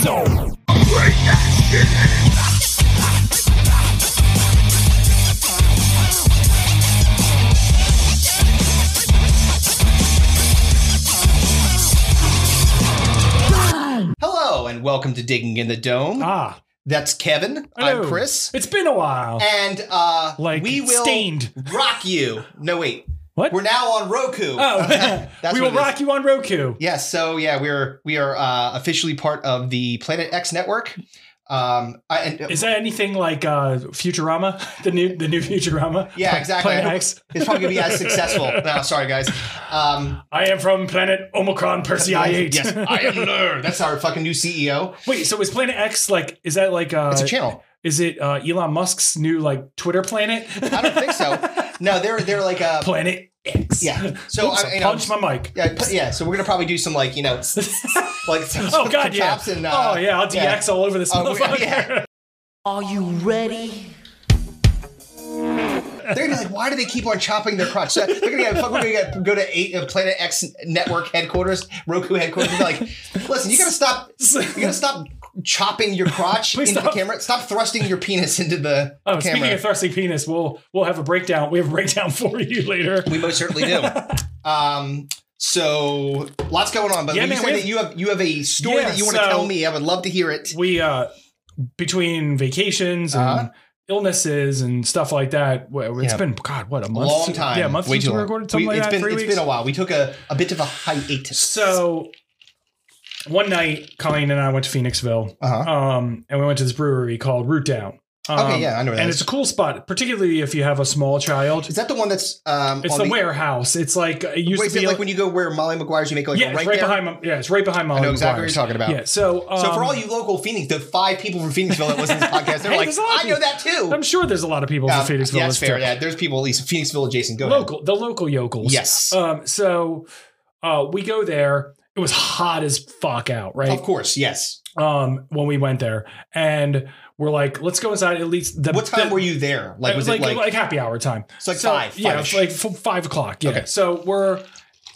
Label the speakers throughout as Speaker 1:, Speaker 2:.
Speaker 1: zone.
Speaker 2: Hello and welcome to Digging in the Dome.
Speaker 1: Ah,
Speaker 2: That's Kevin. I'm
Speaker 1: hello.
Speaker 2: Chris.
Speaker 1: It's been a while.
Speaker 2: And uh
Speaker 1: Like
Speaker 2: we will
Speaker 1: stained.
Speaker 2: rock you. No wait.
Speaker 1: What?
Speaker 2: We're now on Roku.
Speaker 1: oh,
Speaker 2: That's
Speaker 1: we
Speaker 2: what
Speaker 1: will
Speaker 2: it is.
Speaker 1: rock you on Roku.
Speaker 2: Yes, so yeah, we're we are uh officially part of the Planet X network. Um I and
Speaker 1: Is that anything like uh, Futurama? The new, the new Futurama.
Speaker 2: yeah, exactly.
Speaker 1: Planet
Speaker 2: I hope
Speaker 1: X.
Speaker 2: It's probably gonna be as successful. No, sorry guys. Um
Speaker 1: I am from planet Omicron Persei Eight.
Speaker 2: yes, I am Lur. That's our fucking new CEO.
Speaker 1: Wait, so is Planet X like? Is that like? Uh,
Speaker 2: It's a channel.
Speaker 1: Is it uh, Elon Musk's new like Twitter planet?
Speaker 2: I don't think so. No, they're they're like a
Speaker 1: planet X.
Speaker 2: yeah. So
Speaker 1: Oops,
Speaker 2: I,
Speaker 1: I
Speaker 2: you know,
Speaker 1: punched my mic.
Speaker 2: Yeah, p- yeah. So we're gonna probably do some like you know, like some,
Speaker 1: Oh God, yeah.
Speaker 2: chops and uh,
Speaker 1: oh yeah, I'll
Speaker 2: yeah.
Speaker 1: DX all over this
Speaker 2: Oh, we-
Speaker 1: motherfucker.
Speaker 2: yeah.
Speaker 3: Are you ready?
Speaker 2: They're gonna be like, why do they keep on chopping their crotch? So they're gonna get fuck, we're gonna get, go to eight uh, Planet X network headquarters, Roku headquarters. And be like, listen, you gotta stop. You gotta stop chopping your crotch into
Speaker 1: Please
Speaker 2: the
Speaker 1: stop.
Speaker 2: camera. Stop thrusting your penis into the
Speaker 1: Oh,
Speaker 2: camera.
Speaker 1: speaking of thrusting penis, we'll we'll have a breakdown. We have a breakdown for you later.
Speaker 2: we most certainly do. um. So lots going on, but
Speaker 1: Yeah,
Speaker 2: when you
Speaker 1: man,
Speaker 2: say
Speaker 1: we
Speaker 2: that you have you have a story
Speaker 1: Yeah,
Speaker 2: that you want to
Speaker 1: so-
Speaker 2: tell me. I would love to hear it.
Speaker 1: We uh between vacations and
Speaker 2: Uh-huh.
Speaker 1: illnesses and stuff like that. well, It's
Speaker 2: Yeah.
Speaker 1: been God, what a
Speaker 2: A
Speaker 1: month.
Speaker 2: long time.
Speaker 1: Yeah, a month
Speaker 2: Way
Speaker 1: since
Speaker 2: too
Speaker 1: we
Speaker 2: long.
Speaker 1: recorded something
Speaker 2: We-
Speaker 1: like
Speaker 2: it's
Speaker 1: that.
Speaker 2: been,
Speaker 1: three
Speaker 2: it's
Speaker 1: weeks.
Speaker 2: been a while. We took a, a bit of a hiatus.
Speaker 1: so one night, Colleen and I went to Phoenixville,
Speaker 2: uh-huh.
Speaker 1: um, and we went to this brewery called Root Down. Um,
Speaker 2: Okay, yeah, I know where that
Speaker 1: And
Speaker 2: is.
Speaker 1: it's a cool spot, particularly if you have a small child.
Speaker 2: Is that the one that's um?
Speaker 1: It's
Speaker 2: on
Speaker 1: the, warehouse. It's like uh, it used
Speaker 2: Wait,
Speaker 1: to
Speaker 2: is
Speaker 1: be
Speaker 2: it like when you go where Molly McGuire's, you make like
Speaker 1: yeah,
Speaker 2: a
Speaker 1: it's
Speaker 2: right,
Speaker 1: right,
Speaker 2: there.
Speaker 1: behind. my- Yeah, it's right behind my.
Speaker 2: I know exactly what you're talking about.
Speaker 1: Yeah, so um,
Speaker 2: So for all you local Phoenix, the five people from Phoenixville that listen to this podcast, they're
Speaker 1: Hey,
Speaker 2: like,
Speaker 1: there's a lot of
Speaker 2: I know
Speaker 1: people."
Speaker 2: that too.
Speaker 1: I'm sure there's a lot of people
Speaker 2: Um,
Speaker 1: from Phoenixville.
Speaker 2: yeah, that's
Speaker 1: that's
Speaker 2: fair.
Speaker 1: too.
Speaker 2: Yeah, there's people at least Phoenixville adjacent. Go ahead.
Speaker 1: local, the local yokels.
Speaker 2: Yes.
Speaker 1: Um. So, uh, we go there. It was hot as fuck out, right?
Speaker 2: Of course, yes.
Speaker 1: Um, when we went there, and we're like, let's go inside. At least the
Speaker 2: What time
Speaker 1: the-
Speaker 2: were you there? Like,
Speaker 1: It
Speaker 2: was
Speaker 1: was
Speaker 2: it
Speaker 1: like,
Speaker 2: like,
Speaker 1: like happy hour time.
Speaker 2: it's like
Speaker 1: So,
Speaker 2: five?
Speaker 1: Yeah,
Speaker 2: five-ish.
Speaker 1: it's like f- five o'clock. Yeah.
Speaker 2: Okay.
Speaker 1: So we're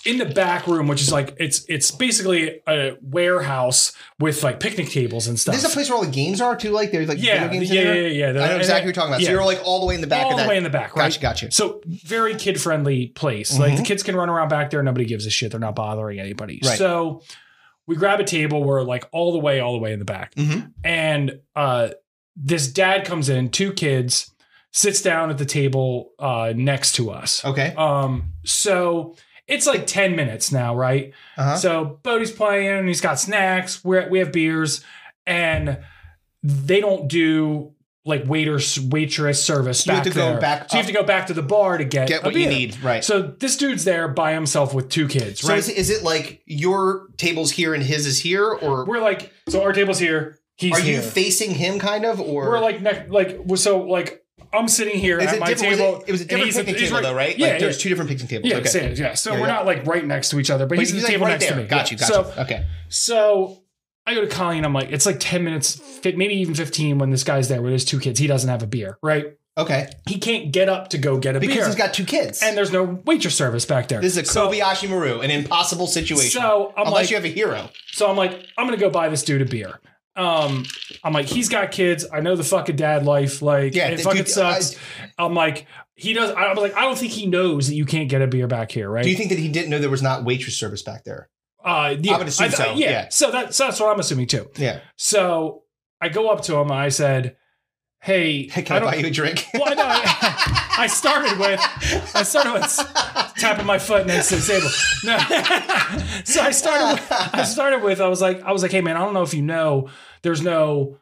Speaker 1: in the back room, which is like it's it's basically a warehouse with like picnic tables and stuff.
Speaker 2: this is a place where all the games are too. Like, there's like video
Speaker 1: yeah, yeah,
Speaker 2: games
Speaker 1: yeah,
Speaker 2: in there.
Speaker 1: yeah, yeah.
Speaker 2: I know
Speaker 1: And
Speaker 2: exactly what
Speaker 1: that-
Speaker 2: you're talking about. So
Speaker 1: yeah.
Speaker 2: you're like all the way in the back
Speaker 1: all
Speaker 2: of that.
Speaker 1: the way in the back, right?
Speaker 2: Gotcha, gotcha.
Speaker 1: So very kid friendly place. Like the kids can run around back there. Nobody gives a shit. They're not bothering anybody.
Speaker 2: Mm-hmm. Right.
Speaker 1: So we grab a table. We're like all the way, all the way in the back.
Speaker 2: Mhm.
Speaker 1: And uh, this dad comes in, two kids, sits down at the table uh, next to us.
Speaker 2: Okay.
Speaker 1: Um, so it's like 10 minutes now, right?
Speaker 2: Uh-huh.
Speaker 1: So Bodie's playing, he's got snacks, we're, we have beers, and they don't do like waiter waitress service.
Speaker 2: You have
Speaker 1: back
Speaker 2: to go
Speaker 1: there.
Speaker 2: back
Speaker 1: So you have to go back to the bar to get,
Speaker 2: Get
Speaker 1: a
Speaker 2: what you
Speaker 1: beer.
Speaker 2: need. Right.
Speaker 1: So this dude's there by himself with two kids,
Speaker 2: So
Speaker 1: right?
Speaker 2: is, is it like your table's here and his is here, or
Speaker 1: we're like, so our table's here, he's
Speaker 2: are you
Speaker 1: here.
Speaker 2: facing him kind of, or
Speaker 1: we're like neck, like we're so like I'm sitting here
Speaker 2: is
Speaker 1: at
Speaker 2: it
Speaker 1: my
Speaker 2: different?
Speaker 1: table.
Speaker 2: was it, it was a
Speaker 1: and
Speaker 2: different
Speaker 1: he's at-
Speaker 2: picnic
Speaker 1: he's
Speaker 2: table though, right?
Speaker 1: Yeah,
Speaker 2: like
Speaker 1: yeah.
Speaker 2: there's two different picnic tables.
Speaker 1: Yeah,
Speaker 2: okay.
Speaker 1: it is, yeah. So
Speaker 2: Yeah,
Speaker 1: we're
Speaker 2: yeah.
Speaker 1: not like right next to each other, but,
Speaker 2: But
Speaker 1: he's at
Speaker 2: he's
Speaker 1: the table
Speaker 2: right
Speaker 1: next
Speaker 2: there.
Speaker 1: to me.
Speaker 2: Got you,
Speaker 1: Yeah.
Speaker 2: got
Speaker 1: so,
Speaker 2: you. Okay.
Speaker 1: So I go to Colleen. I'm like, it's like 10 minutes, fit, maybe even 15 when this guy's there with his two kids. He doesn't have a beer, right?
Speaker 2: Okay.
Speaker 1: He can't get up to go get a
Speaker 2: Because
Speaker 1: beer.
Speaker 2: he's got two kids.
Speaker 1: and there's no waitress service back there.
Speaker 2: this is a
Speaker 1: so,
Speaker 2: Kobayashi Maru, an impossible situation.
Speaker 1: So I'm
Speaker 2: Unless
Speaker 1: like,
Speaker 2: you have a hero.
Speaker 1: so I'm like, I'm gonna go buy this dude a beer. Um, I'm like, he's got kids. I know the fucking dad life. Like,
Speaker 2: Yeah,
Speaker 1: it
Speaker 2: the
Speaker 1: fucking
Speaker 2: dude-
Speaker 1: sucks. I, am like, he does. I'm like, I don't think he knows that you can't get a beer back here, right?
Speaker 2: Do you think that he didn't know there was not waitress service back there?
Speaker 1: uh, yeah,
Speaker 2: I would assume so,
Speaker 1: Yeah.
Speaker 2: yeah.
Speaker 1: So that's so that's what I'm assuming too.
Speaker 2: Yeah.
Speaker 1: So I go up to him. I said, "Hey,
Speaker 2: Hey, can I,
Speaker 1: don't-
Speaker 2: buy you a drink?
Speaker 1: Well, I know. I, I started with I started with s- tapping my foot next to the table. No, so I started. With, I started with I was like I was like, hey man, I don't know if you know, there's no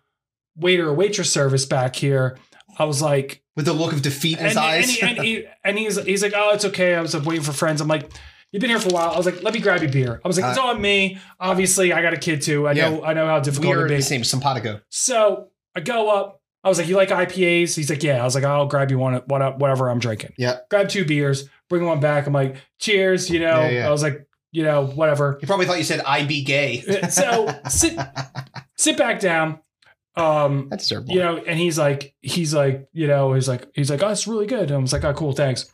Speaker 1: waiter or waitress service back here. I was like,
Speaker 2: With the look of defeat in
Speaker 1: and,
Speaker 2: his
Speaker 1: and,
Speaker 2: eyes.
Speaker 1: he, and, he, and he's he's like, oh, it's okay. I was like, waiting for friends. I'm like, you've been here for a while. I was like, let me grab you a beer. I was
Speaker 2: Uh,
Speaker 1: like, it's on me. Obviously, I got a kid too. I know I know how difficult
Speaker 2: Weird.
Speaker 1: it
Speaker 2: His
Speaker 1: is.
Speaker 2: name is Simpatico.
Speaker 1: So I go up. I was like, "You like IPAs?" He's like, "Yeah." I was like, "I'll grab you one, what- whatever I'm drinking."
Speaker 2: Yeah.
Speaker 1: Grab two beers, bring one back. I'm like, "Cheers," you know.
Speaker 2: Yeah, yeah.
Speaker 1: I was like, you know, whatever.
Speaker 2: He probably thought you said I be gay.
Speaker 1: so sit, sit back down. Um,
Speaker 2: That's terrible.
Speaker 1: you know, and he's like, he's like, you know, he's like, he's like, "Oh, it's really good." And I was like, "Oh, cool, thanks."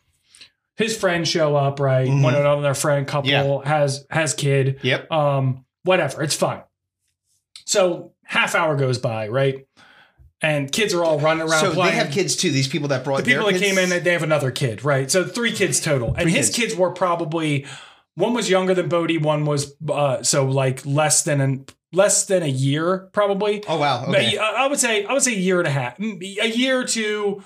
Speaker 1: His friends show up, right?
Speaker 2: Mhm.
Speaker 1: One another friend couple
Speaker 2: Yeah.
Speaker 1: has has kid
Speaker 2: Yep.
Speaker 1: um, whatever, it's fine. So half hour goes by, right? And kids are all running around
Speaker 2: So
Speaker 1: playing.
Speaker 2: they have kids too. These people that brought
Speaker 1: the people
Speaker 2: their
Speaker 1: that
Speaker 2: kids?
Speaker 1: came in, they have another kid, right? So three kids total, and
Speaker 2: Three
Speaker 1: his
Speaker 2: kids.
Speaker 1: kids were probably one was younger than Bodhi, one was uh, so like less than an less than a year, probably.
Speaker 2: Oh wow.
Speaker 1: But
Speaker 2: Okay.
Speaker 1: I I would say I would say a year and a half, Mm, a year or two,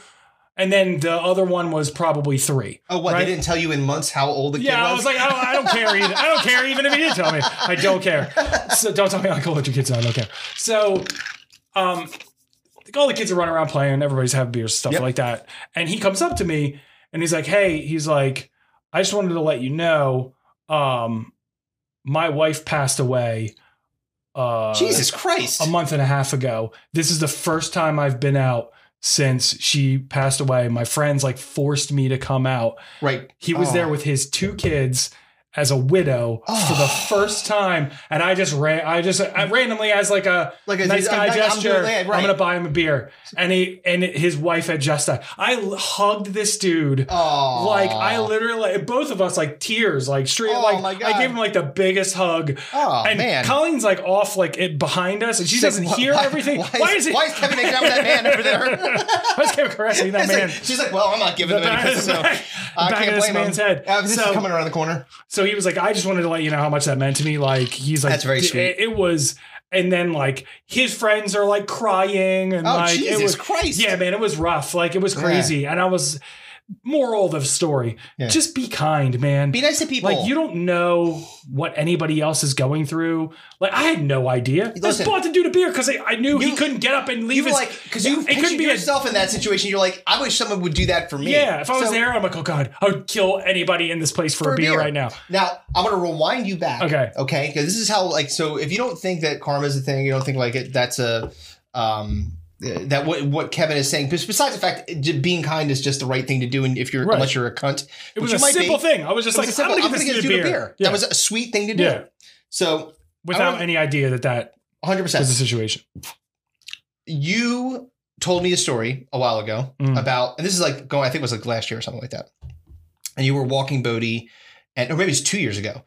Speaker 1: and then the other one was probably three.
Speaker 2: Oh what?
Speaker 1: right?
Speaker 2: They didn't tell you in months how old the kid
Speaker 1: Yeah, I was like, I don't, I don't care either. I don't care even if he did tell me. I don't care. So don't tell me I can let your kids know. I don't care. So, um, all the kids are running around playing. Everybody's having beers, stuff
Speaker 2: Yep.
Speaker 1: like that. And he comes up to me and he's like, "Hey," he's like, "I just wanted to let you know, um, my wife passed away." Uh,
Speaker 2: Jesus Christ.
Speaker 1: a month and a half ago. This is the first time I've been out since she passed away. My friends like forced me to come out.
Speaker 2: right.
Speaker 1: He was
Speaker 2: Oh.
Speaker 1: there with his two kids as a widow for the
Speaker 2: Oh.
Speaker 1: first time, and I just ran. I just I randomly as like a
Speaker 2: Like a
Speaker 1: nice guy
Speaker 2: I'm- I'm doing
Speaker 1: gesture. I'm,
Speaker 2: that, right.
Speaker 1: gonna buy him a beer, and he and his wife had just died. I l- hugged this dude.
Speaker 2: Oh.
Speaker 1: Like I literally, both of us, like tears, like straight,
Speaker 2: Oh,
Speaker 1: like
Speaker 2: my
Speaker 1: I
Speaker 2: God.
Speaker 1: gave him like the biggest hug,
Speaker 2: Oh
Speaker 1: and
Speaker 2: man.
Speaker 1: Colleen's like off, like it behind us, and she
Speaker 2: She's like,
Speaker 1: doesn't
Speaker 2: "Wha-
Speaker 1: hear
Speaker 2: why-
Speaker 1: everything.
Speaker 2: Why
Speaker 1: Why,
Speaker 2: is,
Speaker 1: is it?
Speaker 2: why is Kevin making out with that man over there?
Speaker 1: I was kind of caressing that
Speaker 2: It's like-
Speaker 1: man.
Speaker 2: she's like, well, I'm not giving
Speaker 1: The
Speaker 2: him any
Speaker 1: back,
Speaker 2: kisses, so
Speaker 1: back-
Speaker 2: I
Speaker 1: back of
Speaker 2: can't
Speaker 1: this
Speaker 2: blame
Speaker 1: man's
Speaker 2: him.
Speaker 1: head.
Speaker 2: Uh, this
Speaker 1: so,
Speaker 2: is coming around the corner.
Speaker 1: so he was like, I just wanted to let you know how much that meant to me. Like he's like,
Speaker 2: That's very
Speaker 1: "D-
Speaker 2: sweet."
Speaker 1: It, it was, and then like his friends are like crying and
Speaker 2: Oh
Speaker 1: like
Speaker 2: Jesus
Speaker 1: it was,
Speaker 2: Christ!
Speaker 1: yeah, man, it was rough. Like it was
Speaker 2: Yeah.
Speaker 1: crazy, and I was moral of the story.
Speaker 2: Yeah.
Speaker 1: Just be kind, man.
Speaker 2: Be nice to people.
Speaker 1: Like you don't know what anybody else is going through. Like I had no idea. I just
Speaker 2: Listen.
Speaker 1: bought the dude a beer because I, I knew he
Speaker 2: You-
Speaker 1: couldn't get up and leave
Speaker 2: you were
Speaker 1: his.
Speaker 2: like because you
Speaker 1: it
Speaker 2: pictured
Speaker 1: could be a-
Speaker 2: yourself in that situation. You're like, I wish someone would do that for me.
Speaker 1: yeah, if I was
Speaker 2: So,
Speaker 1: there, I'm like, oh god, I would kill anybody in this place for,
Speaker 2: For
Speaker 1: a
Speaker 2: a
Speaker 1: beer,
Speaker 2: beer.
Speaker 1: right now.
Speaker 2: Now I'm gonna rewind you back.
Speaker 1: Okay.
Speaker 2: Okay. Because this is how like so if you don't think that karma is a thing, you don't think like it. That's a um uh, that what what Kevin is saying. Because besides the fact that j- being kind is just the right thing to do, and if you're
Speaker 1: Right.
Speaker 2: unless you're a cunt,
Speaker 1: It
Speaker 2: which
Speaker 1: was
Speaker 2: you
Speaker 1: a
Speaker 2: might be.
Speaker 1: simple thing. I was just
Speaker 2: It was
Speaker 1: like,
Speaker 2: a simple,
Speaker 1: I'm
Speaker 2: I'm
Speaker 1: gonna
Speaker 2: gonna
Speaker 1: give
Speaker 2: give
Speaker 1: this
Speaker 2: you
Speaker 1: dude
Speaker 2: a
Speaker 1: a
Speaker 2: beer.
Speaker 1: Yeah.
Speaker 2: That was a sweet thing to do.
Speaker 1: Yeah.
Speaker 2: So
Speaker 1: without
Speaker 2: don't-
Speaker 1: any idea that that
Speaker 2: 100. percent
Speaker 1: was the situation.
Speaker 2: you told me a story a while ago
Speaker 1: Mm.
Speaker 2: about, and this is like going, I think it was like last year or something like that. And you were walking Bodie, and or maybe it's two years ago.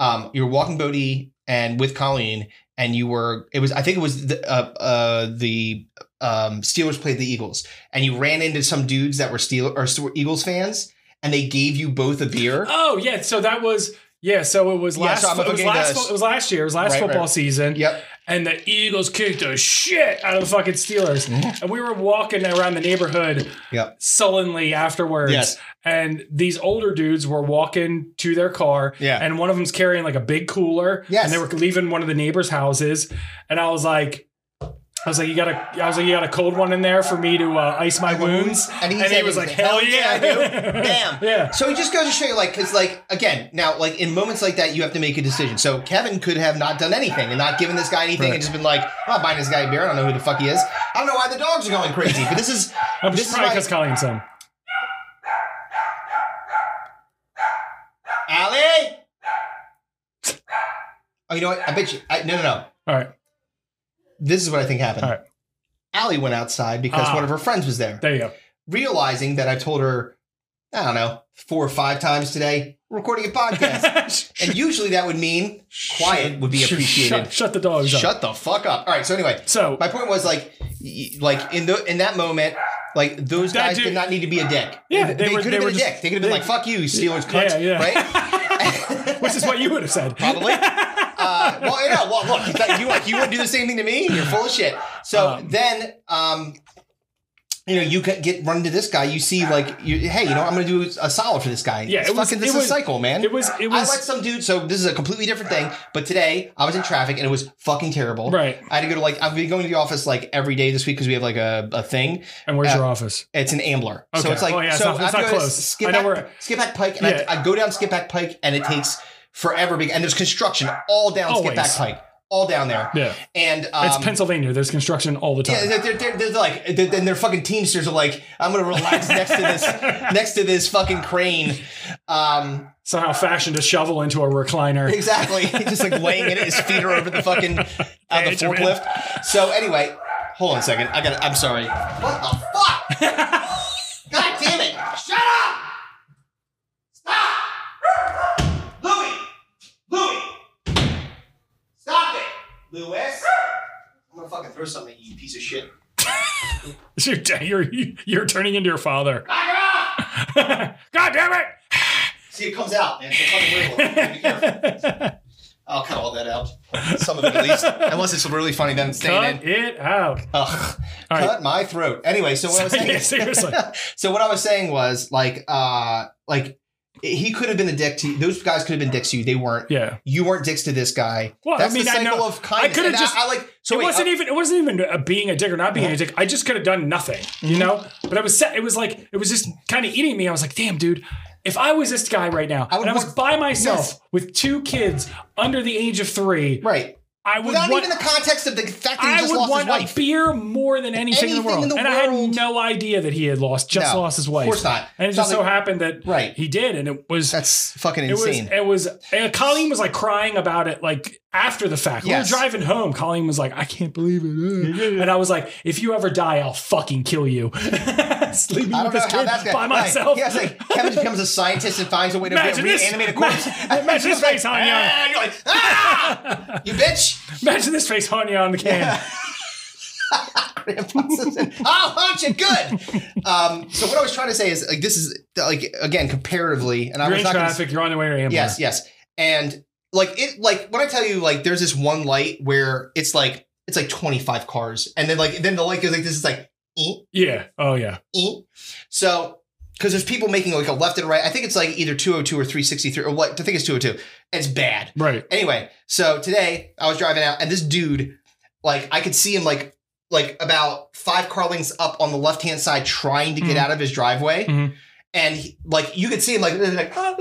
Speaker 2: Um, you were walking Bodie and with Colleen, and you were. It was I think it was the uh, uh, the um, Steelers played the Eagles, and you ran into some dudes that were Steel or were Eagles fans, and they gave you both a beer.
Speaker 1: Oh yeah, so that was yeah. So it was
Speaker 2: Yeah,
Speaker 1: last.
Speaker 2: so I'm
Speaker 1: it, was
Speaker 2: looking
Speaker 1: last
Speaker 2: at this.
Speaker 1: it was last year. It was last
Speaker 2: Right,
Speaker 1: football
Speaker 2: right.
Speaker 1: season.
Speaker 2: Yep.
Speaker 1: and the Eagles kicked the shit out of the fucking Steelers. and we were walking around the neighborhood
Speaker 2: Yep.
Speaker 1: sullenly afterwards.
Speaker 2: Yes.
Speaker 1: And these older dudes were walking to their car.
Speaker 2: Yeah.
Speaker 1: And one of them's carrying like a big cooler.
Speaker 2: Yes.
Speaker 1: And they were leaving one of the neighbors' houses. And I was like, I was like, you got a, I was like, you got a cold one in there for me to uh, ice my wounds.
Speaker 2: And he
Speaker 1: and he
Speaker 2: said,
Speaker 1: was like,
Speaker 2: "Hell
Speaker 1: hell yeah,
Speaker 2: yeah, I do." Bam.
Speaker 1: yeah.
Speaker 2: So it just goes to show you, like, because, like, again, now, like, in moments like that, you have to make a decision. So Kevin could have not done anything and not given this guy anything
Speaker 1: Right.
Speaker 2: and just been like, "Oh, I'm not buying this guy a beer. I don't know who the fuck he is. I don't know why the dogs are going crazy, but this is.
Speaker 1: I'm
Speaker 2: this
Speaker 1: just
Speaker 2: is
Speaker 1: probably
Speaker 2: why-
Speaker 1: because Colleen's home.
Speaker 2: Allie! Oh, you know what? I bet you. I, no, no, no.
Speaker 1: All right.
Speaker 2: This is what I think happened.
Speaker 1: All right.
Speaker 2: Allie went outside because
Speaker 1: Ah.
Speaker 2: one of her friends was there.
Speaker 1: There you go.
Speaker 2: Realizing that I told her, I don't know, four or five times today, we're recording a podcast. and usually that would mean quiet would be
Speaker 1: Shut-
Speaker 2: appreciated.
Speaker 1: Shut, shut the dogs up.
Speaker 2: Shut the fuck up. All right. So anyway,
Speaker 1: So
Speaker 2: my point was like, y- like in the in that moment, like those
Speaker 1: That
Speaker 2: guys
Speaker 1: dude-
Speaker 2: did not need to be a dick.
Speaker 1: Yeah,
Speaker 2: they,
Speaker 1: they were-
Speaker 2: could
Speaker 1: they
Speaker 2: have
Speaker 1: were
Speaker 2: been a
Speaker 1: just-
Speaker 2: dick. They could have been
Speaker 1: they-
Speaker 2: like, "Fuck you, you Steelers cunt,"
Speaker 1: Yeah, yeah.
Speaker 2: right?
Speaker 1: which is what you would have said.
Speaker 2: Probably. Uh, well, yeah. Well, look, it's like, you like you would do the same thing to me. You're full of shit. So
Speaker 1: Um,
Speaker 2: then, um, you know, you get, get run to this guy. You see, like, you, hey, you know, I'm going to do a solid for this guy.
Speaker 1: Yeah,
Speaker 2: it's
Speaker 1: it was-
Speaker 2: fucking, this is
Speaker 1: it was-
Speaker 2: a cycle, man.
Speaker 1: It was. It
Speaker 2: I
Speaker 1: was.
Speaker 2: let some dude. So this is a completely different thing. But today I was in traffic and it was fucking terrible.
Speaker 1: Right.
Speaker 2: I had to go to like I've been going to the office like every day this week because we have like a, a thing.
Speaker 1: and where's
Speaker 2: uh,
Speaker 1: your office?
Speaker 2: It's an Ambler.
Speaker 1: Okay.
Speaker 2: So it's like
Speaker 1: Oh, yeah, it's
Speaker 2: so
Speaker 1: not-
Speaker 2: I
Speaker 1: it's not
Speaker 2: have to go to
Speaker 1: close. I
Speaker 2: Skip
Speaker 1: know
Speaker 2: Back,
Speaker 1: where-
Speaker 2: Skip Back Pike and
Speaker 1: Yeah.
Speaker 2: I, I go down Skip Back Pike and it takes forever. be- And there's construction all down
Speaker 1: Always.
Speaker 2: Skip Back Pike, all down there.
Speaker 1: Yeah,
Speaker 2: And
Speaker 1: it's
Speaker 2: um,
Speaker 1: Pennsylvania. There's construction all the time.
Speaker 2: yeah, they're, they're, they're like, they're, and their fucking teamsters are like, I'm gonna relax next to this, next to this fucking crane. Um,
Speaker 1: Somehow fashioned a shovel into a recliner.
Speaker 2: Exactly. He's just like laying in it. His feet are over the fucking uh, the
Speaker 1: Edge, man.
Speaker 2: forklift. So anyway, hold on a second. I got. to I'm sorry. What the fuck? God damn it! Shut up! Stop! Louis, Louis, stop it, Louis. I'm gonna fucking fucking throw something, you piece of shit.
Speaker 1: You're, you're, you're turning into your father. God damn
Speaker 2: See, it comes out, man. It's a fucking weird one. Be careful.
Speaker 1: it!
Speaker 2: I'll cut all that out. Some of it, at least. Unless it's really funny, then it's staying
Speaker 1: Cut
Speaker 2: in.
Speaker 1: it out.
Speaker 2: Ugh.
Speaker 1: All right.
Speaker 2: cut my throat. Anyway, so what I was saying,
Speaker 1: Yeah, seriously.
Speaker 2: so what I was saying was like, uh, like he could have been a dick to you. Those guys could have been dicks to you. They weren't.
Speaker 1: Yeah.
Speaker 2: You weren't dicks to this guy.
Speaker 1: Well, I
Speaker 2: That's
Speaker 1: mean,
Speaker 2: the
Speaker 1: I
Speaker 2: cycle
Speaker 1: know-
Speaker 2: of kindness.
Speaker 1: could've
Speaker 2: And
Speaker 1: just-
Speaker 2: I, like. So
Speaker 1: it
Speaker 2: wait,
Speaker 1: wasn't
Speaker 2: uh, Uh-huh.
Speaker 1: even. It wasn't even uh, being a dick or not being a dick. I just could have done nothing. You know. But I was set. It was like it was just kind of eating me. I was like, damn, dude. If I was this guy right now,
Speaker 2: I would
Speaker 1: and I was
Speaker 2: want-
Speaker 1: by myself
Speaker 2: Yes.
Speaker 1: with two kids under the age of three,
Speaker 2: right.
Speaker 1: I would
Speaker 2: Without
Speaker 1: want.
Speaker 2: even the context of the fact that he
Speaker 1: I
Speaker 2: just
Speaker 1: would
Speaker 2: lost his
Speaker 1: want a
Speaker 2: wife.
Speaker 1: beer more than anything, in the
Speaker 2: Anything
Speaker 1: world.
Speaker 2: in the
Speaker 1: and I had
Speaker 2: world.
Speaker 1: no idea that he had lost, just
Speaker 2: No,
Speaker 1: lost his
Speaker 2: of
Speaker 1: wife.
Speaker 2: course not.
Speaker 1: And it
Speaker 2: It's
Speaker 1: just
Speaker 2: not
Speaker 1: so
Speaker 2: like-
Speaker 1: happened that
Speaker 2: Right.
Speaker 1: he did, and it was
Speaker 2: That's fucking
Speaker 1: it was
Speaker 2: insane.
Speaker 1: it was and Colleen was like crying about it like after the fact.
Speaker 2: Yes.
Speaker 1: We were driving home, Colleen was like, I can't believe it. And I was like, if you ever die, I'll fucking kill you. Sleeping
Speaker 2: I don't
Speaker 1: with
Speaker 2: know
Speaker 1: this
Speaker 2: how
Speaker 1: kid
Speaker 2: that's gonna,
Speaker 1: by myself.
Speaker 2: Right. Yeah, it's like Kevin becomes a scientist and finds a way to
Speaker 1: Imagine
Speaker 2: re-
Speaker 1: this.
Speaker 2: reanimate a corpse.
Speaker 1: Imagine this
Speaker 2: It's like,
Speaker 1: face, Hanyo.
Speaker 2: "Ah," you're like, "Ah!" you bitch.
Speaker 1: Imagine this face Hanya on the can.
Speaker 2: Grandpa's in- I'll haunt "Oh, you good. Um, so what I was trying to say is like this is like again comparatively, and I
Speaker 1: You're
Speaker 2: was
Speaker 1: in
Speaker 2: not gonna-
Speaker 1: traffic, you're on the way to Amber.
Speaker 2: Yes, yes, and like it like when I tell you like there's this one light where it's like it's like 25 cars, and then like then the light goes like this is like. "Eh,
Speaker 1: Yeah. Oh yeah.
Speaker 2: eat. So, because there's people making like a left and right. I think it's like either 202 or 363 or what? I think it's 202. It's bad.
Speaker 1: Right.
Speaker 2: Anyway, so today I was driving out and this dude, like I could see him like like about five car lengths up on the left hand side trying to get
Speaker 1: Mhm.
Speaker 2: out of his driveway.
Speaker 1: Mhm.
Speaker 2: And he- like you could see him like like, "Ah,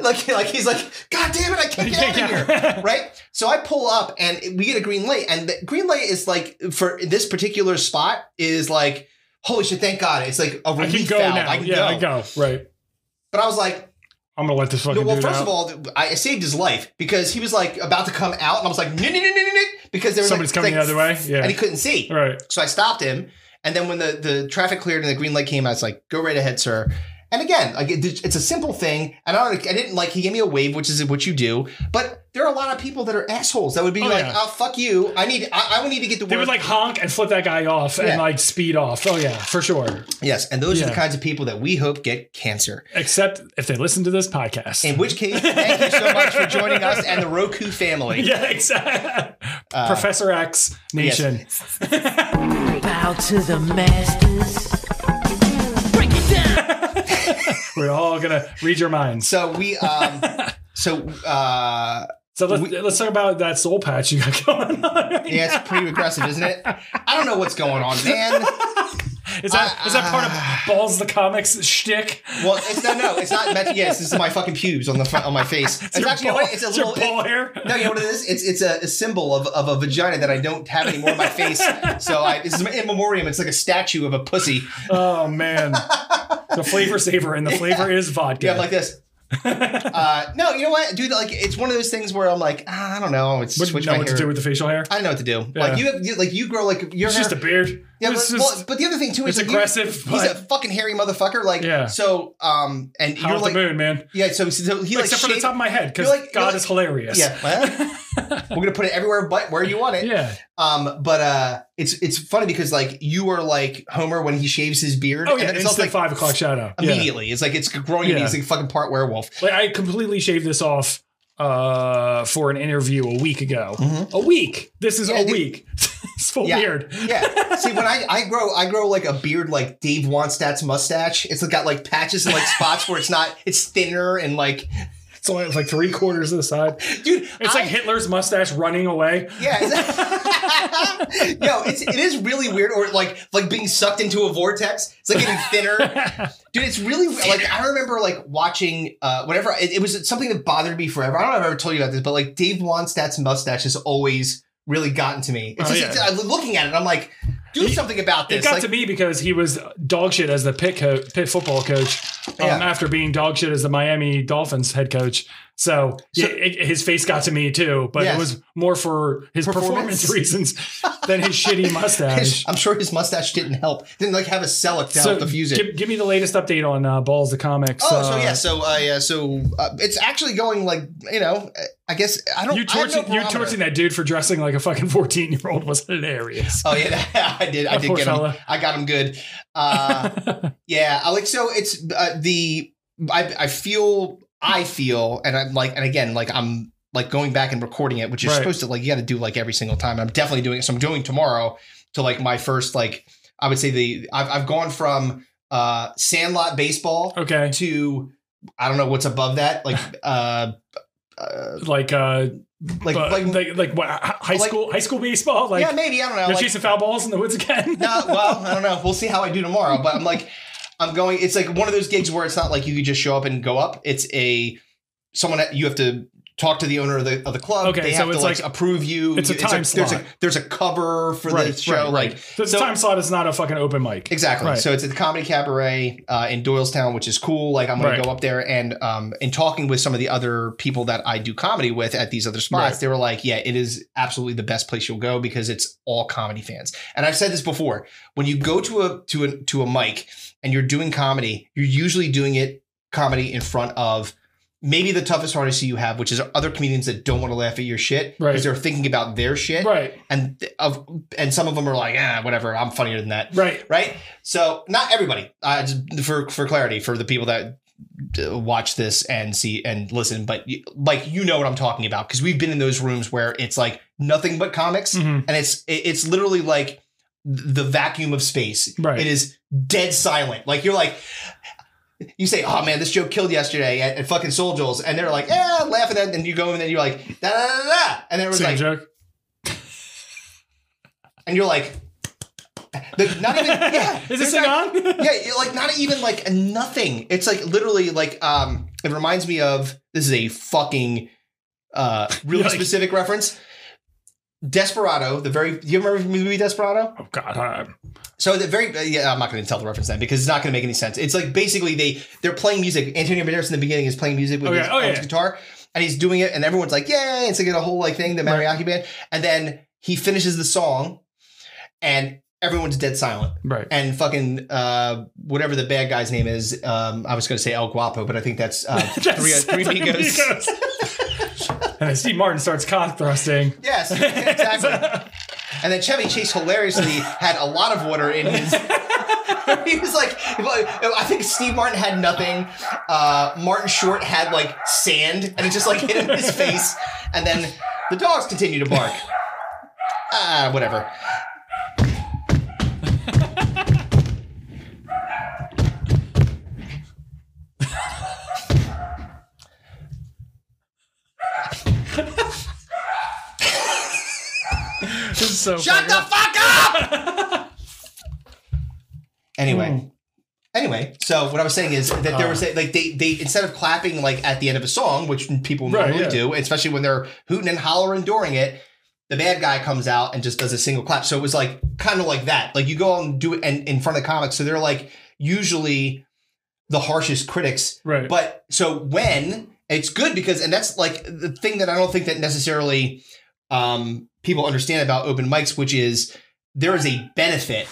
Speaker 2: like like he's like God damn it I can't get out of here right? So I pull up and we get a green light, and the green light is like for this particular spot is like holy shit, thank God! It's like a
Speaker 1: I can
Speaker 2: relief
Speaker 1: go
Speaker 2: valve.
Speaker 1: now.
Speaker 2: I can
Speaker 1: yeah,
Speaker 2: go.
Speaker 1: I go. Right.
Speaker 2: But I was like,
Speaker 1: I'm gonna let this fucking
Speaker 2: no, well,
Speaker 1: dude
Speaker 2: first
Speaker 1: out.
Speaker 2: of all, th- I saved his life because he was like about to come out, and I was like, no, no, no, no, no, no, because there was
Speaker 1: somebody's
Speaker 2: like,
Speaker 1: coming
Speaker 2: like,
Speaker 1: the other way.
Speaker 2: and
Speaker 1: Yeah.
Speaker 2: he couldn't see.
Speaker 1: Right.
Speaker 2: So I stopped him, and then when the the traffic cleared and the green light came, I was like, "Go right ahead, sir." And again, like it- it's a simple thing, and I, don't, I didn't like. He gave me a wave, which is what you do. But there are a lot of people that are assholes that would be
Speaker 1: Oh,
Speaker 2: like,
Speaker 1: yeah.
Speaker 2: "Oh fuck you! I need, I, I would need to get to
Speaker 1: They
Speaker 2: work."
Speaker 1: would like honk and flip that guy off
Speaker 2: Yeah.
Speaker 1: and like speed off. Oh yeah, for sure.
Speaker 2: yes, and those are
Speaker 1: Yeah.
Speaker 2: the kinds of people that we hope get cancer.
Speaker 1: Except if they listen to this podcast.
Speaker 2: In which case, thank you so much for joining us and the Roku family.
Speaker 1: yeah, exactly. Professor X
Speaker 2: Uh, yes.
Speaker 1: Nation.
Speaker 3: Bow to the masters. Break it down.
Speaker 1: We're all gonna read your minds.
Speaker 2: So we, um, so uh,
Speaker 1: So let's,
Speaker 2: We-
Speaker 1: let's talk about that soul patch you got going on.
Speaker 2: yeah, it's pretty aggressive, isn't it? I don't know what's going on, man.
Speaker 1: Is that is that part
Speaker 2: Uh,
Speaker 1: of Balls the Comics shtick?
Speaker 2: Well, it's no, no, it's not. Meant, yes, this is my fucking pubes on the front on my face. It's,
Speaker 1: your
Speaker 2: actually, you know
Speaker 1: ball-
Speaker 2: what? It's a
Speaker 1: it's
Speaker 2: little.
Speaker 1: your ball hair.
Speaker 2: no, you know what it is? It's it's a, a symbol of, of a vagina that I don't have anymore on my face. So I, this is my in memoriam. It's like a statue of a pussy.
Speaker 1: Oh man, the flavor saver and the flavor is vodka.
Speaker 2: Yeah, I'm like this. Uh, no, you know what, dude? Like, it's one of those things where I'm like, ah, I don't know. It's
Speaker 1: Wouldn't
Speaker 2: switch
Speaker 1: know
Speaker 2: my
Speaker 1: what
Speaker 2: hair.
Speaker 1: to do with the facial hair.
Speaker 2: I don't know what to do.
Speaker 1: Yeah.
Speaker 2: Like you, have, you, like you grow like your
Speaker 1: It's
Speaker 2: hair.
Speaker 1: just a beard.
Speaker 2: Yeah,
Speaker 1: it's
Speaker 2: but,
Speaker 1: just
Speaker 2: well, but the other thing too is
Speaker 1: it's
Speaker 2: like, you-
Speaker 1: aggressive.
Speaker 2: he's
Speaker 1: but
Speaker 2: a fucking hairy motherfucker. Like,
Speaker 1: Yeah.
Speaker 2: so um, and
Speaker 1: how
Speaker 2: you're
Speaker 1: about
Speaker 2: like,
Speaker 1: the moon, man.
Speaker 2: yeah. So, so he like
Speaker 1: Except for the
Speaker 2: shaved-
Speaker 1: top of my head, because
Speaker 2: you're like-
Speaker 1: God
Speaker 2: you're
Speaker 1: is hilarious.
Speaker 2: Yeah, well, we're gonna put it everywhere but where you want it.
Speaker 1: Yeah.
Speaker 2: Um, but uh, it's it's funny because like you are like Homer when he shaves his beard.
Speaker 1: Oh yeah,
Speaker 2: then it's
Speaker 1: instant
Speaker 2: also, like
Speaker 1: five o'clock shadow. Yeah.
Speaker 2: immediately. It's like it's growing to
Speaker 1: Yeah.
Speaker 2: be like fucking part werewolf.
Speaker 1: Like I completely shaved this off uh for an interview a week ago.
Speaker 2: Mhm.
Speaker 1: A week. This is
Speaker 2: Yeah,
Speaker 1: a
Speaker 2: dude.
Speaker 1: week. it's full
Speaker 2: Yeah.
Speaker 1: weird.
Speaker 2: Yeah. See, when I I grow I grow like a beard like Dave Wanstat's mustache. It's got like patches and like spots where it's not. It's thinner and like
Speaker 1: It's only like three quarters of the side.
Speaker 2: dude.
Speaker 1: It's
Speaker 2: I-
Speaker 1: like Hitler's mustache running away.
Speaker 2: Yeah. it's- Yo, it's it is really weird, or like like being sucked into a vortex. It's like getting thinner, dude. It's really like I remember like watching uh whatever. It, it was something that bothered me forever. I don't know if I ever told you about this, but like Dave Wanstat's mustache has always really gotten to me. It's
Speaker 1: Oh,
Speaker 2: just,
Speaker 1: yeah.
Speaker 2: it's- I'm looking at it, I'm like, do
Speaker 1: It-
Speaker 2: something about
Speaker 1: It
Speaker 2: this.
Speaker 1: got
Speaker 2: Like,
Speaker 1: to me because he was dog shit as the pit co- pit football coach. Um,
Speaker 2: Yeah.
Speaker 1: After being dog shit as the Miami Dolphins head coach, So,
Speaker 2: So-
Speaker 1: yeah, it, his face got to me too, but
Speaker 2: Yes.
Speaker 1: it was more for his
Speaker 2: Performance.
Speaker 1: performance, reasons than his shitty mustache.
Speaker 2: I'm sure his mustache didn't help. Didn't like have a sellout to help diffuse it.
Speaker 1: Give, give me the latest update on uh, Balls the Comics.
Speaker 2: Oh, so
Speaker 1: Uh,
Speaker 2: yeah, so uh, yeah, so uh, it's actually going like you know. uh, I guess I don't.
Speaker 1: You
Speaker 2: I have no
Speaker 1: torching, you
Speaker 2: barometer.
Speaker 1: torching that dude for dressing like a fucking 14 year old was hilarious.
Speaker 2: Oh yeah, I did. I
Speaker 1: That
Speaker 2: did
Speaker 1: poor
Speaker 2: get him.
Speaker 1: fella.
Speaker 2: I got him good. Uh, yeah, I like so. It's uh, the I I feel I feel and I'm like and again like I'm like going back and recording it, which you're
Speaker 1: Right.
Speaker 2: supposed to like you got to do like every single time. I'm definitely doing it. So I'm doing tomorrow to like my first like I would say the I've I've gone from uh Sandlot baseball
Speaker 1: Okay.
Speaker 2: to I don't know what's above that like uh, uh
Speaker 1: Like, uh,
Speaker 2: like
Speaker 1: but-
Speaker 2: like,
Speaker 1: like, like, what, hi- high
Speaker 2: like-
Speaker 1: school, high school baseball? Like,
Speaker 2: yeah maybe I don't know
Speaker 1: they're
Speaker 2: like-
Speaker 1: chasing foul balls in the woods again?
Speaker 2: No, well, I don't know. We'll see how I do tomorrow. But I'm like, I'm going. It's like one of those gigs where it's not like you could just show up and go up. It's a someone that you have to talk to the owner of the of the club.
Speaker 1: Okay,
Speaker 2: they
Speaker 1: so
Speaker 2: have to
Speaker 1: it's
Speaker 2: like,
Speaker 1: like-
Speaker 2: approve you.
Speaker 1: it's a
Speaker 2: You-
Speaker 1: time
Speaker 2: there's
Speaker 1: slot.
Speaker 2: a there's a cover for the show. Like
Speaker 1: the
Speaker 2: so-
Speaker 1: time slot is not a fucking open mic.
Speaker 2: exactly.
Speaker 1: Right.
Speaker 2: So it's at the comedy cabaret uh, in Doylestown, which is cool. Like I'm going
Speaker 1: Right.
Speaker 2: to go up there and um and talking with some of the other people that I do comedy with at these other spots.
Speaker 1: Right.
Speaker 2: They were like, yeah, it is absolutely the best place you'll go because it's all comedy fans. And I've said this before: when you go to a to a to a mic and you're doing comedy, you're usually doing it comedy in front of maybe the toughest audience you have, which is other comedians that don't want to laugh at your shit because
Speaker 1: Right.
Speaker 2: they're thinking about their shit.
Speaker 1: Right.
Speaker 2: And th- of and some of them are like, ah, whatever, I'm funnier than that
Speaker 1: Right.
Speaker 2: right? So not everybody. Uh, just for for clarity, for the people that uh, watch this and see and listen, but you, like you know what I'm talking about because we've been in those rooms where it's like nothing but comics,
Speaker 1: Mhm.
Speaker 2: and it's it- it's literally like the vacuum of space.
Speaker 1: Right.
Speaker 2: It is dead silent. Like you're like. You say, "Oh man, this joke killed yesterday at, at fucking Soul Jules," and they're like, "Yeah," laughing at, it, and you go in, and then you're like, "Da da da da," and then it was
Speaker 1: Same
Speaker 2: like,
Speaker 1: joke.
Speaker 2: and you're like, the- "Not even, yeah."
Speaker 1: Is
Speaker 2: there's
Speaker 1: this thing
Speaker 2: not-
Speaker 1: on?
Speaker 2: yeah, you're, like not even like nothing. It's like literally like um it reminds me of this is a fucking uh really
Speaker 1: Yikes.
Speaker 2: specific reference. Desperado, the very do you remember the movie Desperado?
Speaker 1: oh God. I-
Speaker 2: So the very uh, yeah, I'm not going to tell the reference then because it's not going to make any sense. It's like basically they they're playing music. Antonio Banderas in the beginning is playing music with
Speaker 1: Okay.
Speaker 2: his,
Speaker 1: Oh,
Speaker 2: on his
Speaker 1: yeah.
Speaker 2: guitar, and he's doing it, and everyone's like, "Yay!" It's like a whole like thing, the
Speaker 1: Right.
Speaker 2: mariachi band, and then he finishes the song, and everyone's dead silent
Speaker 1: Right.
Speaker 2: and fucking uh, whatever the bad guy's name is. Um, I was going to say El Guapo, but I think that's, uh, three, three Amigos.
Speaker 1: and then Steve Martin starts cock thrusting.
Speaker 2: Yes, exactly. and then Chevy Chase hilariously had a lot of water in his. he was like, I think Steve Martin had nothing. Uh, Martin Short had like sand, and it just like hit him in his face. And then the dogs continue to bark. Ah, whatever.
Speaker 1: This is so
Speaker 2: Shut
Speaker 1: funny.
Speaker 2: the fuck up! anyway.
Speaker 1: Mm.
Speaker 2: Anyway, so what I was saying is that there was a, like they they instead of clapping like at the end of a song, which people
Speaker 1: Right,
Speaker 2: normally
Speaker 1: yeah.
Speaker 2: do, especially when they're hooting and hollering during it, the bad guy comes out and just does a single clap. So it was like kind of like that. Like you go out and do it and in front of the comics, so they're like usually the harshest critics
Speaker 1: Right.
Speaker 2: but so when it's good because, and that's like the thing that I don't think that necessarily um, people understand about open mics, which is there is a benefit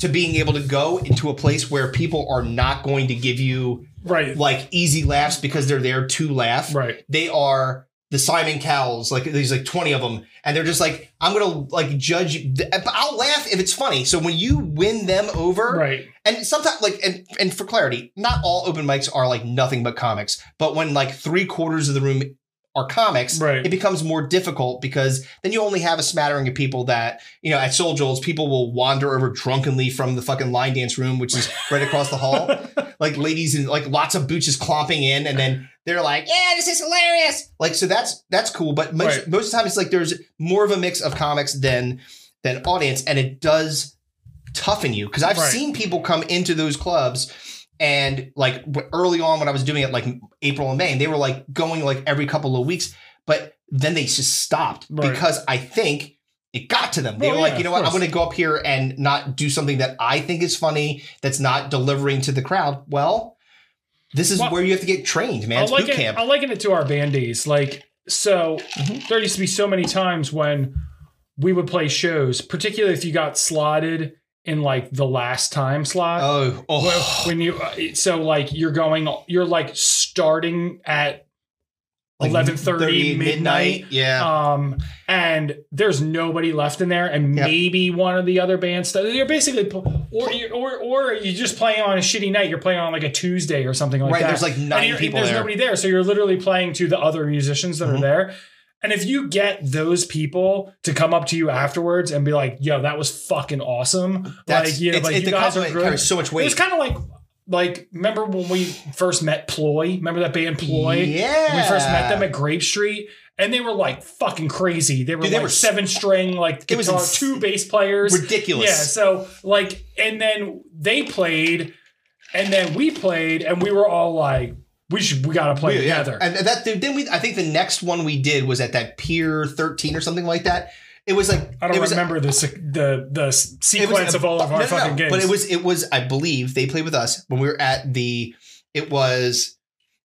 Speaker 2: to being able to go into a place where people are not going to give you
Speaker 1: right.
Speaker 2: like easy laughs because they're there to laugh.
Speaker 1: Right.
Speaker 2: They are the Simon Cowells, like there's like 20 of them, and they're just like, I'm gonna like judge, you- but I'll laugh if it's funny. So when you win them over,
Speaker 1: Right.
Speaker 2: and sometimes like and, and for clarity not all open mics are like nothing but comics but when like three quarters of the room are comics
Speaker 1: Right.
Speaker 2: it becomes more difficult because then you only have a smattering of people that you know at soul joel's people will wander over drunkenly from the fucking line dance room which is right across the hall like ladies and like lots of booches clomping in and then they're like yeah this is hilarious like so that's that's cool but most,
Speaker 1: Right.
Speaker 2: most of the time it's like there's more of a mix of comics than than audience and it does toughen you because I've
Speaker 1: Right.
Speaker 2: seen people come into those clubs and like w- early on when I was doing it like April and May and they were like going like every couple of weeks but then they just stopped
Speaker 1: Right.
Speaker 2: because I think it got to them. They
Speaker 1: Well,
Speaker 2: were
Speaker 1: yeah,
Speaker 2: like, you know
Speaker 1: of
Speaker 2: what? I'm
Speaker 1: course.
Speaker 2: going to go up here and not do something that I think is funny that's not delivering to the crowd. Well, This is
Speaker 1: Well,
Speaker 2: where you have to get trained, man.
Speaker 1: I'll
Speaker 2: It's boot
Speaker 1: liken,
Speaker 2: camp. Mm-hmm.
Speaker 1: I'll liken it to our bandies. Like, so there used to be so many times when we would play shows, particularly if you got slotted in like the last time slot.
Speaker 2: oh, oh.
Speaker 1: Well, when you uh, so like you're going you're like starting at
Speaker 2: Like
Speaker 1: 11:30 midnight.
Speaker 2: Yeah.
Speaker 1: um and there's nobody left in there and
Speaker 2: Yep.
Speaker 1: maybe one of the other bands st- you're basically pl- or you or or you're just playing on a shitty night you're playing on like a Tuesday or something like
Speaker 2: Right,
Speaker 1: that
Speaker 2: there's, like,
Speaker 1: And
Speaker 2: nine
Speaker 1: you're-
Speaker 2: people
Speaker 1: there's
Speaker 2: there. Mm-hmm.
Speaker 1: nobody there so you're literally playing to the other musicians that are there and if you get those people to come up to you afterwards and be like yo that was fucking awesome
Speaker 2: That's,
Speaker 1: like you know
Speaker 2: it's,
Speaker 1: like
Speaker 2: it,
Speaker 1: you
Speaker 2: the
Speaker 1: guys are
Speaker 2: compliment
Speaker 1: great
Speaker 2: carries so much
Speaker 1: it was
Speaker 2: weight.
Speaker 1: kind of like like remember when we first met Ploy? Remember that band Ploy?
Speaker 2: Yeah.
Speaker 1: We first met them at Grape Street, and they were like fucking crazy. They were
Speaker 2: Dude, they
Speaker 1: like
Speaker 2: were s-
Speaker 1: seven string, like
Speaker 2: It was
Speaker 1: guitar,
Speaker 2: ins-
Speaker 1: two bass players.
Speaker 2: Ridiculous.
Speaker 1: Yeah. So like, and then they played, and then we played, and we were all like, we should, we gotta play
Speaker 2: Oh, Yeah, yeah.
Speaker 1: together.
Speaker 2: And that then we I think the next one we did was at that Pier 13 or something like that. It was like
Speaker 1: I don't
Speaker 2: it was,
Speaker 1: remember the se- the the s-
Speaker 2: it was
Speaker 1: sequence
Speaker 2: a-
Speaker 1: of all of
Speaker 2: no,
Speaker 1: our
Speaker 2: no, no.
Speaker 1: fucking games.
Speaker 2: But it was it was I believe they played with us when we were at the it was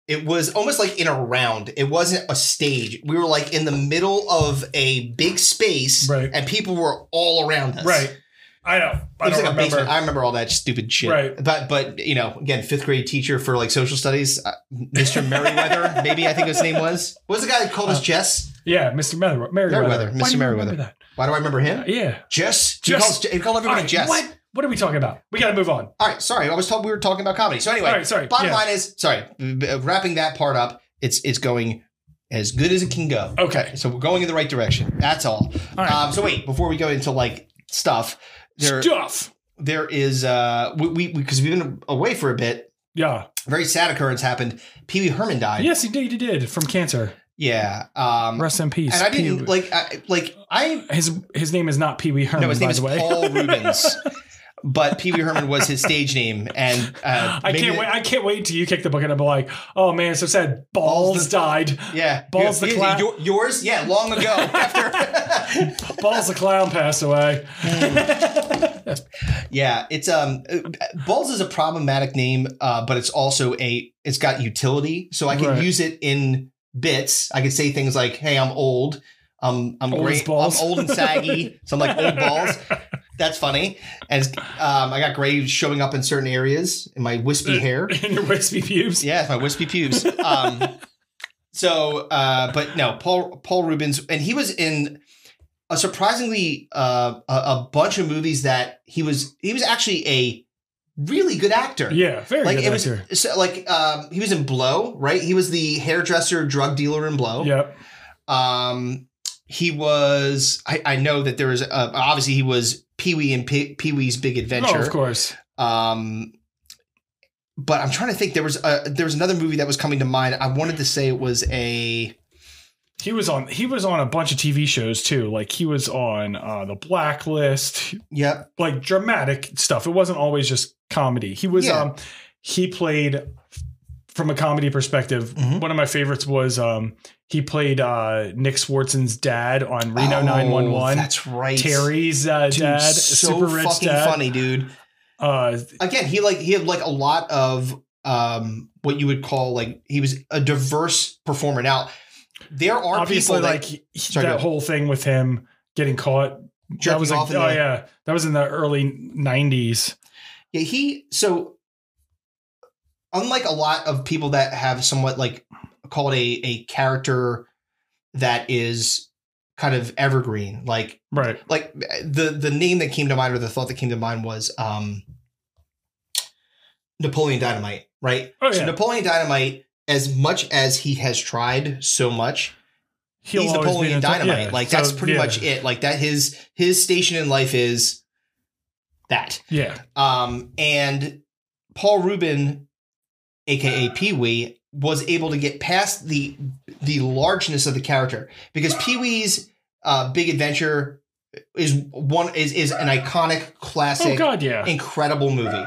Speaker 2: it was almost like in a round. It wasn't a stage. We were like in the middle of a big space
Speaker 1: Right.
Speaker 2: and people were all around us.
Speaker 1: right. I don't. I
Speaker 2: It was
Speaker 1: don't
Speaker 2: like a
Speaker 1: remember.
Speaker 2: basement. I remember all that stupid shit.
Speaker 1: Right.
Speaker 2: But but you know, again, fifth grade teacher for like social studies, uh, Mr. Merriweather, maybe I think his name was. What was the guy that
Speaker 1: Uh,
Speaker 2: called us Jess?
Speaker 1: yeah, Mr. Merriweather. Merriweather.
Speaker 2: Mr.
Speaker 1: Why do you remember
Speaker 2: Merriweather.
Speaker 1: that?
Speaker 2: Why do I remember him?
Speaker 1: Yeah.
Speaker 2: Jess. He
Speaker 1: Jess.
Speaker 2: calls, he called everybody
Speaker 1: All right,
Speaker 2: Jess.
Speaker 1: What? What are we talking about? We got to move on.
Speaker 2: All right. Sorry, I was told we were talking about comedy. So anyway,
Speaker 1: All right, sorry,
Speaker 2: Bottom
Speaker 1: yeah.
Speaker 2: line is, sorry, uh, wrapping that part up. It's it's going as good as it can go.
Speaker 1: Okay.
Speaker 2: So we're going in the right direction. That's all.
Speaker 1: All right.
Speaker 2: Um, so wait, before we go into like stuff, there
Speaker 1: Stuff.
Speaker 2: there is uh we because we, have been away for a bit.
Speaker 1: Yeah.
Speaker 2: very sad occurrence happened. Pee Wee Herman died.
Speaker 1: Yes, indeed, he did from cancer.
Speaker 2: Yeah. Um,
Speaker 1: Rest in peace.
Speaker 2: and I
Speaker 1: Pee-
Speaker 2: didn't like I, like I
Speaker 1: his his name is not Pee Wee Herman.
Speaker 2: no his name
Speaker 1: by
Speaker 2: is
Speaker 1: the way.
Speaker 2: Paul Rubens, but Pee Wee Herman was his stage name, and uh,
Speaker 1: I
Speaker 2: maybe
Speaker 1: can't
Speaker 2: that-
Speaker 1: wait. I can't wait till you kick the book and I'm like, oh man, so sad. Balls,
Speaker 2: Balls the-
Speaker 1: died.
Speaker 2: Yeah,
Speaker 1: Balls
Speaker 2: You-
Speaker 1: the
Speaker 2: you-
Speaker 1: Clown.
Speaker 2: your- yours. Yeah, long ago. After.
Speaker 1: Balls the clown passed away.
Speaker 2: yeah, it's um, balls is a problematic name, uh, but it's also a it's got utility, so I can
Speaker 1: Right.
Speaker 2: use it in bits. I could say things like, "Hey, I'm old. Um, I'm
Speaker 1: Old
Speaker 2: great.
Speaker 1: as
Speaker 2: I'm
Speaker 1: balls."
Speaker 2: old and saggy. so I'm like old balls." That's funny. And it's- um, I got gray showing up in certain areas in my
Speaker 1: Uh,
Speaker 2: wispy hair.
Speaker 1: In your wispy pubes.
Speaker 2: Yeah, it's my wispy pubes. Um, so, uh, but no, Paul Paul Rubens, and he was in a surprisingly uh, a, a bunch of movies that he was he was actually a really good actor.
Speaker 1: Yeah, very
Speaker 2: like
Speaker 1: good
Speaker 2: it
Speaker 1: actor.
Speaker 2: was so, like um, he was in Blow, right? He was the hairdresser, drug dealer in Blow.
Speaker 1: Yep. Oh,
Speaker 2: Um, he was. I, I know that there was uh, obviously he was Pee Wee and Pee Wee's Big Adventure.
Speaker 1: Oh, of course.
Speaker 2: Um, but I'm trying to think. There was a, there was another movie that was coming to mind. I wanted to say it was a
Speaker 1: He was on. He was on a bunch of TV shows too. Like he was on uh, the Blacklist.
Speaker 2: yep.
Speaker 1: like dramatic stuff. It wasn't always just comedy. He was
Speaker 2: Yeah.
Speaker 1: um he played from a comedy perspective.
Speaker 2: Mhm.
Speaker 1: One of my favorites was um he played uh Nick Swartzen's dad on Reno
Speaker 2: Oh,
Speaker 1: 911.
Speaker 2: That's right.
Speaker 1: Terry's uh,
Speaker 2: Dude,
Speaker 1: dad,
Speaker 2: so
Speaker 1: super rich
Speaker 2: fucking
Speaker 1: dad.
Speaker 2: funny, dude.
Speaker 1: Uh
Speaker 2: Again, he like he had like a lot of um what you would call like he was a diverse performer. Now there are
Speaker 1: obviously
Speaker 2: people that
Speaker 1: like he-
Speaker 2: Sorry, go
Speaker 1: that
Speaker 2: ahead.
Speaker 1: whole thing with him getting caught that
Speaker 2: jerking
Speaker 1: was
Speaker 2: off
Speaker 1: like,
Speaker 2: in
Speaker 1: oh
Speaker 2: the-
Speaker 1: yeah, that was in the early 90s.
Speaker 2: Yeah, he so unlike a lot of people that have somewhat like called a a character that is kind of evergreen, like
Speaker 1: Right.
Speaker 2: like the the name that came to mind or the thought that came to mind was um Napoleon Dynamite, right?
Speaker 1: Oh,
Speaker 2: So
Speaker 1: yeah.
Speaker 2: Napoleon Dynamite, as much as he has tried so much,
Speaker 1: He'll
Speaker 2: he's
Speaker 1: always be
Speaker 2: Napoleon
Speaker 1: an Napo-
Speaker 2: Dynamite.
Speaker 1: yeah,
Speaker 2: Like
Speaker 1: so,
Speaker 2: that's pretty
Speaker 1: yeah,
Speaker 2: much it. Like that his his station in life is that.
Speaker 1: Yeah.
Speaker 2: Um, and Paul Rubin, aka Pee Wee, was able to get past the the largeness of the character because Pee Wee's uh, Big Adventure is one is is an iconic,
Speaker 1: Oh
Speaker 2: classic,
Speaker 1: god, yeah.
Speaker 2: incredible movie,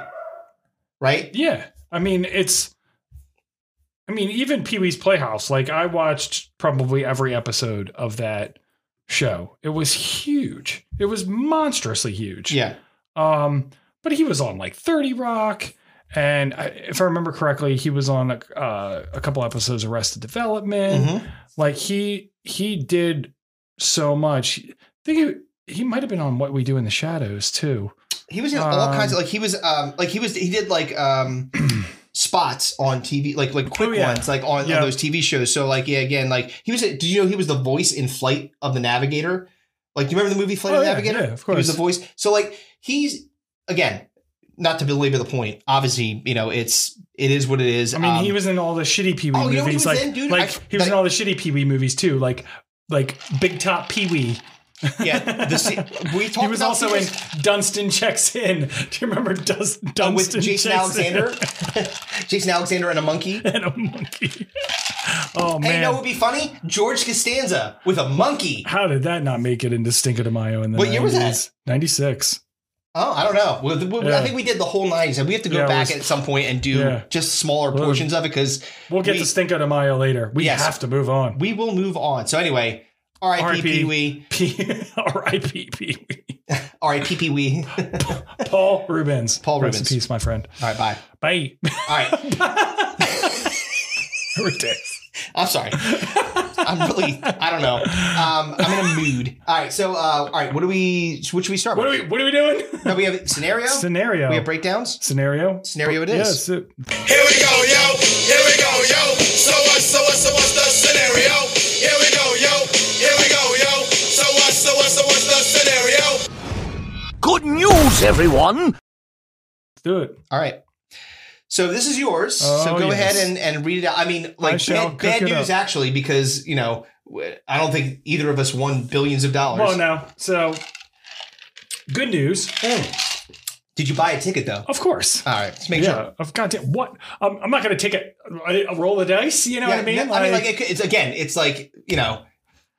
Speaker 2: right?
Speaker 1: Yeah. I mean, it's I mean, even Pee-wee's Playhouse, like I watched probably every episode of that show. It was huge. It was monstrously huge.
Speaker 2: Yeah,
Speaker 1: Um, but he was on like 30 Rock And I, if I remember correctly, he was on a, uh, a couple episodes of Arrested Development.
Speaker 2: Mhm.
Speaker 1: Like he he did so much. I think he, he might have been on What We Do in the Shadows too.
Speaker 2: He was in all
Speaker 1: Um,
Speaker 2: kinds of like he was um like he was he did like um spots on TV like like quick
Speaker 1: Oh, yeah.
Speaker 2: ones like on,
Speaker 1: Yeah.
Speaker 2: on those TV shows. So like yeah, again like he was. a- Did you know he was the voice in Flight of the Navigator? Like you remember the movie Flight
Speaker 1: Oh,
Speaker 2: of the
Speaker 1: yeah,
Speaker 2: Navigator?
Speaker 1: yeah, of
Speaker 2: He was
Speaker 1: course.
Speaker 2: the voice. So like he's again not to belabor the point. Obviously you know it's it is what it is.
Speaker 1: I mean,
Speaker 2: Um,
Speaker 1: he was in all the shitty Pee Wee
Speaker 2: Oh, you know what he
Speaker 1: movies.
Speaker 2: was
Speaker 1: like
Speaker 2: in, dude?
Speaker 1: like
Speaker 2: I-
Speaker 1: he was
Speaker 2: that-
Speaker 1: in all the shitty Pee Wee movies too. Like like Big Top Pee Wee.
Speaker 2: yeah. The, se- we talked
Speaker 1: He was
Speaker 2: about
Speaker 1: also in
Speaker 2: this
Speaker 1: Dunstan Checks In. Do you remember Dust, Dunstan
Speaker 2: with Jason
Speaker 1: Checks
Speaker 2: Alexander,
Speaker 1: In
Speaker 2: Jason Alexander and a monkey.
Speaker 1: and a monkey? Oh
Speaker 2: Hey, you
Speaker 1: man,
Speaker 2: know what would be funny? George Costanza with a monkey.
Speaker 1: how did that not make it into Stinko de Mayo in the
Speaker 2: What year was that?
Speaker 1: Ninety six.
Speaker 2: Oh, I don't know. Well, the- well, I
Speaker 1: Yeah.
Speaker 2: think we did the whole nineties, and we have to go
Speaker 1: Yeah, it
Speaker 2: back
Speaker 1: was-
Speaker 2: at some point and do
Speaker 1: Yeah.
Speaker 2: just smaller
Speaker 1: Well,
Speaker 2: portions of it because
Speaker 1: We'll get
Speaker 2: We-
Speaker 1: to Stinko de Mayo later. We
Speaker 2: Yes.
Speaker 1: have to move on.
Speaker 2: we will move on. So anyway, R.I.P.
Speaker 1: R.I.P..
Speaker 2: Pee Wee,
Speaker 1: P- R.I.P. Pee Wee.
Speaker 2: R.I.P. Pee Wee. All
Speaker 1: Paul Rubens.
Speaker 2: Paul
Speaker 1: Rest
Speaker 2: Rubens.
Speaker 1: in peace, my friend.
Speaker 2: right, bye.
Speaker 1: Bye.
Speaker 2: All right,
Speaker 1: We're dead.
Speaker 2: I'm sorry. I'm really, I don't know. Um, I'm in a mood. All right, so uh, all right, what do we? What should we start
Speaker 1: What are
Speaker 2: with?
Speaker 1: we? What are we doing?
Speaker 2: no, we have scenario.
Speaker 1: Scenario.
Speaker 2: We have breakdowns.
Speaker 1: Scenario.
Speaker 2: Scenario it is.
Speaker 1: Yes. it-
Speaker 4: Here we go, yo. Here we go, yo. So what? So what? So what's the scenario? Here we go, yo. Here we go, yo. So what? So what? So what's the scenario?
Speaker 3: Good news, everyone!
Speaker 1: Let's do it.
Speaker 2: All right. So this is yours. so
Speaker 1: Oh,
Speaker 2: go
Speaker 1: yes.
Speaker 2: ahead and, and read it out. I mean, like
Speaker 1: shall
Speaker 2: bad,
Speaker 1: cook
Speaker 2: bad
Speaker 1: it
Speaker 2: news
Speaker 1: up.
Speaker 2: actually, because you know w- I don't think either of us won billions of dollars.
Speaker 1: Well, no. So, good news.
Speaker 2: Mm. Did you buy a ticket though?
Speaker 1: Of course.
Speaker 2: All right, let's make
Speaker 1: yeah.
Speaker 2: Uh, sure.
Speaker 1: Of goddamn what? Um, I'm not going to take a, a roll of the dice. You know
Speaker 2: Yeah,
Speaker 1: what I mean?
Speaker 2: no, I mean, like it, could- it's again, it's like you know,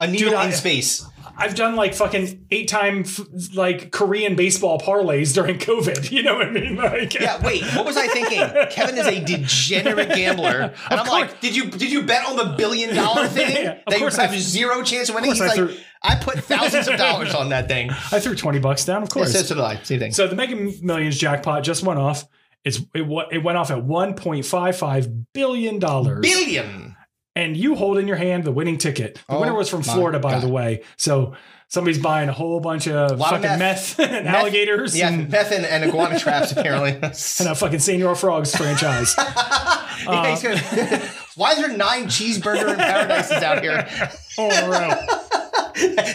Speaker 2: a needle
Speaker 1: Dude,
Speaker 2: in
Speaker 1: I-
Speaker 2: space.
Speaker 1: I've done like fucking eight time f- like Korean baseball parlays during COVID. You know what I mean? Like,
Speaker 2: Yeah, wait, what was I thinking? Kevin is a degenerate gambler, and I'm like, did you did you bet on the billion dollar thing
Speaker 1: Yeah, of
Speaker 2: that you
Speaker 1: course
Speaker 2: have
Speaker 1: I-
Speaker 2: zero chance of winning?
Speaker 1: course
Speaker 2: He's
Speaker 1: I
Speaker 2: like,
Speaker 1: threw-
Speaker 2: I put thousands of dollars on that thing.
Speaker 1: I threw twenty bucks down. Of
Speaker 2: So,
Speaker 1: course.
Speaker 2: so did I. Same thing.
Speaker 1: So the Mega Millions jackpot just went off. It's it, wa- it went off at one point five five billion dollars,
Speaker 2: Billion.
Speaker 1: and you hold in your hand the winning ticket. The
Speaker 2: Oh
Speaker 1: winner was from
Speaker 2: my
Speaker 1: Florida, by
Speaker 2: God.
Speaker 1: the way. So somebody's buying a whole bunch of
Speaker 2: lot of
Speaker 1: fucking
Speaker 2: meth.
Speaker 1: meth. and
Speaker 2: Meth-
Speaker 1: alligators
Speaker 2: Yeah,
Speaker 1: and,
Speaker 2: meth and, and iguana traps apparently.
Speaker 1: and uh, a fucking Senor Frogs franchise.
Speaker 2: Yeah, he's gonna- Why is there nine cheeseburger and paradises out here?
Speaker 1: all in a row.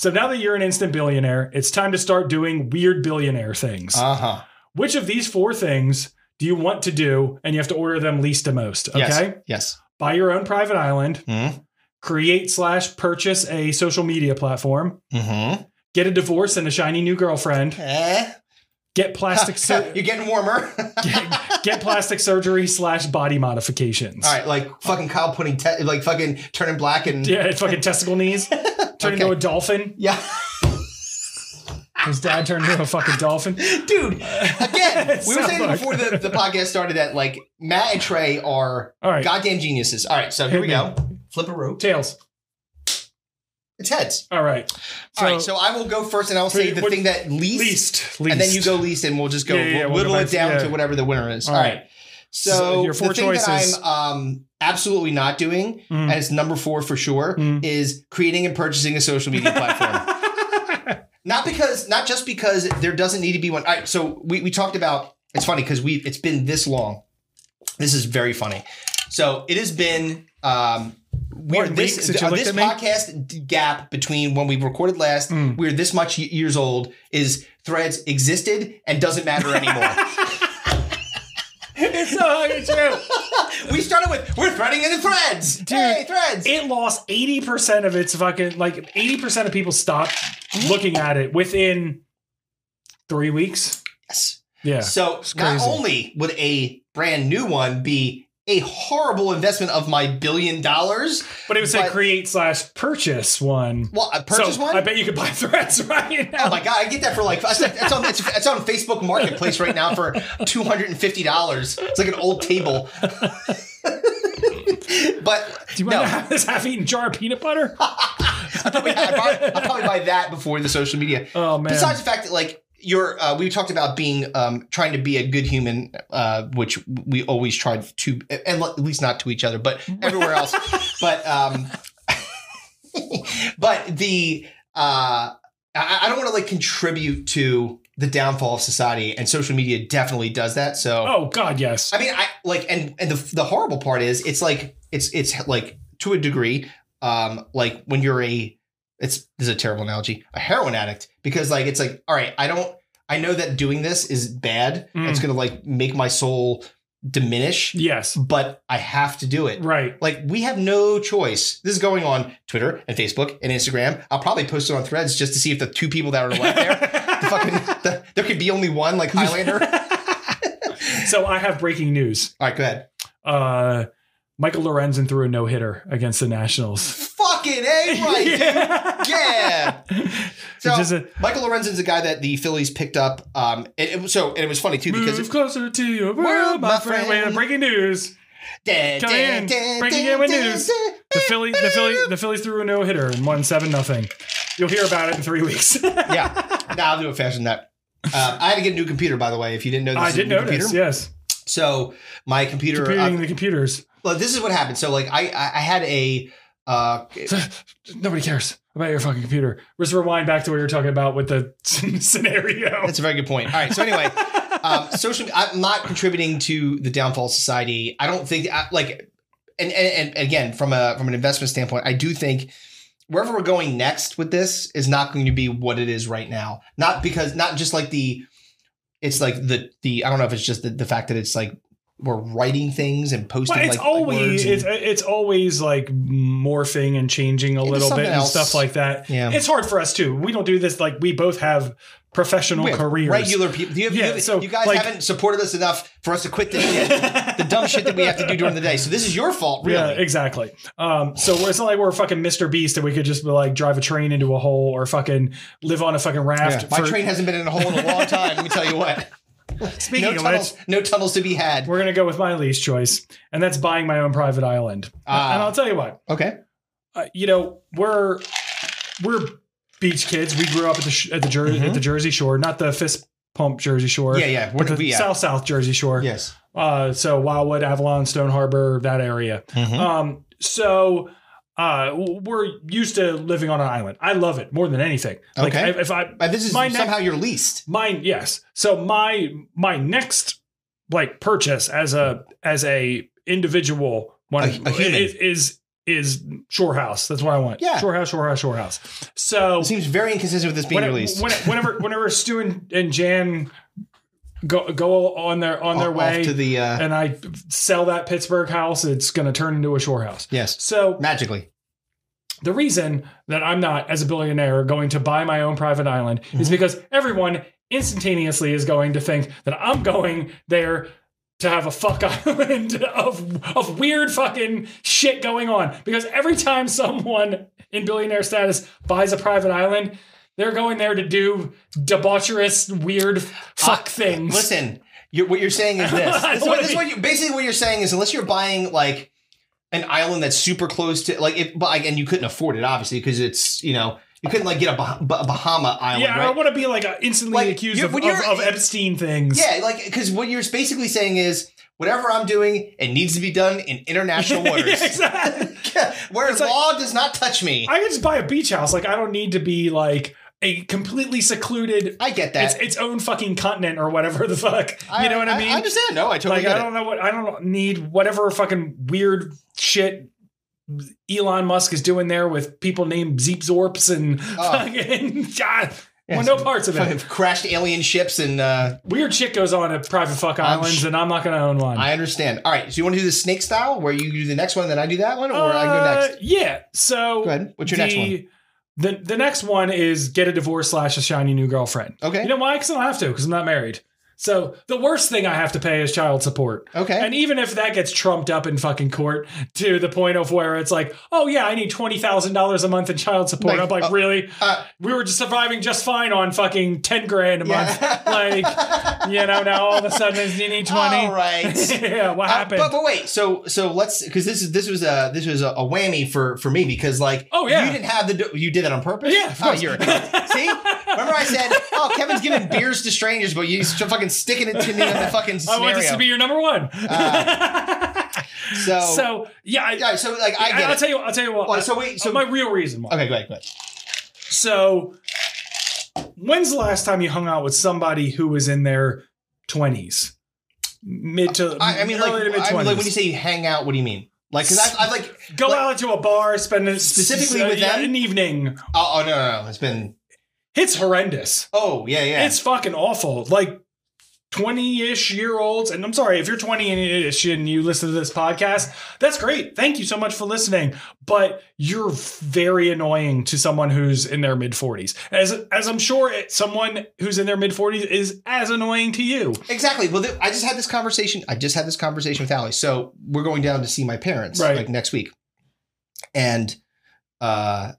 Speaker 1: So now that you're an instant billionaire, it's time to start doing weird billionaire things.
Speaker 2: Uh huh.
Speaker 1: Which of these four things do you want to do? And you have to order them least to most. Okay.
Speaker 2: Yes. Yes.
Speaker 1: Buy your own private island.
Speaker 2: Mm-hmm.
Speaker 1: create slash purchase a social media platform,
Speaker 2: Mm-hmm.
Speaker 1: get a divorce and a shiny new girlfriend,
Speaker 2: Eh?
Speaker 1: get plastic sur-
Speaker 2: You're getting warmer.
Speaker 1: get, get plastic surgery slash body modifications.
Speaker 2: All right, like fucking Kyle putting te- like fucking turning black and yeah.
Speaker 1: Yeah, fucking testicle knees. Turn into
Speaker 2: Okay.
Speaker 1: a dolphin. His dad turned into a fucking dolphin.
Speaker 2: Dude, again, we were saying
Speaker 1: Sounds
Speaker 2: before the, the podcast started that like Matt and Trey are
Speaker 1: All right.
Speaker 2: goddamn geniuses. All right, so here
Speaker 1: Hit
Speaker 2: we
Speaker 1: me.
Speaker 2: go. Flip a rope.
Speaker 1: Tails.
Speaker 2: It's heads.
Speaker 1: All right.
Speaker 2: All right, so I will go first and I'll say
Speaker 1: Wait,
Speaker 2: the
Speaker 1: what-
Speaker 2: thing that least
Speaker 1: least, least.
Speaker 2: and then you go least, and we'll just go
Speaker 1: Yeah, yeah, yeah,
Speaker 2: whittle
Speaker 1: we'll go
Speaker 2: it
Speaker 1: back-
Speaker 2: down
Speaker 1: yeah.
Speaker 2: to whatever the winner is.
Speaker 1: All
Speaker 2: All
Speaker 1: right.
Speaker 2: right. So,
Speaker 1: So your four
Speaker 2: the thing
Speaker 1: choices.
Speaker 2: that I'm um, absolutely not doing, and it's number four for sure,
Speaker 1: Mm.
Speaker 2: is creating and purchasing a social media platform. Not because, not just because there doesn't need to be one. All right. So we we talked about. It's funny because we it's been this long. This is very funny. So it has been. Um, we're
Speaker 1: What,
Speaker 2: this
Speaker 1: weeks that you
Speaker 2: uh,
Speaker 1: looked
Speaker 2: this
Speaker 1: at me?
Speaker 2: podcast d- gap between when we recorded last,
Speaker 1: Mm.
Speaker 2: we're this much y- years old, is threads existed and doesn't matter anymore.
Speaker 1: it's so fucking true.
Speaker 2: we started with we're threading into threads. hey, threads.
Speaker 1: It lost 80% of its fucking like 80% of people stopped looking at it within 3 weeks.
Speaker 2: yes.
Speaker 1: Yeah.
Speaker 2: So
Speaker 1: it's
Speaker 2: not
Speaker 1: crazy.
Speaker 2: only would a brand new one be a horrible investment of my billion dollars,
Speaker 1: But it would say
Speaker 2: but-
Speaker 1: create slash purchase one.
Speaker 2: well, a purchase
Speaker 1: so
Speaker 2: one.
Speaker 1: I bet you could buy threads right now.
Speaker 2: Oh my god! I get that for like that's that's on it's, it's on Facebook Marketplace right now for two hundred and fifty dollars. It's like an old table. but
Speaker 1: Do you want
Speaker 2: no,
Speaker 1: to have this half-eaten jar of peanut butter?
Speaker 2: I probably, I probably, I'll probably buy that before the social media.
Speaker 1: Oh man.
Speaker 2: Besides the fact that, like, your uh, we talked about being um, trying to be a good human, uh, which we always tried to, and at least not to each other, but everywhere else. but um, but the uh, I, I don't want to like contribute to the downfall of society, and social media definitely does that. So
Speaker 1: Oh God, yes.
Speaker 2: I mean, I like, and and the the horrible part is, it's like it's it's like to a degree, um, like when you're a, it's this is a terrible analogy, a heroin addict, because like it's like, all right, I don't, I know that doing this is bad.
Speaker 1: Mm.
Speaker 2: It's gonna like make my soul diminish,
Speaker 1: Yes.
Speaker 2: but I have to do it.
Speaker 1: Right.
Speaker 2: Like we have no choice. This is going on Twitter and Facebook and Instagram. I'll probably post it on Threads just to see if the two people that are left there, the fucking, the, there could be only one, like Highlander. all
Speaker 1: so I have breaking news.
Speaker 2: right, go ahead.
Speaker 1: Uh, Michael Lorenzen threw a no hitter against the Nationals.
Speaker 2: Fucking a right, dude.
Speaker 1: yeah.
Speaker 2: yeah. So
Speaker 1: Which is a-
Speaker 2: Michael Lorenzen's a guy that the Phillies picked up. Um, it, it- so and it was funny too because
Speaker 1: Move
Speaker 2: it's
Speaker 1: closer to your world,
Speaker 2: World,
Speaker 1: my
Speaker 2: Mm. my
Speaker 1: friend.
Speaker 2: friend.
Speaker 1: Wait, uh, breaking news.
Speaker 2: Da-
Speaker 1: Come
Speaker 2: da-
Speaker 1: in.
Speaker 2: da-
Speaker 1: Breaking
Speaker 2: da-
Speaker 1: in with
Speaker 2: da-
Speaker 1: news.
Speaker 2: da.
Speaker 1: The Philly, the Philly, the Phillies threw a no hitter and won seven nothing. You'll hear about it in three weeks.
Speaker 2: Yeah, nah, I'll do it faster than that. Um, I had to get a new computer, by the way. If you didn't know, this
Speaker 1: I
Speaker 2: is a
Speaker 1: did
Speaker 2: new
Speaker 1: notice.
Speaker 2: Computer.
Speaker 1: Yes,
Speaker 2: So my computer.
Speaker 1: computing
Speaker 2: uh,
Speaker 1: the computers.
Speaker 2: well, this is what happened. So like I, I, I had a. Uh,
Speaker 1: Nobody cares about your fucking computer. Just rewind back to what you were talking about with the scenario.
Speaker 2: that's a very good point. All right. So anyway, um, social. I'm not contributing to the downfall of society. I don't think I, like, and, and and again from a from an investment standpoint, I do think wherever we're going next with this is not going to be what it is right now. Not because not just like the, it's like the the I don't know if it's just the, the fact that it's like we're writing things and posting.
Speaker 1: Well, it's
Speaker 2: like, like, words
Speaker 1: always
Speaker 2: and-
Speaker 1: it's, it's always like morphing and changing a
Speaker 2: Into
Speaker 1: little bit
Speaker 2: something
Speaker 1: and
Speaker 2: else.
Speaker 1: stuff like that.
Speaker 2: Yeah.
Speaker 1: It's hard for us too. We don't do this like we both have professional
Speaker 2: we have
Speaker 1: careers.
Speaker 2: regular people. You, have, you
Speaker 1: Yeah,
Speaker 2: have-
Speaker 1: so,
Speaker 2: you guys
Speaker 1: like-
Speaker 2: haven't supported us enough for us to quit this shit, the dumb shit that we have to do during the day. So this is your fault, really.
Speaker 1: Yeah, exactly. Um, so we're- it's not like we're fucking Mr. Beast and we could just like drive a train into a hole or fucking live on a fucking raft.
Speaker 2: My
Speaker 1: for-
Speaker 2: train hasn't been in a hole in a long time. Let me tell you what.
Speaker 1: speaking
Speaker 2: No
Speaker 1: of
Speaker 2: tunnels,
Speaker 1: which,
Speaker 2: no tunnels to be had.
Speaker 1: we're gonna go with my least choice, and that's buying my own private island.
Speaker 2: Ah.
Speaker 1: and I'll tell you what.
Speaker 2: Okay.
Speaker 1: uh, you know, we're we're beach kids. We grew up at the sh- at the Jer- at the Jersey Shore, not the fist pump Jersey Shore.
Speaker 2: Mm-hmm. Yeah, yeah.
Speaker 1: but
Speaker 2: Where
Speaker 1: the
Speaker 2: we at?
Speaker 1: South South Jersey Shore.
Speaker 2: Yes.
Speaker 1: Uh, so Wildwood, Avalon, Stone Harbor, that area.
Speaker 2: Mm-hmm.
Speaker 1: Um, so uh, we're used to living on an island. I love it more than anything. Like
Speaker 2: Okay.
Speaker 1: I, if I
Speaker 2: Uh, this is
Speaker 1: My neck-
Speaker 2: somehow your least.
Speaker 1: mine yes so my my next like purchase as a as a individual one
Speaker 2: A- a human.
Speaker 1: is is, is shore house that's what i want
Speaker 2: Yeah.
Speaker 1: shore house shore house shore house so
Speaker 2: It seems very inconsistent with this being
Speaker 1: when-
Speaker 2: your least.
Speaker 1: when- whenever whenever stu and, and jan go go on their on their
Speaker 2: Off
Speaker 1: way
Speaker 2: to the uh,
Speaker 1: and i sell that pittsburgh house it's going to turn into a shore house
Speaker 2: yes,
Speaker 1: so
Speaker 2: magically.
Speaker 1: the reason that I'm not, as a billionaire, going to buy my own private island
Speaker 2: Mm-hmm.
Speaker 1: is because everyone instantaneously is going to think that I'm going there to have a fuck island of of weird fucking shit going on. Because every time someone in billionaire status buys a private island, they're going there to do debaucherous, weird fuck things.
Speaker 2: Uh, Listen, you're, what you're saying is this.
Speaker 1: I
Speaker 2: this, is
Speaker 1: don't
Speaker 2: what, this is
Speaker 1: wanna
Speaker 2: what you, basically what you're saying is unless you're buying like an island that's super close to like, if, but like, and you couldn't afford it obviously because it's you know you couldn't like get a bah- bah- Bahama island.
Speaker 1: yeah, I
Speaker 2: right?
Speaker 1: don't want to be like uh, instantly
Speaker 2: Like,
Speaker 1: accused
Speaker 2: you-
Speaker 1: of,
Speaker 2: when
Speaker 1: of,
Speaker 2: you're-
Speaker 1: of Epstein things.
Speaker 2: Yeah, like because what you're basically saying is whatever I'm doing, it needs to be done in international waters,
Speaker 1: Yeah, exactly.
Speaker 2: where
Speaker 1: like-
Speaker 2: law does not touch me. I,
Speaker 1: I can just buy a beach house. Like I don't need to be like a completely secluded.
Speaker 2: get
Speaker 1: It's
Speaker 2: that.
Speaker 1: its own fucking continent or whatever the fuck. you know what I, mean?
Speaker 2: I understand. No, I totally
Speaker 1: like
Speaker 2: get
Speaker 1: I don't know what I don't need whatever fucking weird shit Elon Musk is doing there with people named Zeep Zorps and
Speaker 2: Oh.
Speaker 1: fucking God. well, no parts of
Speaker 2: it.
Speaker 1: it.
Speaker 2: Fucking crashed alien ships, and uh,
Speaker 1: Weird shit goes on at private fuck
Speaker 2: I'm
Speaker 1: islands,
Speaker 2: sh-
Speaker 1: and I'm not gonna own one.
Speaker 2: I understand. All right, so you want to do the snake style, where you do the next one, then I do that one, or I go
Speaker 1: Uh,
Speaker 2: next.
Speaker 1: Yeah. So
Speaker 2: Go ahead. What's your
Speaker 1: the,
Speaker 2: next one?
Speaker 1: The, the next one is get a divorce slash a shiny new girlfriend.
Speaker 2: Okay.
Speaker 1: You know why? Because I don't have to, because I'm not married. So the worst thing I have to pay is child support.
Speaker 2: Okay.
Speaker 1: And even if that gets trumped up in fucking court to the point of where it's like, oh yeah, I need twenty thousand dollars a month in child support.
Speaker 2: Like,
Speaker 1: I'm like,
Speaker 2: uh,
Speaker 1: really?
Speaker 2: uh,
Speaker 1: we were just surviving just fine on fucking ten grand a
Speaker 2: Yeah.
Speaker 1: month. like, you know, now all of a sudden it's- you need twenty.
Speaker 2: All right.
Speaker 1: yeah, what
Speaker 2: Uh,
Speaker 1: happened?
Speaker 2: but, but wait, so so let's because this is this was a this was a, a whammy for for me because like
Speaker 1: Oh, yeah.
Speaker 2: you didn't have the do- you did that on purpose
Speaker 1: Yeah, of
Speaker 2: oh,
Speaker 1: course.
Speaker 2: you're a- see Remember I said, oh, Kevin's giving beers to strangers, but you st- fucking sticking it to me on the fucking
Speaker 1: I
Speaker 2: scenario. Uh,
Speaker 1: want this to be your number one.
Speaker 2: so, so,
Speaker 1: so yeah, I,
Speaker 2: yeah, so like I get
Speaker 1: will
Speaker 2: it.
Speaker 1: tell you. I'll tell you what.
Speaker 2: Well, so wait, so-
Speaker 1: my real reason why.
Speaker 2: okay, go ahead, go ahead.
Speaker 1: So, when's the last time you hung out with somebody who was in their twenties, mid to
Speaker 2: I, I mean, like,
Speaker 1: early to mid
Speaker 2: I mean, like when you
Speaker 1: twenties?
Speaker 2: say hang out, what do you mean? Like, because I, I like
Speaker 1: Go
Speaker 2: like-
Speaker 1: out to a bar, spend a,
Speaker 2: Specifically with
Speaker 1: yeah,
Speaker 2: them?
Speaker 1: an evening.
Speaker 2: Oh, oh no, no, no, it's been.
Speaker 1: It's horrendous.
Speaker 2: Oh yeah, yeah.
Speaker 1: It's fucking awful. Like. 20-ish year olds and I'm sorry if you're 20-ish and you listen to this podcast that's great thank you so much for listening but you're very annoying to someone who's in their mid 40s as as I'm sure it, someone who's in their mid 40s is as annoying to you
Speaker 2: Exactly. Well, th- I just had this conversation. I just had this conversation with Ali. So we're going down to see my parents
Speaker 1: Right.
Speaker 2: like next week, and uh,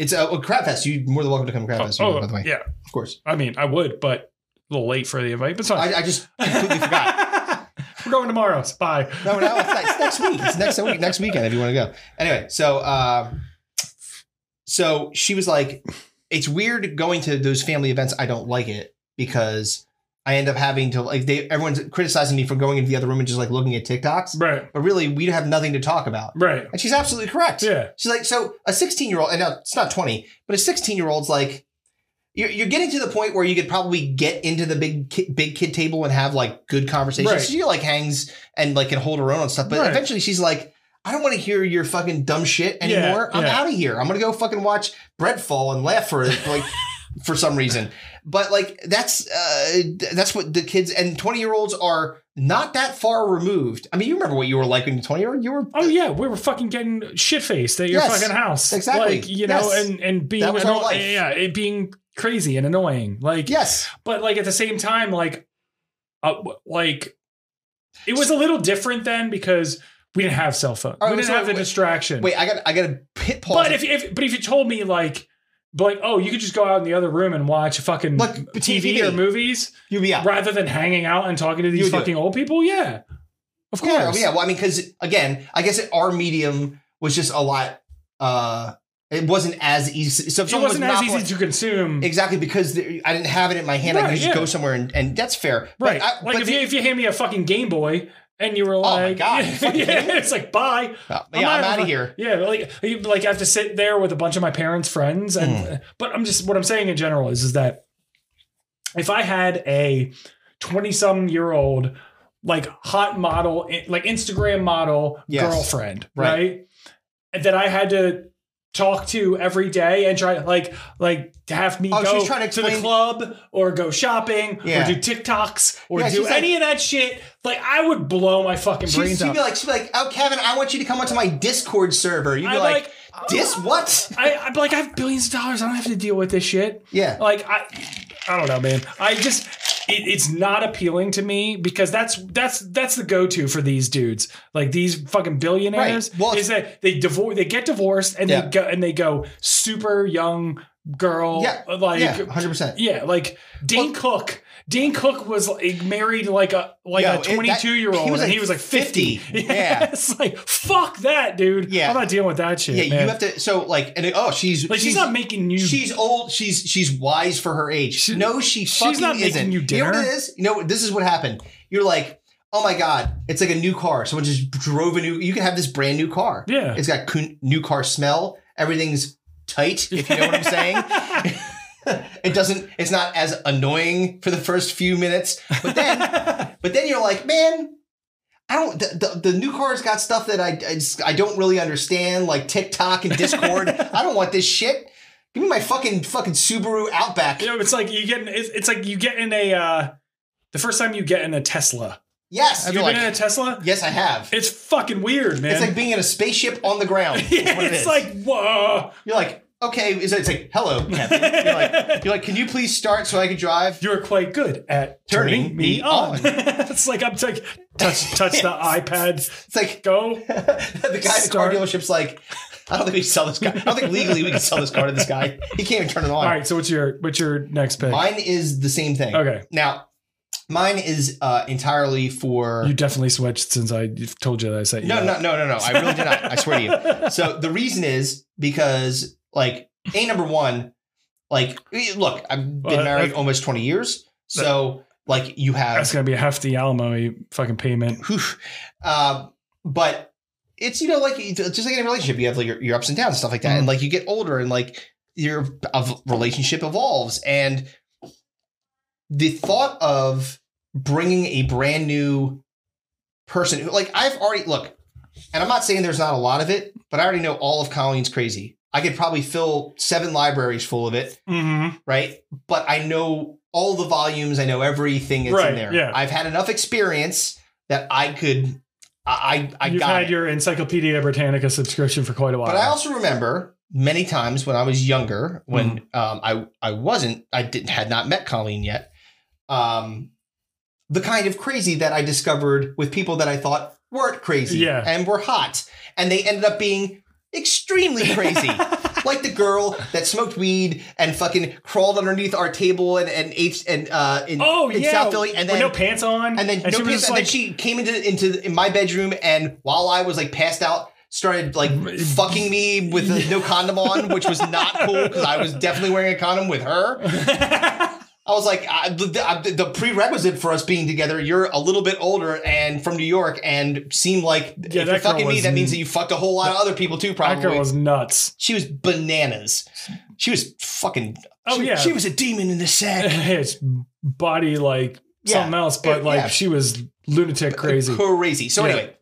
Speaker 2: it's a, a crab fest. You're more than welcome to come to crab fest. by the way,
Speaker 1: Oh, yeah.
Speaker 2: of course.
Speaker 1: I mean, I would, but a little late for the invite. But it's
Speaker 2: I,
Speaker 1: fine.
Speaker 2: I just completely forgot.
Speaker 1: We're going tomorrow. Bye.
Speaker 2: No, no, it's, next- it's next week. It's next week. Next weekend if you want to go. Anyway, so uh, so she was like, "It's weird going to those family events. I don't like it because." I end up having to like they everyone's criticizing me for going into the other room and just like looking at TikToks.
Speaker 1: Right.
Speaker 2: but really we have nothing to talk about.
Speaker 1: Right.
Speaker 2: And she's absolutely correct.
Speaker 1: Yeah.
Speaker 2: She's like, so a 16 year old, and now it's not 20, but a 16 year old's like, you're, you're getting to the point where you could probably get into the big ki- big kid table and have like good conversations.
Speaker 1: Right.
Speaker 2: She like hangs and like can hold her own and stuff. But
Speaker 1: Right.
Speaker 2: eventually she's like, I don't want to hear your fucking dumb shit
Speaker 1: Yeah,
Speaker 2: anymore. I'm
Speaker 1: yeah.
Speaker 2: out of here. I'm gonna go fucking watch bread fall and laugh for like for some reason. But like that's uh, th- that's what the kids and 20 year olds are not that far removed. I mean, you remember what you were like when you were 20 year old? You were
Speaker 1: Oh yeah, we were fucking getting shit faced at your
Speaker 2: Yes,
Speaker 1: fucking house.
Speaker 2: exactly.
Speaker 1: Like you know,
Speaker 2: Yes.
Speaker 1: and and being
Speaker 2: That was our
Speaker 1: anno-
Speaker 2: life.
Speaker 1: yeah, it being crazy and annoying. Like
Speaker 2: Yes.
Speaker 1: but like at the same time, like, uh, w- like it was a little different then because we didn't have cell phones.
Speaker 2: All right,
Speaker 1: we didn't
Speaker 2: so
Speaker 1: have the
Speaker 2: wait-
Speaker 1: distraction.
Speaker 2: Wait, I got I got to hit pause.
Speaker 1: But if, if but if you told me like but like oh you could just go out in the other room and watch fucking
Speaker 2: Like,
Speaker 1: TV,
Speaker 2: TV.
Speaker 1: or movies
Speaker 2: you be out.
Speaker 1: rather than hanging out and talking to
Speaker 2: You
Speaker 1: these
Speaker 2: would do
Speaker 1: fucking old people yeah of course
Speaker 2: Yeah, yeah. Well, I mean, because again, I guess it, our medium was just a lot. uh It wasn't as easy. So if
Speaker 1: it
Speaker 2: someone
Speaker 1: wasn't
Speaker 2: was
Speaker 1: as
Speaker 2: not-
Speaker 1: easy to consume
Speaker 2: Exactly because the, I didn't have it in my hand. I
Speaker 1: Right,
Speaker 2: could just
Speaker 1: yeah.
Speaker 2: go somewhere and, and that's fair.
Speaker 1: right
Speaker 2: But I,
Speaker 1: like
Speaker 2: but
Speaker 1: if
Speaker 2: the- Oh
Speaker 1: you if you hand me a fucking Game Boy and you were
Speaker 2: my
Speaker 1: like
Speaker 2: God, are you fucking kidding
Speaker 1: yeah, it's like bye
Speaker 2: uh, yeah, I'm out of here.
Speaker 1: Yeah, like you- like I have to sit there with a bunch of my parents' friends, and
Speaker 2: Hmm.
Speaker 1: but I'm just what I'm saying in general is is that if I had a 20 some year old like hot model in- like Instagram model
Speaker 2: Yes.
Speaker 1: girlfriend,
Speaker 2: Right.
Speaker 1: right. That I had to talk to every day and try like like to have me
Speaker 2: Oh,
Speaker 1: go
Speaker 2: she's trying to
Speaker 1: to the
Speaker 2: explain-
Speaker 1: club or go shopping
Speaker 2: Yeah.
Speaker 1: or do TikToks or
Speaker 2: Yeah,
Speaker 1: do
Speaker 2: she's like-
Speaker 1: any of that shit. Like I would blow my fucking
Speaker 2: She'd,
Speaker 1: brains
Speaker 2: she'd
Speaker 1: out.
Speaker 2: be like, she'd be like, "Oh, Kevin, I want you to come onto my Discord server." You'd be
Speaker 1: I'd
Speaker 2: like,
Speaker 1: like, oh.
Speaker 2: "Dis what?"
Speaker 1: I, I'm like, I have billions of dollars. I don't have to deal with this shit.
Speaker 2: Yeah.
Speaker 1: Like, I, I don't know, man. I just, it, it's not appealing to me because that's that's that's the go to for these dudes. Like these fucking billionaires
Speaker 2: Right. Well,
Speaker 1: is that they divorce, they get divorced, and
Speaker 2: Yeah.
Speaker 1: they go and they go super young girl.
Speaker 2: Yeah.
Speaker 1: Like.
Speaker 2: yeah, hundred percent.
Speaker 1: yeah, like Dane Cook. Dane Cook was like married like a like
Speaker 2: Yo,
Speaker 1: a
Speaker 2: it- that-
Speaker 1: 22 year old,
Speaker 2: he
Speaker 1: and
Speaker 2: was like
Speaker 1: he was like 50.
Speaker 2: 50. Yeah.
Speaker 1: it's like fuck that, dude.
Speaker 2: Yeah.
Speaker 1: I'm not dealing with that shit.
Speaker 2: Yeah,
Speaker 1: man.
Speaker 2: you have to. So like, and it- oh, she's
Speaker 1: Like she's, not making you.
Speaker 2: She's old. She's she's wise for her age.
Speaker 1: She-
Speaker 2: no, she
Speaker 1: she's
Speaker 2: fucking
Speaker 1: not making
Speaker 2: isn't.
Speaker 1: you
Speaker 2: know what
Speaker 1: dinner.
Speaker 2: it is? You know this is what happened. You're like, oh my god, it's like a new car. Someone just drove a new. You can have this brand new car.
Speaker 1: Yeah.
Speaker 2: it's got coon- new car smell. Everything's tight. If you know what I'm saying. It doesn't. It's not as annoying for the first few minutes, but then, but then you're like, man, I don't. The, the, the new car's got stuff that I I, just- I don't really understand, like TikTok and Discord. I don't want this shit. Give me my fucking fucking Subaru Outback.
Speaker 1: you know, it's like you get. In, it's, it's like you get in a. Uh, the first time you get in a Tesla.
Speaker 2: Yes,
Speaker 1: Have you
Speaker 2: you're
Speaker 1: been
Speaker 2: like,
Speaker 1: in a Tesla?
Speaker 2: yes, I have.
Speaker 1: It's fucking weird, man.
Speaker 2: It's like being in a spaceship on the ground. is
Speaker 1: Yeah,
Speaker 2: what it
Speaker 1: it's
Speaker 2: is.
Speaker 1: like whoa.
Speaker 2: you're like, okay, is it- it's like, hello, Kevin. You're like, you're like, can you please start so I can drive?
Speaker 1: You're quite good at turning,
Speaker 2: Turning
Speaker 1: me
Speaker 2: me
Speaker 1: on.
Speaker 2: on.
Speaker 1: it's like I'm like touch touch the iPad.
Speaker 2: It's like
Speaker 1: Go.
Speaker 2: the guy at the car
Speaker 1: Start.
Speaker 2: dealership's like, I don't think we can sell this guy. I don't think legally we can sell this car to this guy. He can't even turn it on.
Speaker 1: All right. So what's your what's your next pick?
Speaker 2: Mine is the same thing.
Speaker 1: Okay.
Speaker 2: Now, mine is uh, entirely for.
Speaker 1: You definitely switched since I told you that I said
Speaker 2: no, no, no, no, no. I really did not. I swear to you. So the reason is because, like, A number one, Like, eh, look, I've
Speaker 1: Well,
Speaker 2: been married
Speaker 1: that-
Speaker 2: almost 20 years. So, like, you have
Speaker 1: That's gonna be a hefty alimony fucking payment.
Speaker 2: Whew. Uh, but it's you know like it's just like in a relationship, you have like your, your ups and downs and stuff like that, and like you get older and like your of relationship evolves, and the thought of bringing a brand new person, who like I've already look, and I'm not saying there's not a lot of it, but I already know all of Colleen's crazy. I could probably fill seven libraries full of it
Speaker 1: Mm-hmm.
Speaker 2: right? But I know all the volumes. I know everything that's
Speaker 1: Right,
Speaker 2: in there.
Speaker 1: yeah.
Speaker 2: I've had enough experience that I could. I I, I
Speaker 1: You've
Speaker 2: got
Speaker 1: had
Speaker 2: it.
Speaker 1: your Encyclopedia Britannica subscription for quite a while.
Speaker 2: But I also remember many times when I was younger, when
Speaker 1: Mm-hmm.
Speaker 2: um, I I wasn't, I didn't had not met Colleen yet. Um, the kind of crazy that I discovered with people that I thought weren't crazy
Speaker 1: Yeah.
Speaker 2: and were hot, and they ended up being extremely crazy. Like the girl that smoked weed and fucking crawled underneath our table and and ate and uh in,
Speaker 1: oh
Speaker 2: in
Speaker 1: yeah,
Speaker 2: South Philly and then
Speaker 1: with no pants on,
Speaker 2: and then no
Speaker 1: she was
Speaker 2: pants,
Speaker 1: just
Speaker 2: and then she came into into the- in my bedroom, and while I was like passed out, started like fucking me with uh, no condom on, which was not cool because I was definitely wearing a condom with her. I was like, I, the, I- the prerequisite for us being together, you're a little bit older and from New York, and seemed like
Speaker 1: Yeah,
Speaker 2: if
Speaker 1: that
Speaker 2: you're fucking
Speaker 1: girl
Speaker 2: me,
Speaker 1: was-
Speaker 2: that means that you fucked a whole lot of other people too,
Speaker 1: that girl
Speaker 2: probably.
Speaker 1: was nuts.
Speaker 2: she was bananas. She was fucking.
Speaker 1: Oh,
Speaker 2: she,
Speaker 1: yeah.
Speaker 2: she was a demon in the sack.
Speaker 1: It's body like
Speaker 2: Yeah.
Speaker 1: something else, but
Speaker 2: Yeah.
Speaker 1: like she was lunatic crazy.
Speaker 2: Crazy. So
Speaker 1: Yeah.
Speaker 2: anyway,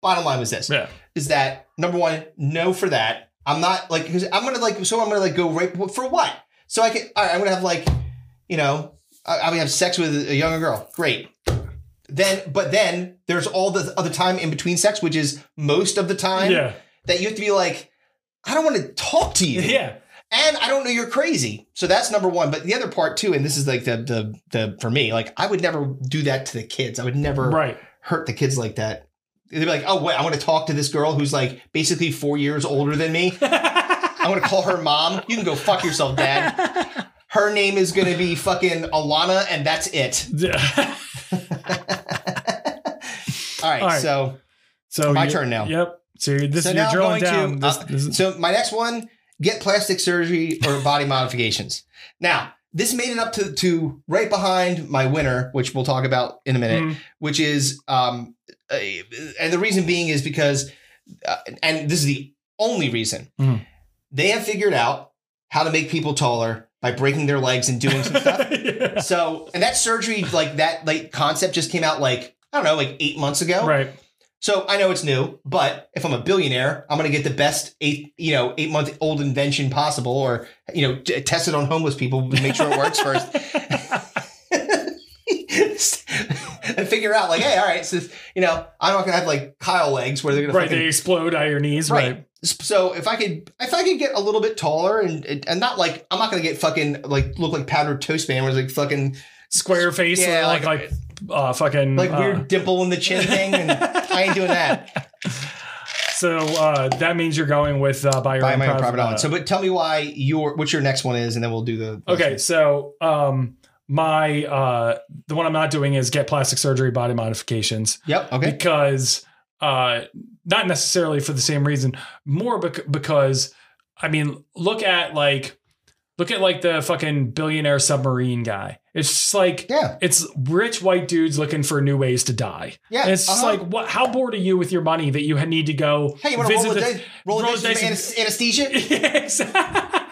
Speaker 2: bottom line was this.
Speaker 1: Yeah.
Speaker 2: is that number one, no for that. I'm not like because I'm gonna like so I'm gonna like go right for what? So I can all right. I'm gonna have like you know I, I'm gonna have sex with a younger girl. Great. Then but then there's all the other time in between sex, which is most of the time
Speaker 1: Yeah,
Speaker 2: that you have to be like, I don't want to talk to you,
Speaker 1: yeah.
Speaker 2: and I don't know you're crazy. So that's number one. But the other part too, and this is like the the the for me, like I would never do that to the kids. I would never
Speaker 1: Right.
Speaker 2: hurt the kids like that. They'd be like, oh, wait, I want to talk to this girl who's like basically four years older than me. I want to call her mom. You can go fuck yourself, dad. Her name is going to be fucking Alana, and that's it.
Speaker 1: Yeah.
Speaker 2: All right.
Speaker 1: All right.
Speaker 2: So,
Speaker 1: so
Speaker 2: My
Speaker 1: you-
Speaker 2: turn now.
Speaker 1: Yep. So you're, this
Speaker 2: so
Speaker 1: is
Speaker 2: now
Speaker 1: you're
Speaker 2: I'm
Speaker 1: drilling
Speaker 2: going to.
Speaker 1: down. this,
Speaker 2: uh,
Speaker 1: this is,
Speaker 2: so, my next one get plastic surgery or body modifications. Now, this made it up to, to right behind my winner, which we'll talk about in a minute.
Speaker 1: Mm.
Speaker 2: which is um uh, and the reason being is because uh, and this is the only reason
Speaker 1: Mhm.
Speaker 2: they have figured out how to make people taller by breaking their legs and doing some stuff
Speaker 1: Yeah.
Speaker 2: so and that surgery like that like concept just came out like i don't know like eight months ago
Speaker 1: Right.
Speaker 2: so i know it's new but if i'm a billionaire i'm going to get the best eight you know eight month old invention possible or you know t- test it on homeless people and make sure it works first and figure out like, hey, all right, so you know, I'm not gonna have like Kyle legs where they're gonna
Speaker 1: Right.
Speaker 2: fucking,
Speaker 1: They explode at your knees.
Speaker 2: Right.
Speaker 1: Right.
Speaker 2: So if I could, if I could get a little bit taller and and and not like I'm not gonna get fucking like look like powdered toast man where it's like fucking
Speaker 1: Square face.
Speaker 2: Yeah,
Speaker 1: Yeah. Like
Speaker 2: like-
Speaker 1: like, uh, fucking
Speaker 2: like
Speaker 1: uh,
Speaker 2: weird dimple in the chin thing, and I ain't doing that.
Speaker 1: So uh, that means you're going with uh, buy your
Speaker 2: Buy
Speaker 1: own
Speaker 2: my own
Speaker 1: private,
Speaker 2: private
Speaker 1: uh,
Speaker 2: island. So, but tell me why your what your next one is, and then we'll do the
Speaker 1: Okay, so um my uh the one I'm not doing is get plastic surgery body modifications
Speaker 2: Yep. Okay.
Speaker 1: because uh not necessarily for the same reason, more bec- because I mean, look at like look at like the fucking billionaire submarine guy. It's just like
Speaker 2: Yeah.
Speaker 1: it's rich white dudes looking for new ways to die.
Speaker 2: Yeah,
Speaker 1: And it's just
Speaker 2: uh-huh.
Speaker 1: like what how bored are you with your money that you need to go
Speaker 2: Hey, you want to
Speaker 1: visit
Speaker 2: roll the
Speaker 1: the-
Speaker 2: dice? Roll the
Speaker 1: roll
Speaker 2: dice
Speaker 1: the
Speaker 2: with
Speaker 1: dice
Speaker 2: some
Speaker 1: and-
Speaker 2: anes- anesthesia.
Speaker 1: Yes.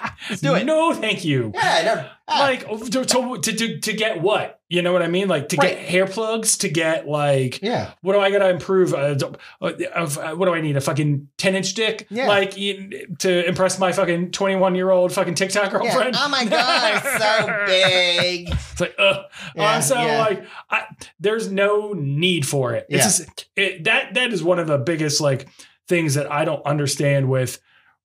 Speaker 2: do it.
Speaker 1: No, thank you
Speaker 2: Yeah. No, ah,
Speaker 1: like oh, to, to, to, to, to get what you know what i mean like to
Speaker 2: Right.
Speaker 1: get hair plugs to get like
Speaker 2: yeah.
Speaker 1: what do i gotta improve uh, d- uh, of- uh, what do i need a fucking 10 inch dick
Speaker 2: Yeah.
Speaker 1: like you- to impress my fucking 21 year old fucking tiktok
Speaker 2: Yeah.
Speaker 1: girlfriend
Speaker 2: Oh my god, it's so big.
Speaker 1: it's like ugh.
Speaker 2: Yeah,
Speaker 1: Uh, so
Speaker 2: yeah.
Speaker 1: like I, there's no need for it it's
Speaker 2: Yeah.
Speaker 1: just it, that that is one of the biggest like things that i don't understand with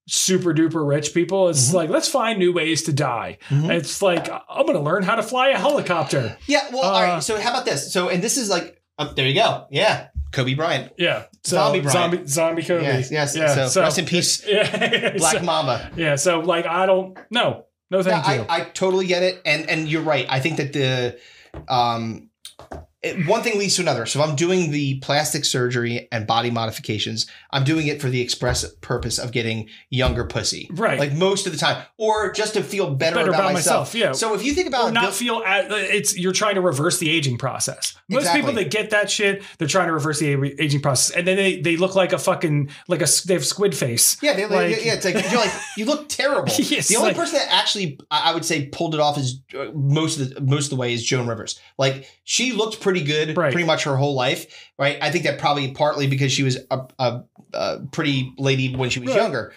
Speaker 1: super duper rich people it's
Speaker 2: Mm-hmm.
Speaker 1: like let's find new ways to die
Speaker 2: Mhm.
Speaker 1: it's like i'm gonna learn how to fly a helicopter
Speaker 2: Yeah. Well, all
Speaker 1: Uh,
Speaker 2: right. So how about this? So and this is like, oh, there you go. Yeah, Kobe Bryant.
Speaker 1: Yeah. So,
Speaker 2: Zombie Bryant.
Speaker 1: Zombie, zombie Kobe.
Speaker 2: Yes. Yes.
Speaker 1: Yeah.
Speaker 2: So, rest in peace,
Speaker 1: yeah.
Speaker 2: Black
Speaker 1: so-
Speaker 2: Mamba.
Speaker 1: yeah. So like, I don't, no, no,
Speaker 2: No,
Speaker 1: thank you.
Speaker 2: I, I totally get it, and and you're right. I think that the, um, it- one thing leads to another. So if I'm doing the plastic surgery and body modifications, I'm doing it for the express purpose of getting younger pussy,
Speaker 1: Right.
Speaker 2: Like most of the time, or just to feel better,
Speaker 1: Better
Speaker 2: about,
Speaker 1: about
Speaker 2: myself.
Speaker 1: myself, yeah.
Speaker 2: So if you think about
Speaker 1: Or not
Speaker 2: Bill-
Speaker 1: feel at, it's you're trying to reverse the aging process. Most
Speaker 2: Exactly.
Speaker 1: people that get that shit, they're trying to reverse the a- aging process, and then they they look like a fucking like a s- they have squid face.
Speaker 2: Yeah, they, like,
Speaker 1: Like-
Speaker 2: yeah, it's like you're like you look terrible.
Speaker 1: Yes,
Speaker 2: the only
Speaker 1: like-
Speaker 2: person that actually I I would say pulled it off is uh, most of the most of the way is Joan Rivers. Like she looked pretty good
Speaker 1: Right.
Speaker 2: pretty much her whole life, right? I think that probably partly because she was a, a, a pretty lady when she was
Speaker 1: Right.
Speaker 2: younger,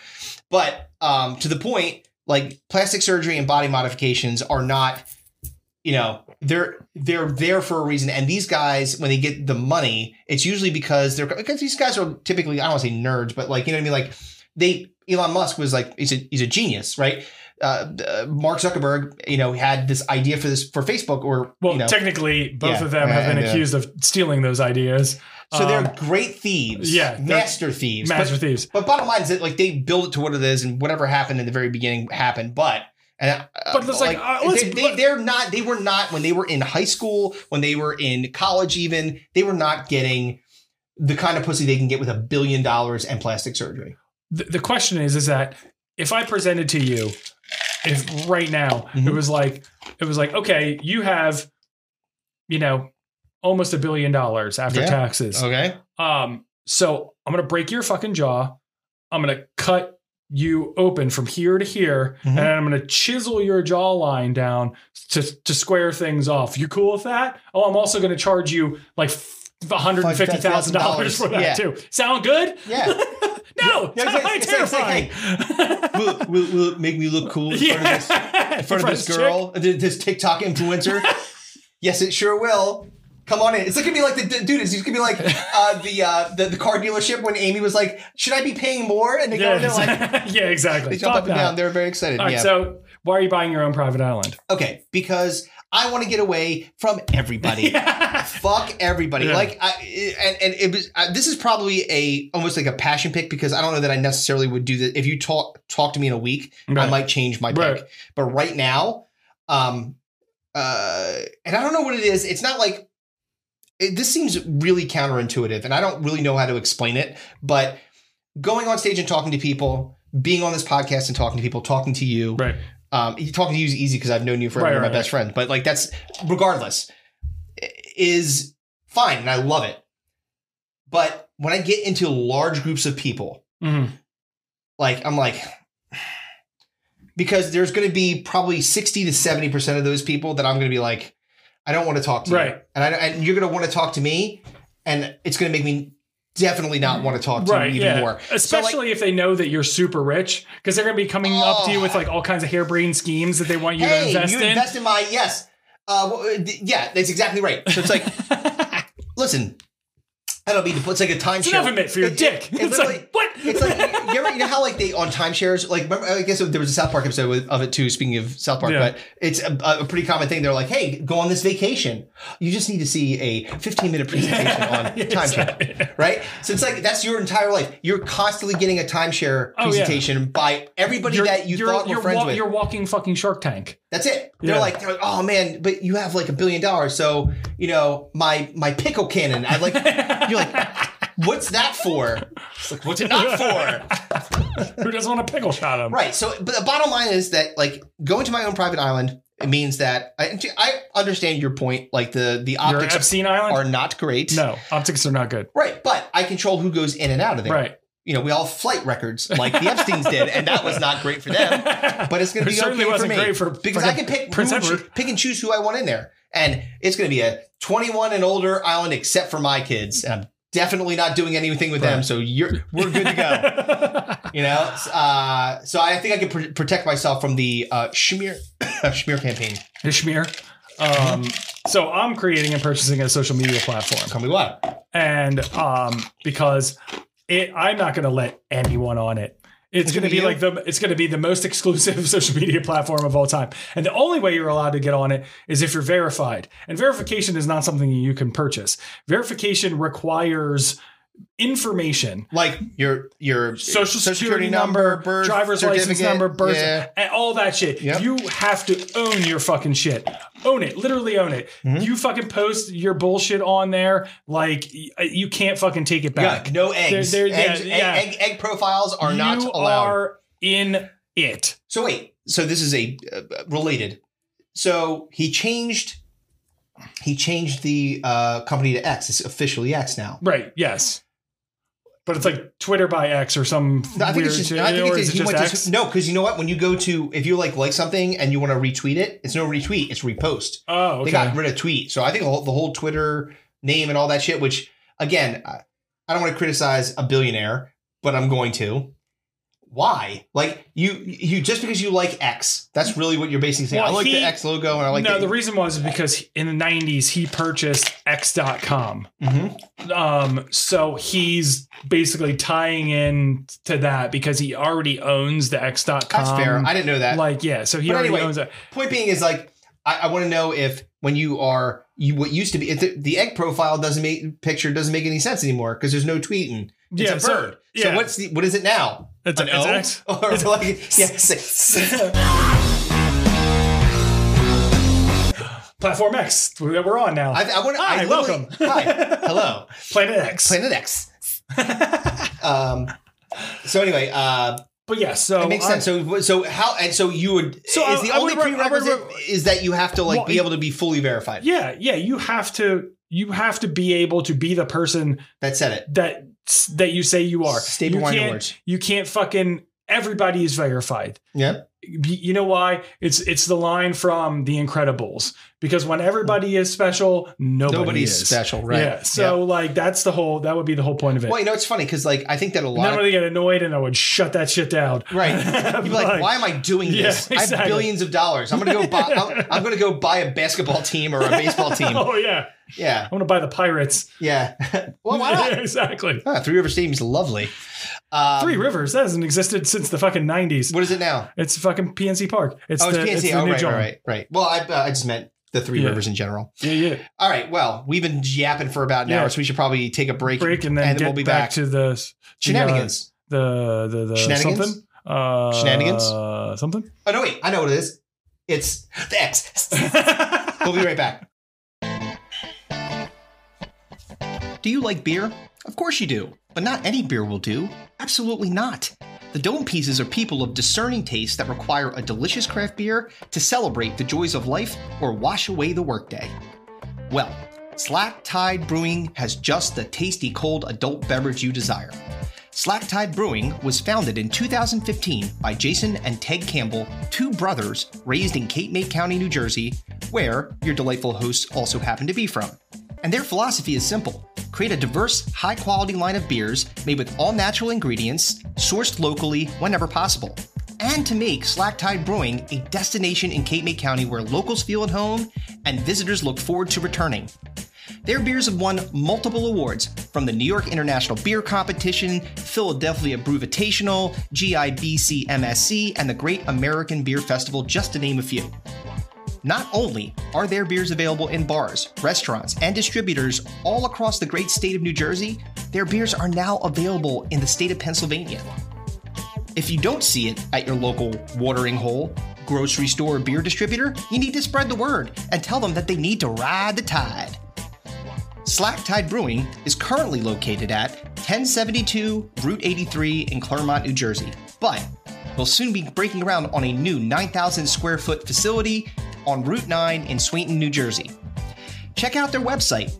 Speaker 2: but um, to the point, like plastic surgery and body modifications are not, you know, they're they're there for a reason. And these guys, when they get the money, it's usually because they're because these guys are typically I don't want to say nerds, but like you know what I mean, like they Elon Musk was like he's a he's a genius, right? Uh, uh, Mark Zuckerberg, you know, had this idea for this for Facebook, or
Speaker 1: Well,
Speaker 2: you know,
Speaker 1: technically, both
Speaker 2: Yeah,
Speaker 1: of them have been
Speaker 2: and, uh,
Speaker 1: accused of stealing those ideas.
Speaker 2: so they're
Speaker 1: Um,
Speaker 2: great thieves,
Speaker 1: yeah, they're
Speaker 2: master thieves,
Speaker 1: master
Speaker 2: but,
Speaker 1: thieves.
Speaker 2: But bottom line is that like they build it to what it is, and whatever happened in the very beginning happened. But and uh,
Speaker 1: But it's like, uh, let's-
Speaker 2: they, they, they're not. They were not when they were in high school, when they were in college, even they were not getting the kind of pussy they can get with a billion dollars and plastic surgery.
Speaker 1: the, the question is is that if i presented to you if right now it
Speaker 2: Mhm.
Speaker 1: was like it was like okay you have you know almost a billion dollars after
Speaker 2: Yeah. Oh.
Speaker 1: taxes
Speaker 2: Okay,
Speaker 1: um so i'm gonna break your fucking jaw i'm gonna cut you open from here to here
Speaker 2: Mhm.
Speaker 1: and i'm gonna chisel your jawline down to to square things off you cool with that oh i'm also gonna charge you like $150000 for that
Speaker 2: Yeah.
Speaker 1: too sound good
Speaker 2: yeah,
Speaker 1: no,
Speaker 2: Yeah,
Speaker 1: sound
Speaker 2: it's like- it's like-
Speaker 1: terrifying.
Speaker 2: will, will, will it make me look cool in front of this
Speaker 1: yeah.
Speaker 2: in front of this
Speaker 1: chick.
Speaker 2: girl, th- this TikTok influencer. yes, it sure will. Come on in. It's gonna be like the d- dude. It's gonna be like uh, the, uh, the the car dealership when Amy was like, "Should I be paying more?" And they go,
Speaker 1: Yeah,
Speaker 2: and they're like,
Speaker 1: exactly. yeah, exactly.
Speaker 2: they jump
Speaker 1: Fuck
Speaker 2: up and
Speaker 1: that.
Speaker 2: down. They're very excited.
Speaker 1: All right,
Speaker 2: yeah.
Speaker 1: so why are you buying your own private island?
Speaker 2: okay, because I want to get away from everybody. Fuck everybody.
Speaker 1: Yeah.
Speaker 2: Like, I, and and it was uh, this is probably a almost like a passion pick because I don't know that I necessarily would do that. If you talk talk to me in a week, I
Speaker 1: Right.
Speaker 2: might change my pick.
Speaker 1: Right.
Speaker 2: But right now, um, uh, and I don't know what it is. It's not like it, this seems really counterintuitive, and I don't really know how to explain it. But going on stage and talking to people, being on this podcast and talking to people, talking to you,
Speaker 1: Right.
Speaker 2: um, you- talking to you is easy because I've known you forever.
Speaker 1: Right,
Speaker 2: you're my
Speaker 1: right,
Speaker 2: best friend. But like that's regardless i- is fine, and I love it. But when I get into large groups of people,
Speaker 1: Mhm.
Speaker 2: like I'm like because there's going to be probably 60 to 70% of those people that I'm going to be like I don't want to talk to you.
Speaker 1: Right.
Speaker 2: And I and you're going to want to talk to me and it's going to make me definitely not want to talk to
Speaker 1: Right.
Speaker 2: you even
Speaker 1: Yeah.
Speaker 2: more.
Speaker 1: Especially if they know that you're super rich, because they're going to be coming up to you with like all kinds of harebrained schemes that they want you
Speaker 2: hey,
Speaker 1: to invest
Speaker 2: you
Speaker 1: in.
Speaker 2: invest in my yes. Uh, well, uh, th- yeah, that's exactly right. So it's like, listen, I don't mean to. put- It's like a timeshare.
Speaker 1: it's an oven mitt for your
Speaker 2: It- it-
Speaker 1: dick.
Speaker 2: it
Speaker 1: it's
Speaker 2: literally-
Speaker 1: like what?
Speaker 2: It's like you, ever, you know how like they on timeshares like remember, I guess there was a South Park episode with, of it too. Speaking of South Park,
Speaker 1: Yeah.
Speaker 2: but it's a, a pretty common thing. They're like, hey, go on this vacation. You just need to see a 15 minute presentation on timeshare, right? So it's like that's your entire life. You're constantly getting a timeshare
Speaker 1: Oh, yeah.
Speaker 2: presentation by everybody that you
Speaker 1: you're,
Speaker 2: thought were
Speaker 1: you're
Speaker 2: friends
Speaker 1: wa-
Speaker 2: with.
Speaker 1: you're walking fucking Shark Tank.
Speaker 2: That's it. They're
Speaker 1: Yeah.
Speaker 2: like, they're like, oh man, but you have like a billion dollars, so you know my my pickle cannon. I like, you're like, what's that for? It's like, what's it not for?
Speaker 1: Who doesn't want a pickle shot him?
Speaker 2: Right. So, but the bottom line is that like going to my own private island it means that I, I understand your point. Like the the
Speaker 1: Your
Speaker 2: optics
Speaker 1: Epstein Island?
Speaker 2: are not great.
Speaker 1: no, optics are not good.
Speaker 2: Right, but I control who goes in and out of there.
Speaker 1: Right.
Speaker 2: You know, we all have flight records like the Epstein's did, and that was not great for them. but it's going to
Speaker 1: It
Speaker 2: be
Speaker 1: certainly
Speaker 2: okay
Speaker 1: wasn't
Speaker 2: for me
Speaker 1: great for
Speaker 2: because I
Speaker 1: fucking
Speaker 2: can pick
Speaker 1: Prince
Speaker 2: who-
Speaker 1: Edward.
Speaker 2: pick and choose who I want in there, and it's going to be a 21 and older island except for my kids. And I'm definitely not doing anything with them, so you're we're good to go. you know, S- uh, so I think I can pr- protect myself from the uh, schmear schmear campaign.
Speaker 1: Ishmir. Um,
Speaker 2: Mm-hmm.
Speaker 1: so I'm creating and purchasing a social media platform,
Speaker 2: Tell me what.
Speaker 1: and um, because it, I'm not going to let anyone on it. It's going to
Speaker 2: gonna
Speaker 1: be
Speaker 2: be
Speaker 1: like the it's going to be the most exclusive social media platform of all time, and the only way you're allowed to get on it is if you're verified. And verification is not something you can purchase. Verification requires information.
Speaker 2: like your your
Speaker 1: Social, security, number, driver's license
Speaker 2: certificate.
Speaker 1: number, birth,
Speaker 2: Yeah.
Speaker 1: and all that shit.
Speaker 2: Yep.
Speaker 1: You have to own your fucking shit. Own it, literally own it.
Speaker 2: Mm-hmm.
Speaker 1: You fucking post your bullshit on there, like y- you can't fucking take it
Speaker 2: Yeah,
Speaker 1: back.
Speaker 2: no eggs.
Speaker 1: They're- they're-
Speaker 2: eggs
Speaker 1: yeah,
Speaker 2: egg-
Speaker 1: yeah.
Speaker 2: Egg, egg profiles are not
Speaker 1: you
Speaker 2: allowed.
Speaker 1: are in it.
Speaker 2: So wait, so this is a uh, related. So he changed, he changed the uh, company to X. It's officially X now.
Speaker 1: Right. Yes. But it's like Twitter by X or some
Speaker 2: No, I think
Speaker 1: weird
Speaker 2: it's just.
Speaker 1: shit.
Speaker 2: no, I think
Speaker 1: or
Speaker 2: it's just,
Speaker 1: is
Speaker 2: he
Speaker 1: it just
Speaker 2: went
Speaker 1: X?
Speaker 2: to no, because you know what? When you go to if you like like something and you want to retweet it, it's no retweet. It's repost.
Speaker 1: oh, okay.
Speaker 2: They got rid of tweet. So I think the whole, the whole Twitter name and all that shit. Which again, I, I don't want to criticize a billionaire, but I'm going to. Why? Like you, you just because you like X, that's really what you're basically saying.
Speaker 1: Well,
Speaker 2: I like
Speaker 1: he-
Speaker 2: the X logo, and I like
Speaker 1: no,
Speaker 2: that-
Speaker 1: the reason was because in the 90s he purchased x.com.
Speaker 2: Mhm.
Speaker 1: Um so he's basically tying in to that because he already owns the x.com.
Speaker 2: That's
Speaker 1: Um,
Speaker 2: fair. I didn't know that.
Speaker 1: like yeah, so he
Speaker 2: But
Speaker 1: already
Speaker 2: anyway,
Speaker 1: owns it.
Speaker 2: Point being is like I, I want to know if when you are you what used to be if the, the egg profile doesn't make picture doesn't make any sense anymore because there's no tweeting. It's
Speaker 1: Yeah,
Speaker 2: a
Speaker 1: so-
Speaker 2: bird. So,
Speaker 1: yeah.
Speaker 2: what's the what is it now?
Speaker 1: It's a-
Speaker 2: An
Speaker 1: it's
Speaker 2: O?
Speaker 1: X.
Speaker 2: Or like yeah, six.
Speaker 1: Platform X that we're on now.
Speaker 2: I, I want.
Speaker 1: Hi,
Speaker 2: I literally-
Speaker 1: welcome.
Speaker 2: Hi, hello,
Speaker 1: Planet X.
Speaker 2: Planet X. um. So anyway, uh,
Speaker 1: but yeah, so
Speaker 2: it makes
Speaker 1: I'm-
Speaker 2: sense. So, so how and so you would.
Speaker 1: Oh, So
Speaker 2: is
Speaker 1: I-
Speaker 2: the
Speaker 1: I
Speaker 2: only
Speaker 1: would re- I would
Speaker 2: prerequisite is that you have to like
Speaker 1: Well,
Speaker 2: be able to be fully verified.
Speaker 1: yeah, yeah, you have to you have to be able to be the person
Speaker 2: That said it.
Speaker 1: that that you say you are.
Speaker 2: Stay
Speaker 1: you
Speaker 2: behind your
Speaker 1: can't,
Speaker 2: words.
Speaker 1: You can't fucking. Everybody is verified.
Speaker 2: Yeah.
Speaker 1: You- You know why? It's it's the line from The Incredibles because when everybody is special, nobody
Speaker 2: Nobody's
Speaker 1: is.
Speaker 2: special, right?
Speaker 1: Yeah. So like that's the whole. That would be the whole point of it.
Speaker 2: Well, you know, it's funny because like I think that a
Speaker 1: And
Speaker 2: lot
Speaker 1: then
Speaker 2: of
Speaker 1: when they get annoyed, and I would shut that shit down.
Speaker 2: Right. You'd be like,
Speaker 1: Like-
Speaker 2: why am I doing
Speaker 1: Yeah,
Speaker 2: this? I have
Speaker 1: exactly.
Speaker 2: billions of dollars. I'm gonna go buy I'm, I'm gonna go buy a basketball team or a baseball team.
Speaker 1: Oh yeah,
Speaker 2: Yeah.
Speaker 1: I want to buy the Pirates.
Speaker 2: Yeah. well, why not?
Speaker 1: exactly.
Speaker 2: Ah, Three River Stadium's lovely. Um,
Speaker 1: Three Rivers that hasn't existed since the fucking nineties.
Speaker 2: What is it now?
Speaker 1: It's fucking PNC Park. It's
Speaker 2: Oh, it's
Speaker 1: the,
Speaker 2: PNC.
Speaker 1: It's the
Speaker 2: oh,
Speaker 1: new
Speaker 2: right,
Speaker 1: joint.
Speaker 2: right, right, right. Well, I, uh, I just meant the Three
Speaker 1: Yeah.
Speaker 2: Rivers in general.
Speaker 1: Yeah, yeah.
Speaker 2: All right. Well, we've been yapping for about an
Speaker 1: Yeah.
Speaker 2: hour, so we should probably take a break,
Speaker 1: Break and then get
Speaker 2: we'll be
Speaker 1: back,
Speaker 2: back,
Speaker 1: to the uh,
Speaker 2: shenanigans.
Speaker 1: the the, the
Speaker 2: Shenanigans?
Speaker 1: something uh,
Speaker 2: Shenanigans?
Speaker 1: something.
Speaker 2: Oh no, wait. I know what it is. It's the X. We'll be right back. Do you like beer? Of course you do, but not any beer will do. Absolutely not. The Dome Pieces are people of discerning taste that require a delicious craft beer to celebrate the joys of life or wash away the workday. Well, Slack Tide Brewing has just the tasty cold adult beverage you desire. Slack Tide Brewing was founded in 2015 by Jason and Ted Campbell, two brothers raised in Cape May County, New Jersey, where your delightful hosts also happen to be from. And their philosophy is simple create a diverse, high quality line of beers made with all natural ingredients, sourced locally whenever possible. And to make Slack Tide Brewing a destination in Cape May County where locals feel at home and visitors look forward to returning. Their beers have won multiple awards from the New York International Beer Competition, Philadelphia Brewvitational, GIBC MSC, and the Great American Beer Festival, just to name a few. Not only are their beers available in bars, restaurants, and distributors all across the great state of New Jersey, their beers are now available in the state of Pennsylvania. If you don't see it at your local watering hole, grocery store, or beer distributor, you need to spread the word and tell them that they need to ride the tide. Slack Tide Brewing is currently located at 1072 Route 83 in Claremont, New Jersey, but will soon be breaking ground on a new 9,000 square foot facility on Route 9 in Swainton, New Jersey. Check out their website,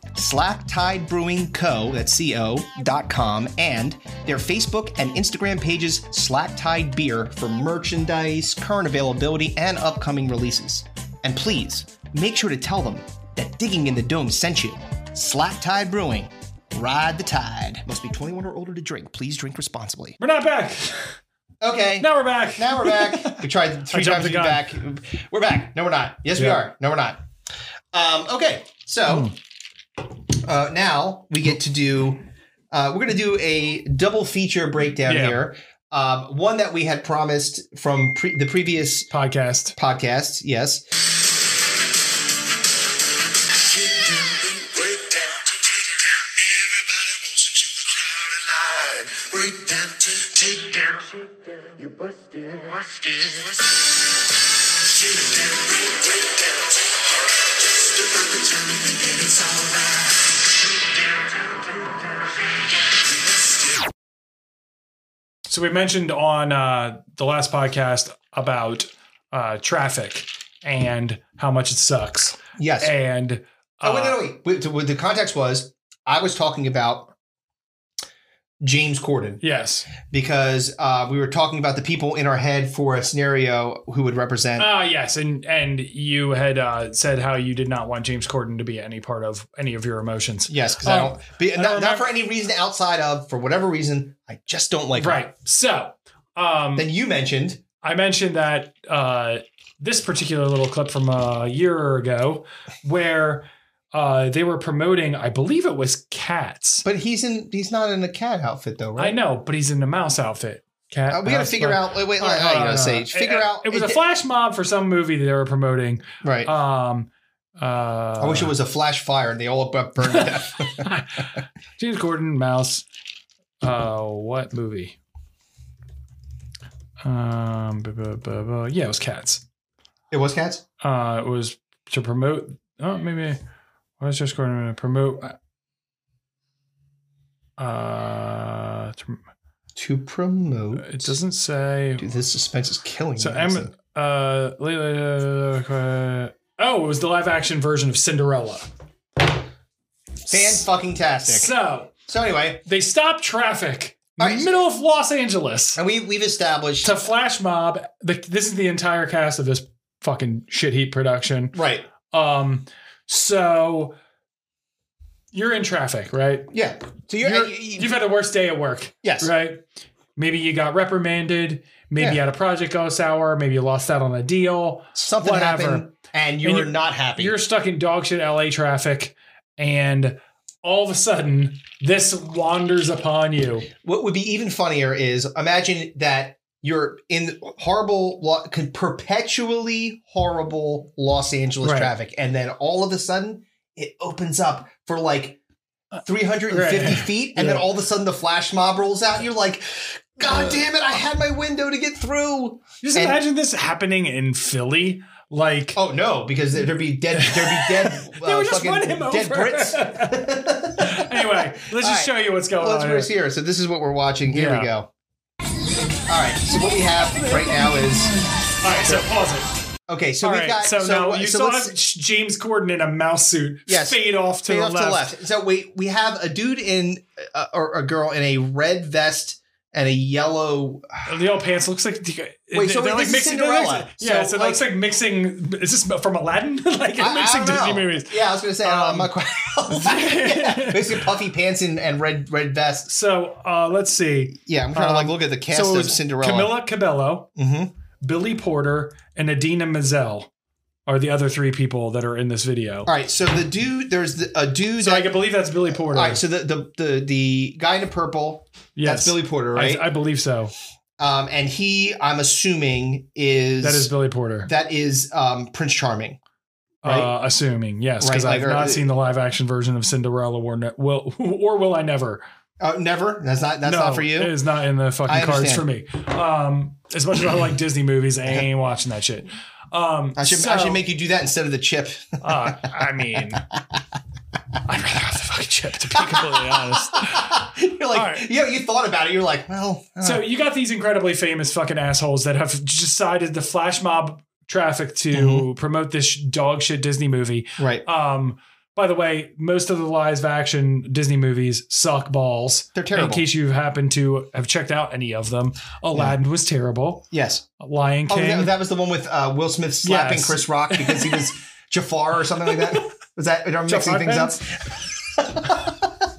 Speaker 2: slacktidebrewingco, that's C-O, dot com, and their Facebook and Instagram pages, Slack Tide Beer, for merchandise, current availability, and upcoming releases. And please, make sure to tell them that Digging in the Dome sent you. Slack Tide Brewing. Ride the tide. Must be 21 or older to drink. Please drink responsibly.
Speaker 1: We're not back.
Speaker 2: Okay.
Speaker 1: Now we're back.
Speaker 2: Now we're back. We tried three
Speaker 1: I jumped
Speaker 2: times to
Speaker 1: the
Speaker 2: get back. We're back. No, we're not. Yes, we
Speaker 1: Yeah.
Speaker 2: are. No, we're not. Um, okay, so
Speaker 1: Hmm.
Speaker 2: uh, now we get to do. Uh, we're going to do a double feature breakdown
Speaker 1: Yeah.
Speaker 2: here. Um, one that we had promised from pre- the previous
Speaker 1: podcast.
Speaker 2: podcast. Yes.
Speaker 4: Break down. Everybody wants into the crowd.
Speaker 1: So we mentioned on uh, the last podcast about uh, traffic and how much it sucks.
Speaker 2: Yes.
Speaker 1: And uh,
Speaker 2: oh wait, no, no, wait. wait. so what the context was I was talking about James Corden
Speaker 1: yes.
Speaker 2: because uh, we were talking about the people in our head for a scenario who would represent.
Speaker 1: Ah, yes, and and you had uh, said how you did not want James Corden to be any part of any of your emotions.
Speaker 2: yes, because
Speaker 1: um,
Speaker 2: I don't. Be, not,
Speaker 1: remember-
Speaker 2: not for any reason outside of for whatever reason I just don't like. him.
Speaker 1: Right. So, um,
Speaker 2: Then you mentioned
Speaker 1: I mentioned that uh, this particular little clip from a year ago, where uh, they were promoting, I believe it was Cats.
Speaker 2: But he's in. He's not in a cat outfit though, right?
Speaker 1: I know, but he's in the mouse outfit. Cat.
Speaker 2: Uh, we got to
Speaker 1: mouse,
Speaker 2: figure
Speaker 1: but-
Speaker 2: out. Wait, wait.
Speaker 1: Hold on,
Speaker 2: I, I,
Speaker 1: hold
Speaker 2: you
Speaker 1: on,
Speaker 2: know,
Speaker 1: hold on.
Speaker 2: Sage.
Speaker 1: It-
Speaker 2: Figure out.
Speaker 1: Uh, It was a flash mob for some movie that they were promoting.
Speaker 2: right.
Speaker 1: Um, uh,
Speaker 2: I wish it was a flash fire and they all got burned to death.
Speaker 1: James Corden, Mouse. Uh, what movie? Um, bu- bu- bu- bu- yeah, it was Cats.
Speaker 2: It was cats.
Speaker 1: Uh, it was to promote. Oh, maybe I was just going to promote. Uh, to-
Speaker 2: To promote.
Speaker 1: it doesn't say.
Speaker 2: Dude, this suspense is killing
Speaker 1: So
Speaker 2: me.
Speaker 1: Em-
Speaker 2: Listen.
Speaker 1: uh, la- la- la- la- oh, it was the live action version of Cinderella.
Speaker 2: fan fucking tastic.
Speaker 1: So
Speaker 2: So anyway,
Speaker 1: they stopped traffic in
Speaker 2: All
Speaker 1: the
Speaker 2: right.
Speaker 1: middle of Los Angeles.
Speaker 2: and we we've established
Speaker 1: to flash mob the, this is the entire cast of this fucking shit heat production
Speaker 2: right.
Speaker 1: um so you're in traffic right
Speaker 2: Yeah. So you're,
Speaker 1: you're,
Speaker 2: and you-
Speaker 1: you've had the worst day at work
Speaker 2: yes.
Speaker 1: right maybe you got reprimanded maybe you
Speaker 2: Yeah.
Speaker 1: had a project go sour maybe you lost out on a deal
Speaker 2: Something
Speaker 1: Whatever.
Speaker 2: happened, and you're
Speaker 1: And you're-
Speaker 2: not happy.
Speaker 1: you're stuck in dog shit la traffic and all of a sudden this wanders upon you
Speaker 2: what would be even funnier is imagine that you're in horrible, lo- con- perpetually horrible Los Angeles
Speaker 1: Right.
Speaker 2: traffic, and then all of a sudden it opens up for like 350
Speaker 1: Uh, Right.
Speaker 2: feet, and
Speaker 1: Yeah. Uh,
Speaker 2: then all of a sudden the flash mob rolls out. And you're like, God damn it! I had my window to get through.
Speaker 1: just
Speaker 2: And-
Speaker 1: imagine this happening in philly like
Speaker 2: Oh no, because there- there'd be dead. There'd be dead. uh,
Speaker 1: They would just
Speaker 2: fucking
Speaker 1: run him
Speaker 2: dead
Speaker 1: over.
Speaker 2: Brits.
Speaker 1: anyway let's just
Speaker 2: All right.
Speaker 1: show you what's going
Speaker 2: Well, let's
Speaker 1: on
Speaker 2: put
Speaker 1: here.
Speaker 2: us here. So this is what we're watching. Here
Speaker 1: Yeah.
Speaker 2: we go. All right. So what we have right now is
Speaker 1: All right, so pause it.
Speaker 2: okay. So
Speaker 1: All
Speaker 2: we've
Speaker 1: right,
Speaker 2: got
Speaker 1: so, now
Speaker 2: what-
Speaker 1: you
Speaker 2: so
Speaker 1: saw
Speaker 2: let's
Speaker 1: James Corden in a mouse suit
Speaker 2: Yes.
Speaker 1: fade off to,
Speaker 2: fade
Speaker 1: the,
Speaker 2: off
Speaker 1: left.
Speaker 2: So we we have a dude in uh, or a girl in a red vest and a yellow.
Speaker 1: The yellow pants looks like
Speaker 2: Wait, so
Speaker 1: they're
Speaker 2: wait,
Speaker 1: like
Speaker 2: this is
Speaker 1: mixing. they're
Speaker 2: Cinderella.
Speaker 1: like- yeah, so,
Speaker 2: So,
Speaker 1: it looks like mixing. Is this from Aladdin? like it's
Speaker 2: I- I
Speaker 1: mixing
Speaker 2: don't
Speaker 1: Disney
Speaker 2: know.
Speaker 1: movies.
Speaker 2: Yeah, I was gonna say uh,
Speaker 1: Um,
Speaker 2: I'm not quite. yeah, basically puffy pants and, and red red vest.
Speaker 1: So uh, let's see.
Speaker 2: Yeah, I'm trying to like
Speaker 1: Um,
Speaker 2: look at the cast
Speaker 1: so it
Speaker 2: of
Speaker 1: was
Speaker 2: Cinderella.
Speaker 1: Camilla Cabello,
Speaker 2: Mhm.
Speaker 1: Billy Porter, and Adina Menzel are the other three people that are in this video.
Speaker 2: All right, so the dude there's the, a dude.
Speaker 1: So
Speaker 2: that-
Speaker 1: I can believe that's Billy Porter.
Speaker 2: all right, so the, the the the guy in the purple
Speaker 1: yes,
Speaker 2: That's Billy Porter,
Speaker 1: I-
Speaker 2: right?
Speaker 1: I, believe so.
Speaker 2: um, and he, I'm assuming, is
Speaker 1: That is Billy Porter.
Speaker 2: that is, um, Prince Charming. right?
Speaker 1: Uh, assuming yes,
Speaker 2: Right,
Speaker 1: because
Speaker 2: like,
Speaker 1: I've
Speaker 2: or-
Speaker 1: not seen the live action version of Cinderella, or ne- will or will I never?
Speaker 2: Uh, never. That's not. That's
Speaker 1: No,
Speaker 2: not for you.
Speaker 1: It is not in the
Speaker 2: I
Speaker 1: fucking cards for me. Um, as much as I like Disney movies, I ain't watching that shit. Um,
Speaker 2: I should.
Speaker 1: so,
Speaker 2: I should make you do that instead of the chip.
Speaker 1: uh, I mean, I'd rather have the fucking chip to be completely honest.
Speaker 2: you're like,
Speaker 1: right.
Speaker 2: yeah. You thought about it. You're like, well, uh,
Speaker 1: So you got these incredibly famous fucking assholes that have decided to flash mob traffic to
Speaker 2: Mm-hmm.
Speaker 1: promote this dog shit Disney movie.
Speaker 2: right.
Speaker 1: Um, by the way, most of the live action Disney movies suck balls.
Speaker 2: They're terrible.
Speaker 1: In case you happen to have checked out any of them, Aladdin was terrible.
Speaker 2: yes.
Speaker 1: Lion
Speaker 2: Oh,
Speaker 1: King.
Speaker 2: that, that was the one with uh, Will Smith slapping
Speaker 1: Yes.
Speaker 2: Chris Rock because he was Jafar or something like that. Was that? Am I mixing
Speaker 1: Jafar
Speaker 2: things up?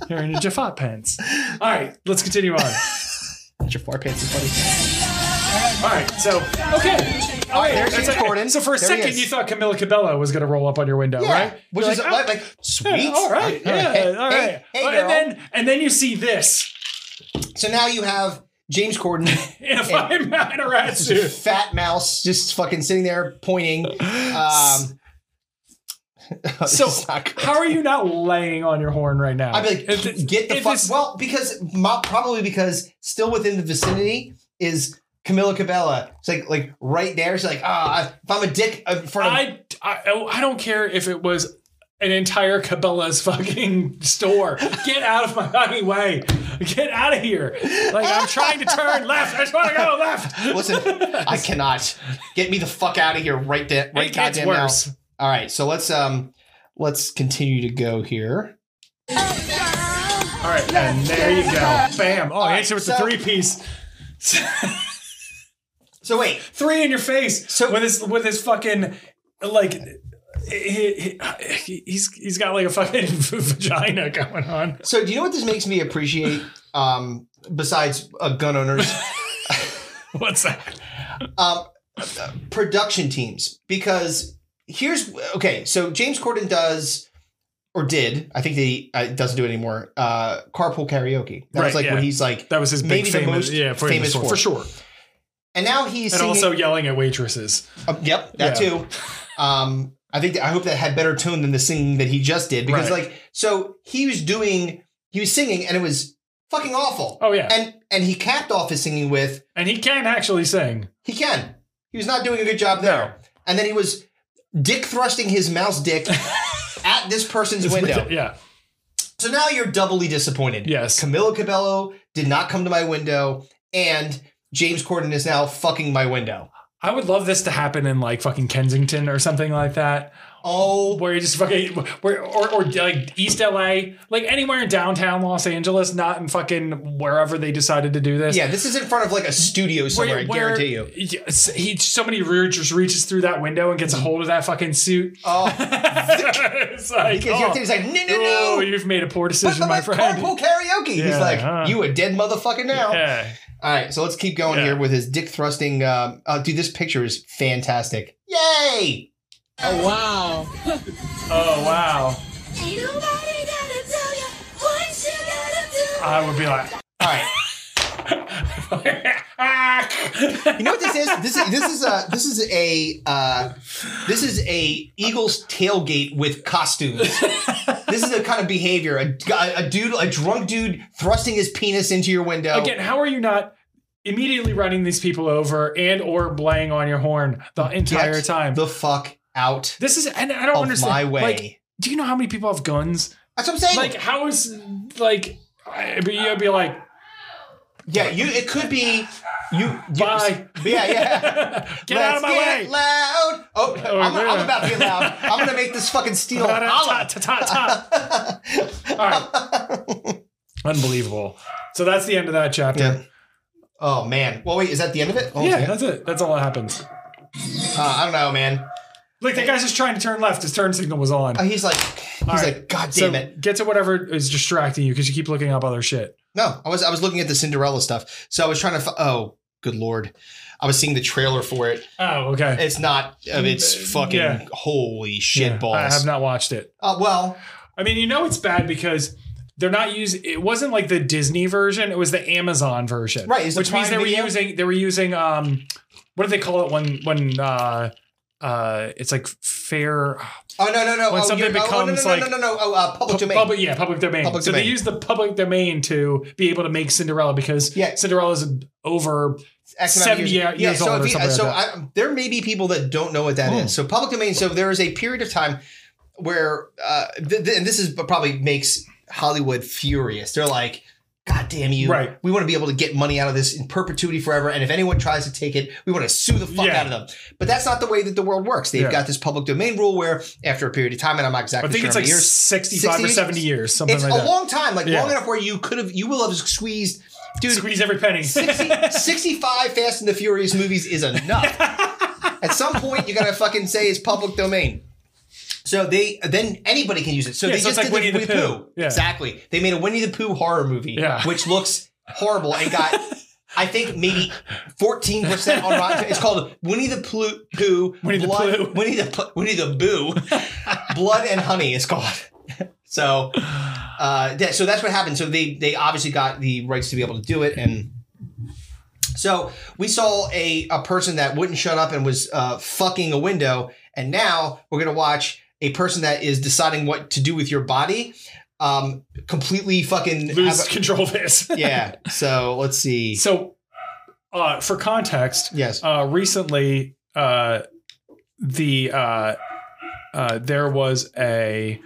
Speaker 1: You're in a Jaffa pants. All right, let's continue on.
Speaker 2: Jafar pants is funny.
Speaker 1: All right, so okay. All right,
Speaker 2: there's
Speaker 1: that's
Speaker 2: James
Speaker 1: okay.
Speaker 2: Corden.
Speaker 1: So for a
Speaker 2: There he
Speaker 1: second,
Speaker 2: is.
Speaker 1: you thought Camilla Cabello was going to roll up on your window,
Speaker 2: Yeah,
Speaker 1: right?
Speaker 2: Which
Speaker 1: You're
Speaker 2: is
Speaker 1: like,
Speaker 2: like,
Speaker 1: oh,
Speaker 2: like sweet.
Speaker 1: yeah, all right, yeah,
Speaker 2: Hey,
Speaker 1: all
Speaker 2: hey,
Speaker 1: right.
Speaker 2: Hey,
Speaker 1: Oh,
Speaker 2: girl.
Speaker 1: and then and then you see this
Speaker 2: so now you have James Corden
Speaker 1: in a fucking in a rat suit.
Speaker 2: fat mouse just fucking sitting there pointing. Um,
Speaker 1: So
Speaker 2: this is not good.
Speaker 1: how are you not laying on your horn right now?
Speaker 2: I'd be like,
Speaker 1: If it-
Speaker 2: get the
Speaker 1: if
Speaker 2: fuck.
Speaker 1: it's-
Speaker 2: Well, because mo- probably because still within the vicinity is Camilla Cabella. It's like like right there. She's like, ah, if I'm a dick in front of
Speaker 1: I, I oh, I don't care if it was an entire Cabela's fucking store. Get out of my fucking way. Get out of here. Like I'm trying to turn left. I just want to go left.
Speaker 2: Listen, I cannot. Get me the fuck out of here right there. Right
Speaker 1: It gets
Speaker 2: goddamn
Speaker 1: worse.
Speaker 2: now. All right, so let's um let's continue to go here.
Speaker 1: All right, and there you go. Bam. Oh,
Speaker 2: right,
Speaker 1: answer with
Speaker 2: so-
Speaker 1: the three piece.
Speaker 2: So wait,
Speaker 1: three in your face
Speaker 2: So-
Speaker 1: with his with his fucking like he, he, he's he's got like a fucking vagina going on.
Speaker 2: so do you know what this makes me appreciate? Um, besides uh, gun owners,
Speaker 1: What's that?
Speaker 2: um, production teams because here's okay. So James Corden does or did I think they uh, doesn't do it anymore? Uh, carpool karaoke. That was
Speaker 1: Right,
Speaker 2: like
Speaker 1: yeah.
Speaker 2: when he's like,
Speaker 1: That was his big
Speaker 2: Maybe the
Speaker 1: famous,
Speaker 2: most
Speaker 1: yeah,
Speaker 2: famous
Speaker 1: for,
Speaker 2: for.
Speaker 1: for sure.
Speaker 2: and now he's
Speaker 1: And
Speaker 2: singing,
Speaker 1: also yelling at waitresses.
Speaker 2: Uh, yep, that
Speaker 1: Yeah.
Speaker 2: too. Um, I think that, I hope that had better tune than the singing that he just did because
Speaker 1: Right.
Speaker 2: like so he was doing he was singing and it was fucking awful.
Speaker 1: Oh, yeah.
Speaker 2: and and he capped off his singing with
Speaker 1: And he can actually sing.
Speaker 2: he can. He was not doing a good job there, and then he was dick thrusting his mouse dick at this person's window.
Speaker 1: Yeah.
Speaker 2: So now you're doubly disappointed.
Speaker 1: Yes.
Speaker 2: Camilo Cabello did not come to my window, and James Corden is now fucking my window.
Speaker 1: I would love this to happen in like fucking Kensington or something like that,
Speaker 2: Oh
Speaker 1: where you just fucking, where, or, or like East LA, like anywhere in downtown Los Angeles, not in fucking wherever they decided to do this.
Speaker 2: Yeah, this is in front of like a studio somewhere, I guarantee you.
Speaker 1: Yes, he somebody re- just reaches through that window and gets a hold of that fucking suit.
Speaker 2: Oh,
Speaker 1: it's like,
Speaker 2: because
Speaker 1: oh,
Speaker 2: you're he's like, no, no, no.
Speaker 1: oh, you've made a poor
Speaker 2: But-
Speaker 1: decision,
Speaker 2: but
Speaker 1: my
Speaker 2: like
Speaker 1: friend.
Speaker 2: carpool karaoke. he's
Speaker 1: Yeah,
Speaker 2: like,
Speaker 1: huh.
Speaker 2: you a dead motherfucker now.
Speaker 1: Yeah.
Speaker 2: All right, so let's keep going
Speaker 1: Yeah.
Speaker 2: here with his dick thrusting. Um, oh, dude, this picture is fantastic. Yay!
Speaker 1: Oh wow.
Speaker 5: Ain't nobody gotta tell you what you gotta do.
Speaker 1: I would be like,
Speaker 2: All right, you know what this is? This is this is a this is a uh, this is a Eagles tailgate with costumes. this is the kind of behavior a, a dude, a drunk dude, thrusting his penis into your window.
Speaker 1: again. How are you not? Immediately running these people over and or blaying on your horn the entire
Speaker 2: Get
Speaker 1: time.
Speaker 2: the fuck out
Speaker 1: this is and I don't
Speaker 2: of
Speaker 1: understand.
Speaker 2: my way.
Speaker 1: Like, do you know how many people have guns?
Speaker 2: That's what I'm saying.
Speaker 1: Like, how is like? I'd be, I'd be like,
Speaker 2: yeah, you. It could be you. you-
Speaker 1: bye.
Speaker 2: Yeah, yeah.
Speaker 1: Get
Speaker 2: Let's
Speaker 1: out of my
Speaker 2: get
Speaker 1: way.
Speaker 2: Loud. Oh, I'm,
Speaker 1: wait a
Speaker 2: I'm
Speaker 1: minute.
Speaker 2: about to get loud. I'm gonna make this fucking steel holla.
Speaker 1: All right. Unbelievable. So that's the end of that chapter.
Speaker 2: Yeah. Oh man. Well, wait. Is that the end of it? Oh,
Speaker 1: Yeah,
Speaker 2: man.
Speaker 1: that's it. That's all that happens.
Speaker 2: Uh, I don't know, man.
Speaker 1: Like that guy's just trying to turn left. His turn signal was on.
Speaker 2: Uh, he's like, he's
Speaker 1: right.
Speaker 2: like, God
Speaker 1: so
Speaker 2: damn it.
Speaker 1: get to whatever is distracting you because you keep looking up other shit.
Speaker 2: No, I was I was looking at the Cinderella stuff. So I was trying to. fi- Oh, good lord. I was seeing the trailer for it.
Speaker 1: Oh, okay.
Speaker 2: It's not. uh, It's fucking
Speaker 1: Yeah.
Speaker 2: holy shit
Speaker 1: Yeah,
Speaker 2: balls.
Speaker 1: I have not watched it.
Speaker 2: Uh, well,
Speaker 1: I mean, you know it's bad because they're not using. It wasn't like the Disney version. It was the Amazon version,
Speaker 2: Right, it's the
Speaker 1: which means
Speaker 2: Prime
Speaker 1: they were
Speaker 2: Video.
Speaker 1: using. They were using. Um, what do they call it when when uh, uh, it's like fair.
Speaker 2: Oh no no no!
Speaker 1: When
Speaker 2: oh,
Speaker 1: something
Speaker 2: you're- oh, oh, no,
Speaker 1: becomes,
Speaker 2: no,
Speaker 1: like,
Speaker 2: no no no no oh, uh, public domain.
Speaker 1: Public, yeah, public domain.
Speaker 2: Public
Speaker 1: so
Speaker 2: domain.
Speaker 1: they use the public domain to be able to make Cinderella because
Speaker 2: Yeah.
Speaker 1: Cinderella's over.
Speaker 2: X amount of
Speaker 1: 70 years
Speaker 2: yeah, so
Speaker 1: old or
Speaker 2: if you-
Speaker 1: something
Speaker 2: so
Speaker 1: like Hmm.
Speaker 2: I, there may be people that don't know what that is. So public domain. So there is a period of time where uh, th- th- and this is probably makes Hollywood furious. They're like. God damn you.
Speaker 1: Right.
Speaker 2: We want to be able to get money out of this in perpetuity forever. And if anyone tries to take it, we want to sue the fuck
Speaker 1: Yeah.
Speaker 2: out of them. But that's not the way that the world works. They've
Speaker 1: Yeah.
Speaker 2: got this public domain rule where after a period of time, and I'm not
Speaker 1: I
Speaker 2: exactly
Speaker 1: think
Speaker 2: sure
Speaker 1: it's
Speaker 2: how
Speaker 1: like
Speaker 2: many years,
Speaker 1: 65
Speaker 2: 60
Speaker 1: or 70 years, something
Speaker 2: it's
Speaker 1: like
Speaker 2: a
Speaker 1: that.
Speaker 2: long time, like
Speaker 1: Yeah.
Speaker 2: long enough where you could have, you will have squeezed, dude,
Speaker 1: Squeeze every penny.
Speaker 2: 60, 65 Fast and the Furious movies is enough. At some point, you gotta fucking say it's public domain. So they then anybody can use it. So
Speaker 1: Yeah,
Speaker 2: they
Speaker 1: so it's
Speaker 2: just
Speaker 1: like
Speaker 2: did
Speaker 1: Winnie
Speaker 2: the
Speaker 1: the
Speaker 2: Winnie
Speaker 1: Pooh.
Speaker 2: Pooh.
Speaker 1: Yeah.
Speaker 2: Exactly. They made a Winnie the Pooh horror movie,
Speaker 1: Yeah.
Speaker 2: which looks horrible and got. I think maybe fourteen percent on Rotten. It's called Winnie the Plu- Pooh,
Speaker 1: Winnie the
Speaker 2: Blood,
Speaker 1: Pooh.
Speaker 2: Winnie the Plu- Winnie the Boo, Blood and Honey. It's called. So, uh, that, so that's what happened. So they they obviously got the rights to be able to do it, and so we saw a a person that wouldn't shut up and was uh, fucking a window, and now we're gonna watch a person that is deciding what to do with your body, um, completely fucking have
Speaker 1: Lose
Speaker 2: a-
Speaker 1: control of this.
Speaker 2: yeah. So let's see.
Speaker 1: So uh, for context,
Speaker 2: Yes.
Speaker 1: uh, recently uh, the uh, uh, there was a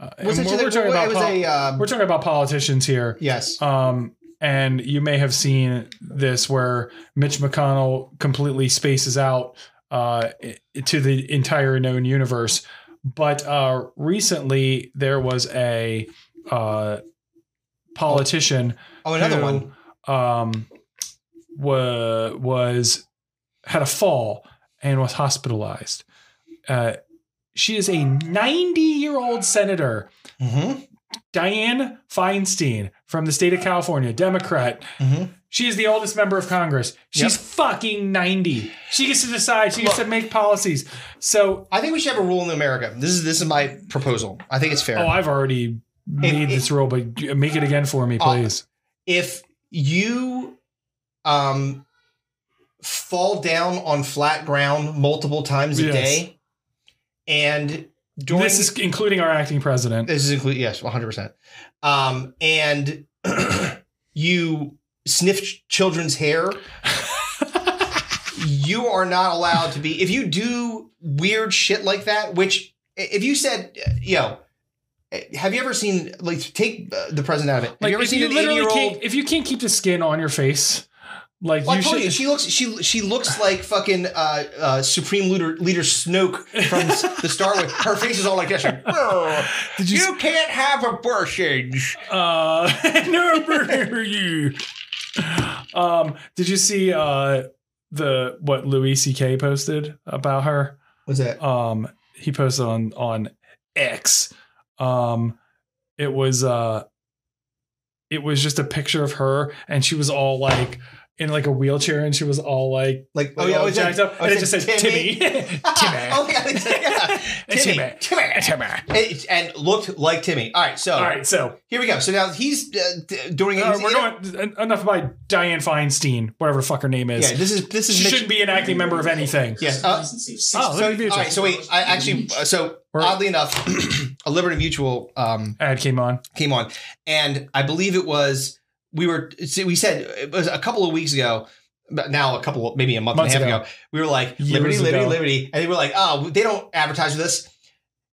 Speaker 1: uh,
Speaker 2: was
Speaker 1: and
Speaker 2: it
Speaker 1: we're,
Speaker 2: today-
Speaker 1: we're talking about
Speaker 2: it was
Speaker 1: pol-
Speaker 2: a um,
Speaker 1: we're talking about politicians here.
Speaker 2: yes.
Speaker 1: Um, and you may have seen this where Mitch McConnell completely spaces out uh, i- to the entire known universe. But uh, recently there was a uh, politician
Speaker 2: Oh, another
Speaker 1: who,
Speaker 2: one.
Speaker 1: um, wa- was had a fall and was hospitalized. Uh, she is a 90 year old senator,
Speaker 2: Mm-hmm.
Speaker 1: Diane Feinstein from the state of California, Democrat.
Speaker 2: Mhm.
Speaker 1: She is the oldest member of Congress. She's fucking 90. She gets to decide. She gets to make policies. So,
Speaker 2: I think we should have a rule in America. This is this is my proposal. I think it's fair.
Speaker 1: oh, I've already made
Speaker 2: it-
Speaker 1: this rule, but g- make it again for me,
Speaker 2: Uh,
Speaker 1: please.
Speaker 2: if you um fall down on flat ground multiple times a
Speaker 1: Yes.
Speaker 2: day and during
Speaker 1: this is including our acting president.
Speaker 2: this is include yes 100% um and you sniff ch- children's hair you are not allowed to be if you do weird shit like that which i- if you said uh, you know eh, have you ever seen like take uh, the president out of it have
Speaker 1: Like
Speaker 2: you ever
Speaker 1: if
Speaker 2: seen
Speaker 1: you
Speaker 2: an 80
Speaker 1: literally
Speaker 2: year old
Speaker 1: can't, if you can't keep the skin on your face, like
Speaker 2: Well,
Speaker 1: you
Speaker 2: I told
Speaker 1: should.
Speaker 2: you, she looks she she looks like fucking uh, uh, Supreme Leader Leader Snoke from s- the Star Wars. Her face is all like this. like, "Brr,
Speaker 1: Did
Speaker 2: you,
Speaker 1: you?
Speaker 2: can't have abortions.
Speaker 1: Uh, no, murder you. Um, did you see uh the what Louis C.K. posted about her?
Speaker 2: What's that?
Speaker 1: Um, he posted on on X. Um, it was uh, it was just a picture of her, and she was all like in like a wheelchair, and she was all like
Speaker 2: Like
Speaker 1: oh yeah,
Speaker 2: oh,
Speaker 1: all
Speaker 2: it's like-
Speaker 1: jacked up,
Speaker 2: oh,
Speaker 1: and it
Speaker 2: it's
Speaker 1: just
Speaker 2: like
Speaker 1: says Timmy, Timmy,
Speaker 2: oh yeah, it's like, yeah. Timmy,
Speaker 1: Timmy, Timmy.
Speaker 2: It- and looked like Timmy. All right, so
Speaker 1: All right, so
Speaker 2: here we go. So now he's uh, d- during.
Speaker 1: Uh,
Speaker 2: his-
Speaker 1: we're going en- enough about Diane Feinstein, whatever the fuck her name is.
Speaker 2: Yeah, this is this is
Speaker 1: she
Speaker 2: Mitch-
Speaker 1: shouldn't be an acting member of anything.
Speaker 2: Yes. Uh,
Speaker 1: Oh,
Speaker 2: so,
Speaker 1: Liberty Mutual.
Speaker 2: all right, so wait. I actually uh, so
Speaker 1: We're-
Speaker 2: oddly enough, a Liberty Mutual um,
Speaker 1: ad came on.
Speaker 2: came on, and I believe it was we were so we said it was a couple of weeks ago. but Now a couple, maybe a month
Speaker 1: Months
Speaker 2: and a half
Speaker 1: ago.
Speaker 2: ago, we were like
Speaker 1: Years
Speaker 2: Liberty, Liberty,
Speaker 1: ago.
Speaker 2: Liberty, and they were like, "Oh, they don't advertise with us."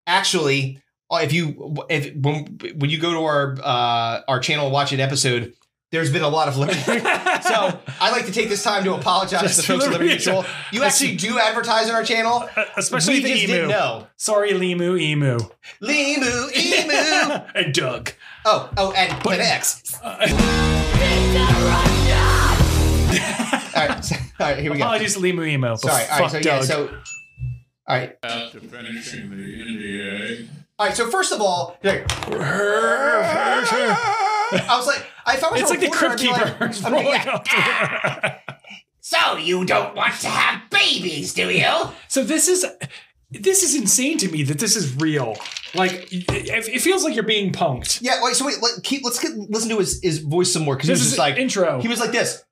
Speaker 2: Actually, uh, if you if when when you go to our uh, our channel and watch an episode, there's been a lot of Liberty. so I'd like to take this time to apologize to the
Speaker 1: Just
Speaker 2: folks at Liberty
Speaker 1: Liberty.
Speaker 2: Mutual. You actually do advertise on our channel.
Speaker 1: Uh, especially
Speaker 2: we
Speaker 1: the
Speaker 2: just
Speaker 1: emu.
Speaker 2: didn't know.
Speaker 1: Sorry, Limu, emu,
Speaker 2: Limu, emu.
Speaker 1: and Doug.
Speaker 2: oh, oh, and Plan X. All right, so- all right, here we go.
Speaker 1: Apologies, to Oh, Limu, emu. but
Speaker 2: Sorry. All
Speaker 1: fuck
Speaker 2: right. So yeah.
Speaker 1: Doug.
Speaker 2: So. All right.
Speaker 4: After finishing the NDA,
Speaker 2: All right. So first of all, you're like, I was like, I thought
Speaker 1: it's like the
Speaker 2: reporter,
Speaker 1: Crypt
Speaker 2: I'd be like-
Speaker 1: Keeper
Speaker 2: I'd be
Speaker 1: rolling
Speaker 2: like,
Speaker 1: up.
Speaker 6: So you don't want to have babies, do you?
Speaker 1: So this is this is insane to me that this is real. Like it, it feels like you're being punked.
Speaker 2: Yeah. Wait. So wait. Let, keep, let's get, listen to his, his voice some more because he
Speaker 1: This
Speaker 2: was
Speaker 1: is
Speaker 2: just like
Speaker 1: intro.
Speaker 2: he was like this.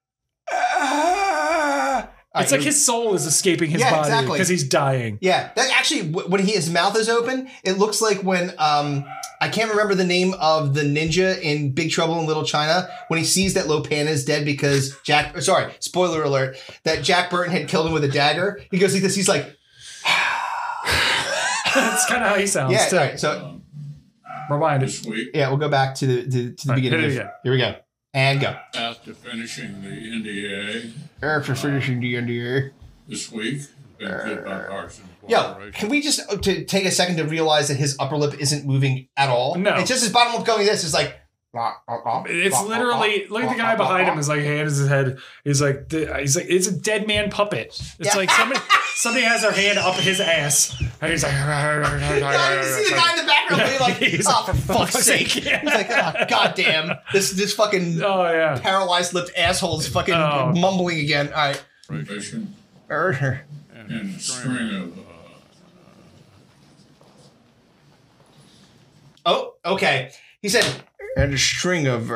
Speaker 2: All right,
Speaker 1: it's like
Speaker 2: here we-
Speaker 1: his soul is escaping his
Speaker 2: Yeah,
Speaker 1: body because
Speaker 2: exactly.
Speaker 1: he's dying.
Speaker 2: Yeah, that actually, wh- when he, his mouth is open, it looks like when um, I can't remember the name of the ninja in Big Trouble in Little China when he sees that Lopan is dead because Jack. or Sorry, spoiler alert. That Jack Burton had killed him with a dagger. He goes like this. He's like,
Speaker 1: That's kind of how he sounds.
Speaker 2: yeah.
Speaker 1: too.
Speaker 2: all right, so
Speaker 1: Remind us.
Speaker 4: this week,
Speaker 2: yeah, we'll go back to the to, to the
Speaker 1: All right,
Speaker 2: beginning.
Speaker 1: here we
Speaker 2: of-
Speaker 1: go.
Speaker 2: Here we go. And go.
Speaker 4: after finishing the NDA,
Speaker 2: After finishing the NDA.
Speaker 4: this week, been good by Carson.
Speaker 2: Yo, can we just uh, to take a second to realize that his upper lip isn't moving at all?
Speaker 1: No.
Speaker 2: it's just his bottom lip going. This is like. uh,
Speaker 1: It's literally look at the guy behind him. His like hand is his head. He's like the, he's like it's a dead man puppet. It's
Speaker 2: Yeah.
Speaker 1: like somebody somebody has their hand up his ass, and he's like.
Speaker 2: Yeah, you see the guy in the background being like,
Speaker 1: He's
Speaker 2: oh,
Speaker 1: like,
Speaker 2: for fuck's
Speaker 1: fuck's
Speaker 2: sake.
Speaker 1: sake.
Speaker 2: He's like, oh, goddamn. This, this fucking
Speaker 1: Oh yeah.
Speaker 2: paralyzed lipped asshole is fucking
Speaker 1: Oh.
Speaker 2: mumbling again. All right.
Speaker 4: Operation
Speaker 2: Er,
Speaker 4: and string of uh,
Speaker 2: Oh, okay. He said, and a string of. uh,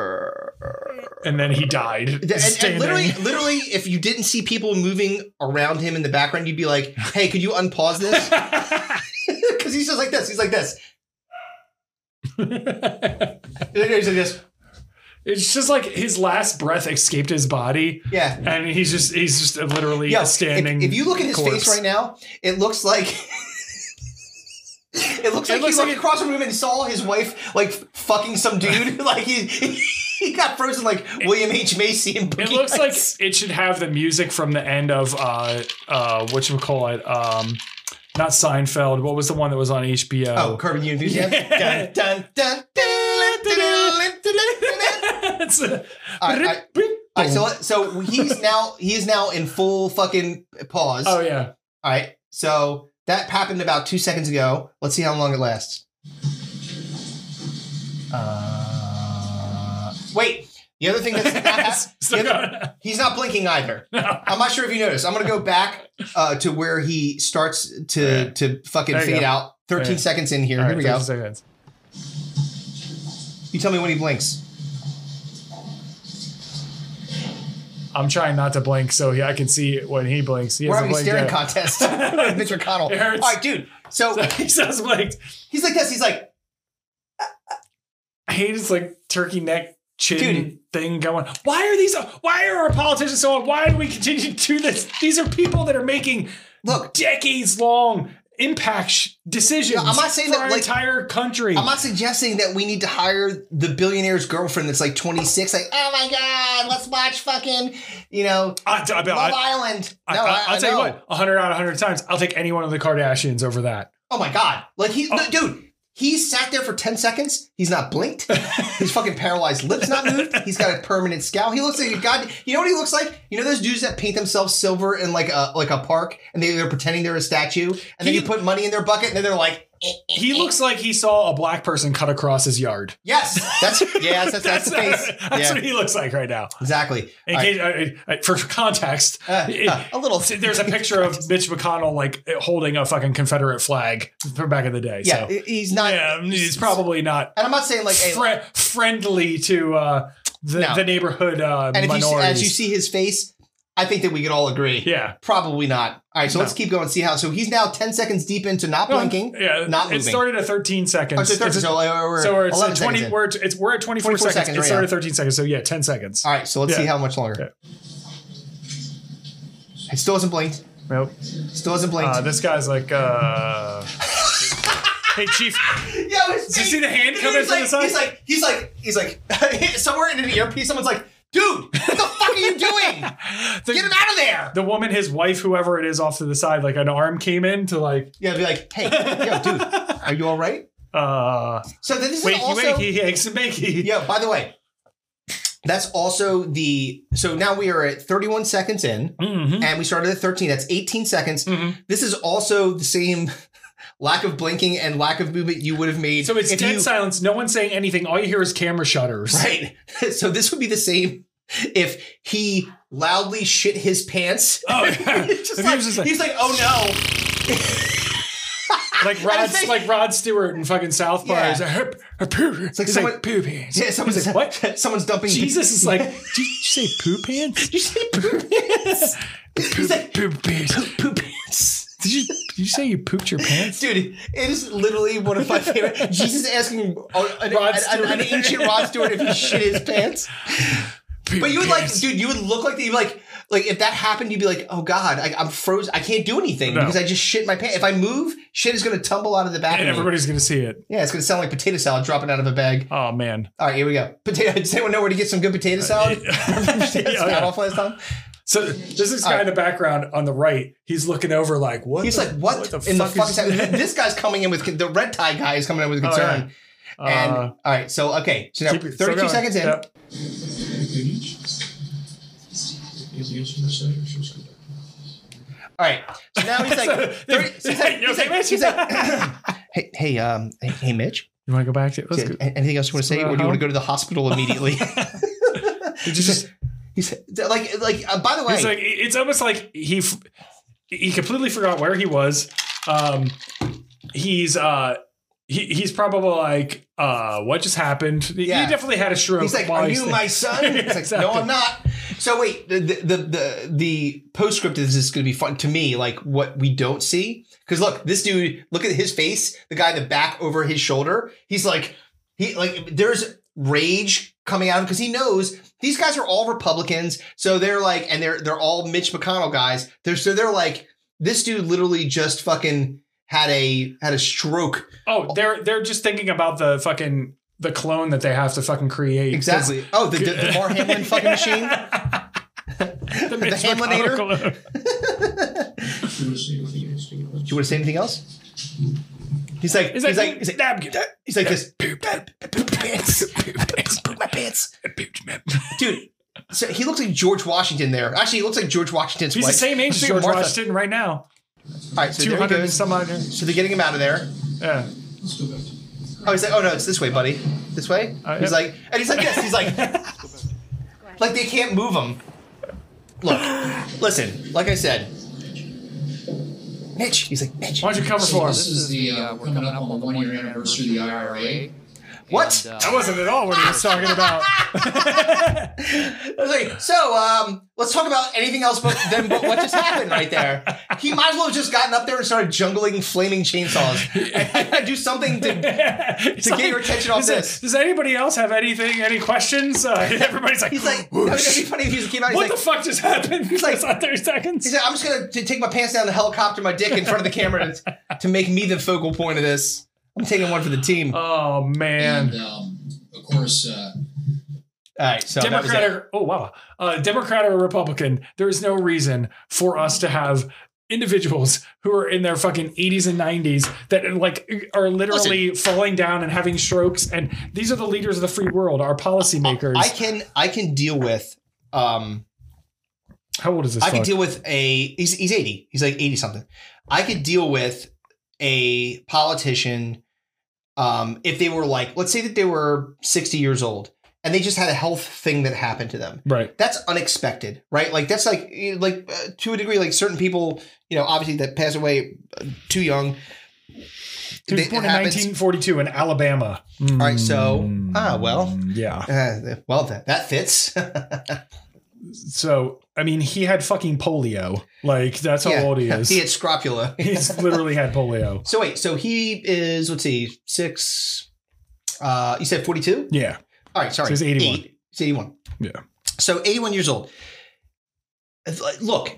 Speaker 1: And then he died.
Speaker 2: And, and
Speaker 1: standing.
Speaker 2: literally, literally, if you didn't see people moving around him in the background, you'd be like, hey, could you unpause this? Because he's just like this. He's like this. He's like this.
Speaker 1: It's just like his last breath escaped his body.
Speaker 2: Yeah.
Speaker 1: And he's just he's just literally
Speaker 2: Yeah,
Speaker 1: a standing.
Speaker 2: If, if you look at his
Speaker 1: corpse.
Speaker 2: face right now, it looks like it looks like
Speaker 1: looks
Speaker 2: he
Speaker 1: like
Speaker 2: looked
Speaker 1: it-
Speaker 2: across the room and saw his wife like fucking some dude. like he he got frozen like William H Macy and
Speaker 1: It looks like it should have the music from the end of uh uh what you would call it um not Seinfeld. What was the one that was on HBO?
Speaker 2: oh, Curb Your Enthusiasm. Dun, dun, dun, dun, dun, dun, dun, dun, dun.
Speaker 1: It's a-
Speaker 2: I- All right, so so he's now he is now in full fucking pause.
Speaker 1: oh yeah.
Speaker 2: All right, so that happened about two seconds ago. Let's see how long it lasts. Uh, wait, the other thing that's not hap-
Speaker 1: It's still
Speaker 2: the other-
Speaker 1: going.
Speaker 2: he's not blinking either. I'm not sure if you noticed. I'm gonna go back uh, to where he starts to
Speaker 1: Yeah.
Speaker 2: to fucking
Speaker 1: There you
Speaker 2: fade
Speaker 1: go.
Speaker 2: out. 13
Speaker 1: Yeah.
Speaker 2: seconds in here.
Speaker 1: All
Speaker 2: here
Speaker 1: right,
Speaker 2: we go.
Speaker 1: 30 seconds.
Speaker 2: You tell me when he blinks.
Speaker 1: I'm trying not to blink so he, I can see when he blinks. He
Speaker 2: We're
Speaker 1: hasn't
Speaker 2: having a
Speaker 1: blinked
Speaker 2: staring
Speaker 1: yet.
Speaker 2: contest. Mitch McConnell.
Speaker 1: It hurts.
Speaker 2: All right, dude. So
Speaker 1: he just blinked.
Speaker 2: he's like this. He's like,
Speaker 1: I hate his like turkey neck chin
Speaker 2: Dude.
Speaker 1: thing going. Why are these? Why are our politicians so? on? Why do we continue to do this? These are people that are making
Speaker 2: look.
Speaker 1: decades long impact sh- decisions.
Speaker 2: No, I'm not saying
Speaker 1: for
Speaker 2: that,
Speaker 1: our
Speaker 2: like-
Speaker 1: entire country.
Speaker 2: I'm not suggesting that we need to hire the billionaire's girlfriend that's like 26. Like, oh my god, let's watch fucking, you know,
Speaker 1: I, I, I,
Speaker 2: Love Island.
Speaker 1: I,
Speaker 2: no, I,
Speaker 1: will tell you
Speaker 2: know.
Speaker 1: what, 100 out of 100 times, I'll take any one of the Kardashians over that.
Speaker 2: Oh my god, like he,
Speaker 1: Oh.
Speaker 2: no, dude, he sat there for 10 seconds. He's not blinked. His fucking paralyzed lips not moved. He's got a permanent scowl. He looks like a god. You know what he looks like? You know those dudes that paint themselves silver in like a like a park and they, they're pretending they're a statue and then
Speaker 1: He-
Speaker 2: you put money in their bucket and then they're like,
Speaker 1: He looks like he saw a black person cut across his yard.
Speaker 2: yes, that's yeah, that's that's, that's the face.
Speaker 1: That's
Speaker 2: yeah,
Speaker 1: what he looks like right now.
Speaker 2: exactly.
Speaker 1: In
Speaker 2: All right.
Speaker 1: case, uh, uh, for context,
Speaker 2: Uh,
Speaker 1: it-
Speaker 2: uh, a little.
Speaker 1: See, there's a picture of Mitch McConnell like holding a fucking Confederate flag from back in the day.
Speaker 2: Yeah,
Speaker 1: so
Speaker 2: he- he's not.
Speaker 1: yeah, he's probably not
Speaker 2: And I'm not saying like. hey,
Speaker 1: fri- friendly to uh, the,
Speaker 2: No.
Speaker 1: the neighborhood uh,
Speaker 2: and if you see,
Speaker 1: minorities.
Speaker 2: as you see his face, I think that we could all agree.
Speaker 1: yeah,
Speaker 2: Probably not. All right, so
Speaker 1: No.
Speaker 2: let's keep going. See how. So he's now ten seconds deep into not blinking,
Speaker 1: yeah,
Speaker 2: not
Speaker 1: it
Speaker 2: moving.
Speaker 1: started at 13 seconds.
Speaker 2: Oh, so 30,
Speaker 1: It's-
Speaker 2: so, uh, we're
Speaker 1: so it's at
Speaker 2: 11
Speaker 1: 20.
Speaker 2: seconds in.
Speaker 1: We're at, it's we're at 24,
Speaker 2: 24
Speaker 1: seconds.
Speaker 2: seconds
Speaker 1: It
Speaker 2: right
Speaker 1: started
Speaker 2: now.
Speaker 1: at 13 seconds. So yeah, 10 seconds.
Speaker 2: All right, so let's
Speaker 1: Yeah.
Speaker 2: see how much longer. It still hasn't blinked.
Speaker 1: Nope.
Speaker 2: Still hasn't blinked.
Speaker 1: Uh, this guy's like. Uh, hey, chief.
Speaker 2: yeah, his
Speaker 1: Did you
Speaker 2: face-
Speaker 1: see the hand
Speaker 2: dude,
Speaker 1: coming
Speaker 2: he's
Speaker 1: from
Speaker 2: like-
Speaker 1: the side?
Speaker 2: He's like, he's like, he's like, somewhere in an earpiece, someone's like, "Dude, what the fuck are you doing?
Speaker 1: The,
Speaker 2: Get him out of there!"
Speaker 1: the woman, his wife, whoever it is, off to the side, like an arm came in to like.
Speaker 2: Yeah, be like, "Hey, yo, dude, are you all right?"
Speaker 1: uh
Speaker 2: So then this
Speaker 1: Wakey,
Speaker 2: is also
Speaker 1: wakey, yanks and makey.
Speaker 2: Yeah, by the way, that's also the so now we are at 31 seconds in
Speaker 1: Mhm.
Speaker 2: and we started at 13. That's 18 seconds.
Speaker 1: Mhm.
Speaker 2: This is also the same lack of blinking and lack of movement you would have made.
Speaker 1: So it's
Speaker 2: if
Speaker 1: dead
Speaker 2: you-
Speaker 1: silence. No one's saying anything. All you hear is camera shutters.
Speaker 2: Right. So this would be the same if he loudly shit his pants.
Speaker 1: Oh, yeah.
Speaker 2: It's just
Speaker 1: If he
Speaker 2: like-
Speaker 1: was
Speaker 2: he's,
Speaker 1: just
Speaker 2: like,
Speaker 1: like-
Speaker 2: oh no.
Speaker 1: Like Rod,
Speaker 2: And it's
Speaker 1: like Rod Stewart in fucking South Park.
Speaker 2: Yeah.
Speaker 1: He's like, "Hup, a poo." It's
Speaker 2: like
Speaker 1: like
Speaker 2: someone-
Speaker 1: like, poo pants.
Speaker 2: Yeah, someone's
Speaker 1: He's like, what?
Speaker 2: Someone's dumping.
Speaker 1: Jesus is like, did you say poo pants?
Speaker 2: Did you say poo pants? He's like
Speaker 1: Poo pants.
Speaker 2: poo pants.
Speaker 1: Did you did you say you pooped your pants?
Speaker 2: Dude, it is literally one of my favorite. Jesus asking an, an-
Speaker 1: Rod
Speaker 2: an-
Speaker 1: Stewart.
Speaker 2: an ancient Rod Stewart if he shit his pants.
Speaker 1: Poo
Speaker 2: But you would like,
Speaker 1: pants.
Speaker 2: dude, you would look like that. You'd be like, like if that happened, you'd be like, oh god, I, I'm frozen. I can't do anything
Speaker 1: No.
Speaker 2: because I just shit my pants. If I move, shit is gonna tumble out of the back.
Speaker 1: and
Speaker 2: of me.
Speaker 1: everybody's gonna see it.
Speaker 2: Yeah, it's gonna sound like potato salad dropping out of a bag.
Speaker 1: Oh man.
Speaker 2: All right, here we go. Potato. Does anyone know where to get some good potato salad? That's
Speaker 1: Uh, Yeah,
Speaker 2: not
Speaker 1: yeah.
Speaker 2: off last time.
Speaker 1: So this is
Speaker 2: All
Speaker 1: guy
Speaker 2: right.
Speaker 1: in the background on the right. He's looking over like what?
Speaker 2: He's
Speaker 1: the-
Speaker 2: like, what, in the fuck? Is that? This guy's coming in with con- the red tie guy is coming in with
Speaker 1: Oh, yeah.
Speaker 2: concern. And
Speaker 1: Uh,
Speaker 2: all right, so okay, so now
Speaker 1: keep it- still
Speaker 2: 32
Speaker 1: going.
Speaker 2: seconds in.
Speaker 1: Yep.
Speaker 2: All right, so now he's like, 30, so he's like,
Speaker 1: You
Speaker 2: he's
Speaker 1: okay,
Speaker 2: like-
Speaker 1: Mitch?
Speaker 2: he's like, hey, hey, um, hey, hey, Mitch,
Speaker 1: You want to go back to? Let's go.
Speaker 2: a- anything else you want to say,
Speaker 1: go
Speaker 2: or do you want
Speaker 1: home.
Speaker 2: to go to the hospital immediately?
Speaker 1: Did you just?
Speaker 2: he's like, like, uh, by the way,
Speaker 1: He's like, it's almost like he f- he completely forgot where he was. Um, he's uh. He, he's probably like, uh, what just happened? He-
Speaker 2: Yeah.
Speaker 1: He definitely had a stroke.
Speaker 2: He's like,
Speaker 1: while
Speaker 2: "Are
Speaker 1: he's
Speaker 2: you
Speaker 1: there.
Speaker 2: my son?" It's like,
Speaker 1: Exactly.
Speaker 2: "No, I'm not." So wait, the the the the, the postscript is just going to be fun to me. Like what we don't see, because look, this dude, look at his face. The guy in the back over his shoulder, he's like, he like there's rage coming at him because he knows these guys are all Republicans. So they're like, and they're they're all Mitch McConnell guys. They're so they're like, this dude literally just fucking had a had a stroke.
Speaker 1: Oh, they're they're just thinking about the fucking the clone that they have to fucking create.
Speaker 2: Exactly. Oh, the, the, the Mar Hamlin fucking machine.
Speaker 1: the, Mitch
Speaker 2: Hamlinator?
Speaker 1: McConnell clone.
Speaker 2: Do you want to say anything else? He's like,
Speaker 1: He's
Speaker 2: he's
Speaker 1: like,
Speaker 2: like, he's like,
Speaker 1: "Dab you."
Speaker 2: he's like this. Poop pants. Poop my pants. Dude, so he looks like George Washington there. Actually, he looks like George Washington's
Speaker 1: He's
Speaker 2: wife.
Speaker 1: the same age as
Speaker 2: Speaking of
Speaker 1: George
Speaker 2: Martha.
Speaker 1: Washington right now.
Speaker 2: All right, so
Speaker 1: Two
Speaker 2: there he
Speaker 1: hundred and
Speaker 2: goes.
Speaker 1: some odd.
Speaker 2: So they're getting him out of there.
Speaker 1: Yeah.
Speaker 2: Oh, he's like, oh no, it's this way, buddy. This way.
Speaker 1: Uh,
Speaker 2: he's
Speaker 1: yeah.
Speaker 2: like, and he's like this. He's like, like they can't move him. Look, listen. Like I said, Mitch. He's like Mitch.
Speaker 1: Why don't you cover for him?
Speaker 7: This is the, uh, we're coming up on the one year anniversary of the IRA.
Speaker 2: What?
Speaker 7: And, uh,
Speaker 1: That wasn't at all what he was talking about.
Speaker 2: I was like, so um, let's talk about anything else but then but what just happened right there. He might as well have just gotten up there and started jungling flaming chainsaws. And do something to
Speaker 1: to
Speaker 2: get your attention off this.
Speaker 1: Does anybody else have anything? Any questions? Uh, everybody's like,
Speaker 2: he's like that would be funny if he just came out, he's
Speaker 1: what
Speaker 2: like
Speaker 1: the fuck just happened? He's
Speaker 2: like-
Speaker 1: like, 30 seconds.
Speaker 2: He's like, I'm just gonna t- take my pants down, the helicopter, my dick in front of the camera to, to make me the focal point of this. I'm taking one for the team. All
Speaker 1: oh man.
Speaker 7: And um, of course, uh,
Speaker 2: right, so that was it.
Speaker 1: Democrat or oh wow, uh, Democrat or Republican, there is no reason for us to have individuals who are in their fucking 80s and 90s that like are literally falling down and having strokes. And these are the leaders of the free world, our policymakers.
Speaker 2: I can I can deal with um
Speaker 1: How old is this?
Speaker 2: I can
Speaker 1: fuck?
Speaker 2: deal with a he's he's 80. He's like 80 something. I could deal with a politician um if they were like let's say that they were 60 years old and they just had a health thing that happened to them.
Speaker 1: right.
Speaker 2: that's unexpected, right? Like that's like you know, like uh, to a degree, like certain people, you know, obviously that pass away uh, too young.
Speaker 1: He was
Speaker 2: It
Speaker 1: born in
Speaker 2: happens.
Speaker 1: 1942 in Alabama. Mm.
Speaker 2: All right, so ah well,
Speaker 1: Yeah.
Speaker 2: uh, well that that fits.
Speaker 1: So I mean, he had fucking polio. Like that's how
Speaker 2: Yeah.
Speaker 1: old he is.
Speaker 2: he had scrupula.
Speaker 1: He's literally had polio.
Speaker 2: so wait, so he is let's see six. Uh, you said forty-two.
Speaker 1: Yeah.
Speaker 2: All right, sorry.
Speaker 1: So he's 81.
Speaker 2: Eight. He's 81.
Speaker 1: Yeah.
Speaker 2: So 81 years old. If- Look,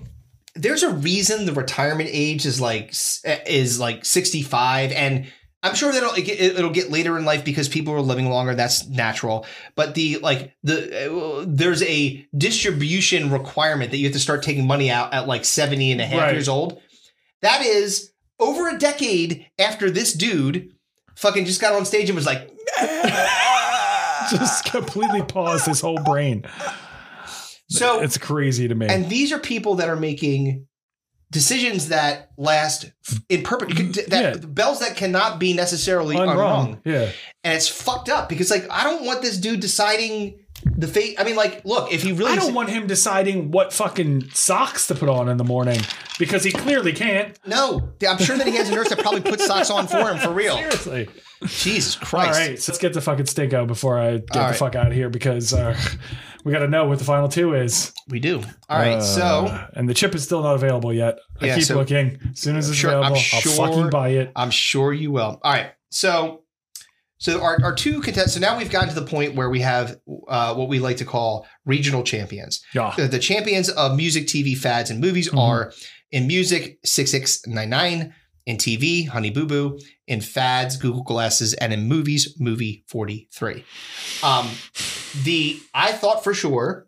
Speaker 2: there's a reason the retirement age is like s- eh, is like 65 and I'm sure that'll it get- it'll get later in life because people are living longer. That's natural. But the like the uh, there's a distribution requirement that you have to start taking money out at like 70 and a half
Speaker 1: Right.
Speaker 2: years old. That is over a decade after this dude fucking just got on stage and was like
Speaker 1: Just completely paused his whole brain.
Speaker 2: so
Speaker 1: It's crazy to me.
Speaker 2: And these are people that are making decisions that last in perpetuity, that
Speaker 1: Mm-hmm. Yeah.
Speaker 2: bells that cannot be necessarily
Speaker 1: I'm
Speaker 2: unrung.
Speaker 1: wrong. Yeah.
Speaker 2: And it's fucked up because, like, I don't want this dude deciding the fate. I mean, like, look, if he really.
Speaker 1: I don't want him deciding what fucking socks to put on in the morning because he clearly can't.
Speaker 2: No, I'm sure that he has a nurse that probably puts socks on for him for real.
Speaker 1: Seriously.
Speaker 2: Jesus
Speaker 1: All
Speaker 2: Christ.
Speaker 1: right. So let's get the fucking stink out before I get
Speaker 2: All
Speaker 1: the
Speaker 2: right.
Speaker 1: fuck out of here because uh, we got to know what the final two is.
Speaker 2: We do. All right. so
Speaker 1: Uh, and the chip is still not available yet. I
Speaker 2: Yeah,
Speaker 1: keep
Speaker 2: so-
Speaker 1: looking. As soon as it's
Speaker 2: Sure, I'm
Speaker 1: available,
Speaker 2: sure-
Speaker 1: I'll fucking buy it.
Speaker 2: I'm sure you will. All right. So, so our, our two contestants. So now we've gotten to the point where we have uh, what we like to call regional champions.
Speaker 1: Yeah.
Speaker 2: uh, The, the champions of music, TV, fads, and movies are in music, 6699, in TV, Honey Boo Boo, in fads, Google Glasses, and in movies, Movie 43. Um, the I thought for sure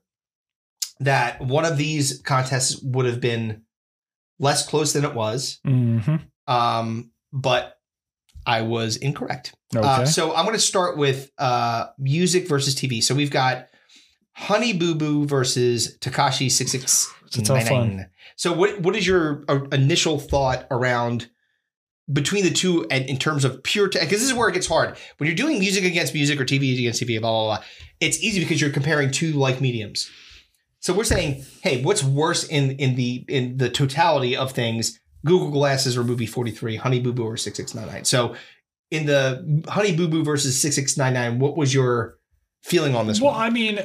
Speaker 2: that one of these contests would have been less close than it was,
Speaker 1: Mm-hmm.
Speaker 2: um, but I was incorrect.
Speaker 1: Okay.
Speaker 2: Uh, so I'm going to start with uh, music versus TV. So we've got Honey Boo Boo versus Takashi six six
Speaker 1: That's all
Speaker 2: nine
Speaker 1: fun.
Speaker 2: nine. So what what is your uh, initial thought around between the two and in terms of pure tech? Because this is where it gets hard when you're doing music against music or TV against TV. Blah blah blah. It's easy because you're comparing two like mediums. So we're saying, hey, what's worse in in the in the totality of things? Google Glasses or Movie 43, Honey Boo Boo or 6699. So in the Honey Boo Boo versus 6699, what was your feeling on this
Speaker 1: Well,
Speaker 2: one?
Speaker 1: I mean,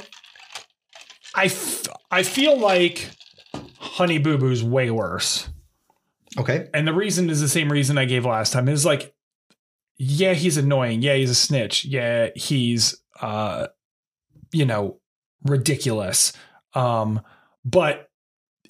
Speaker 1: I, f- I feel like Honey Boo Boo's way worse.
Speaker 2: Okay.
Speaker 1: And the reason is the same reason I gave last time is like, yeah, he's annoying. Yeah, he's a snitch. Yeah, he's uh, you know, ridiculous. Um, but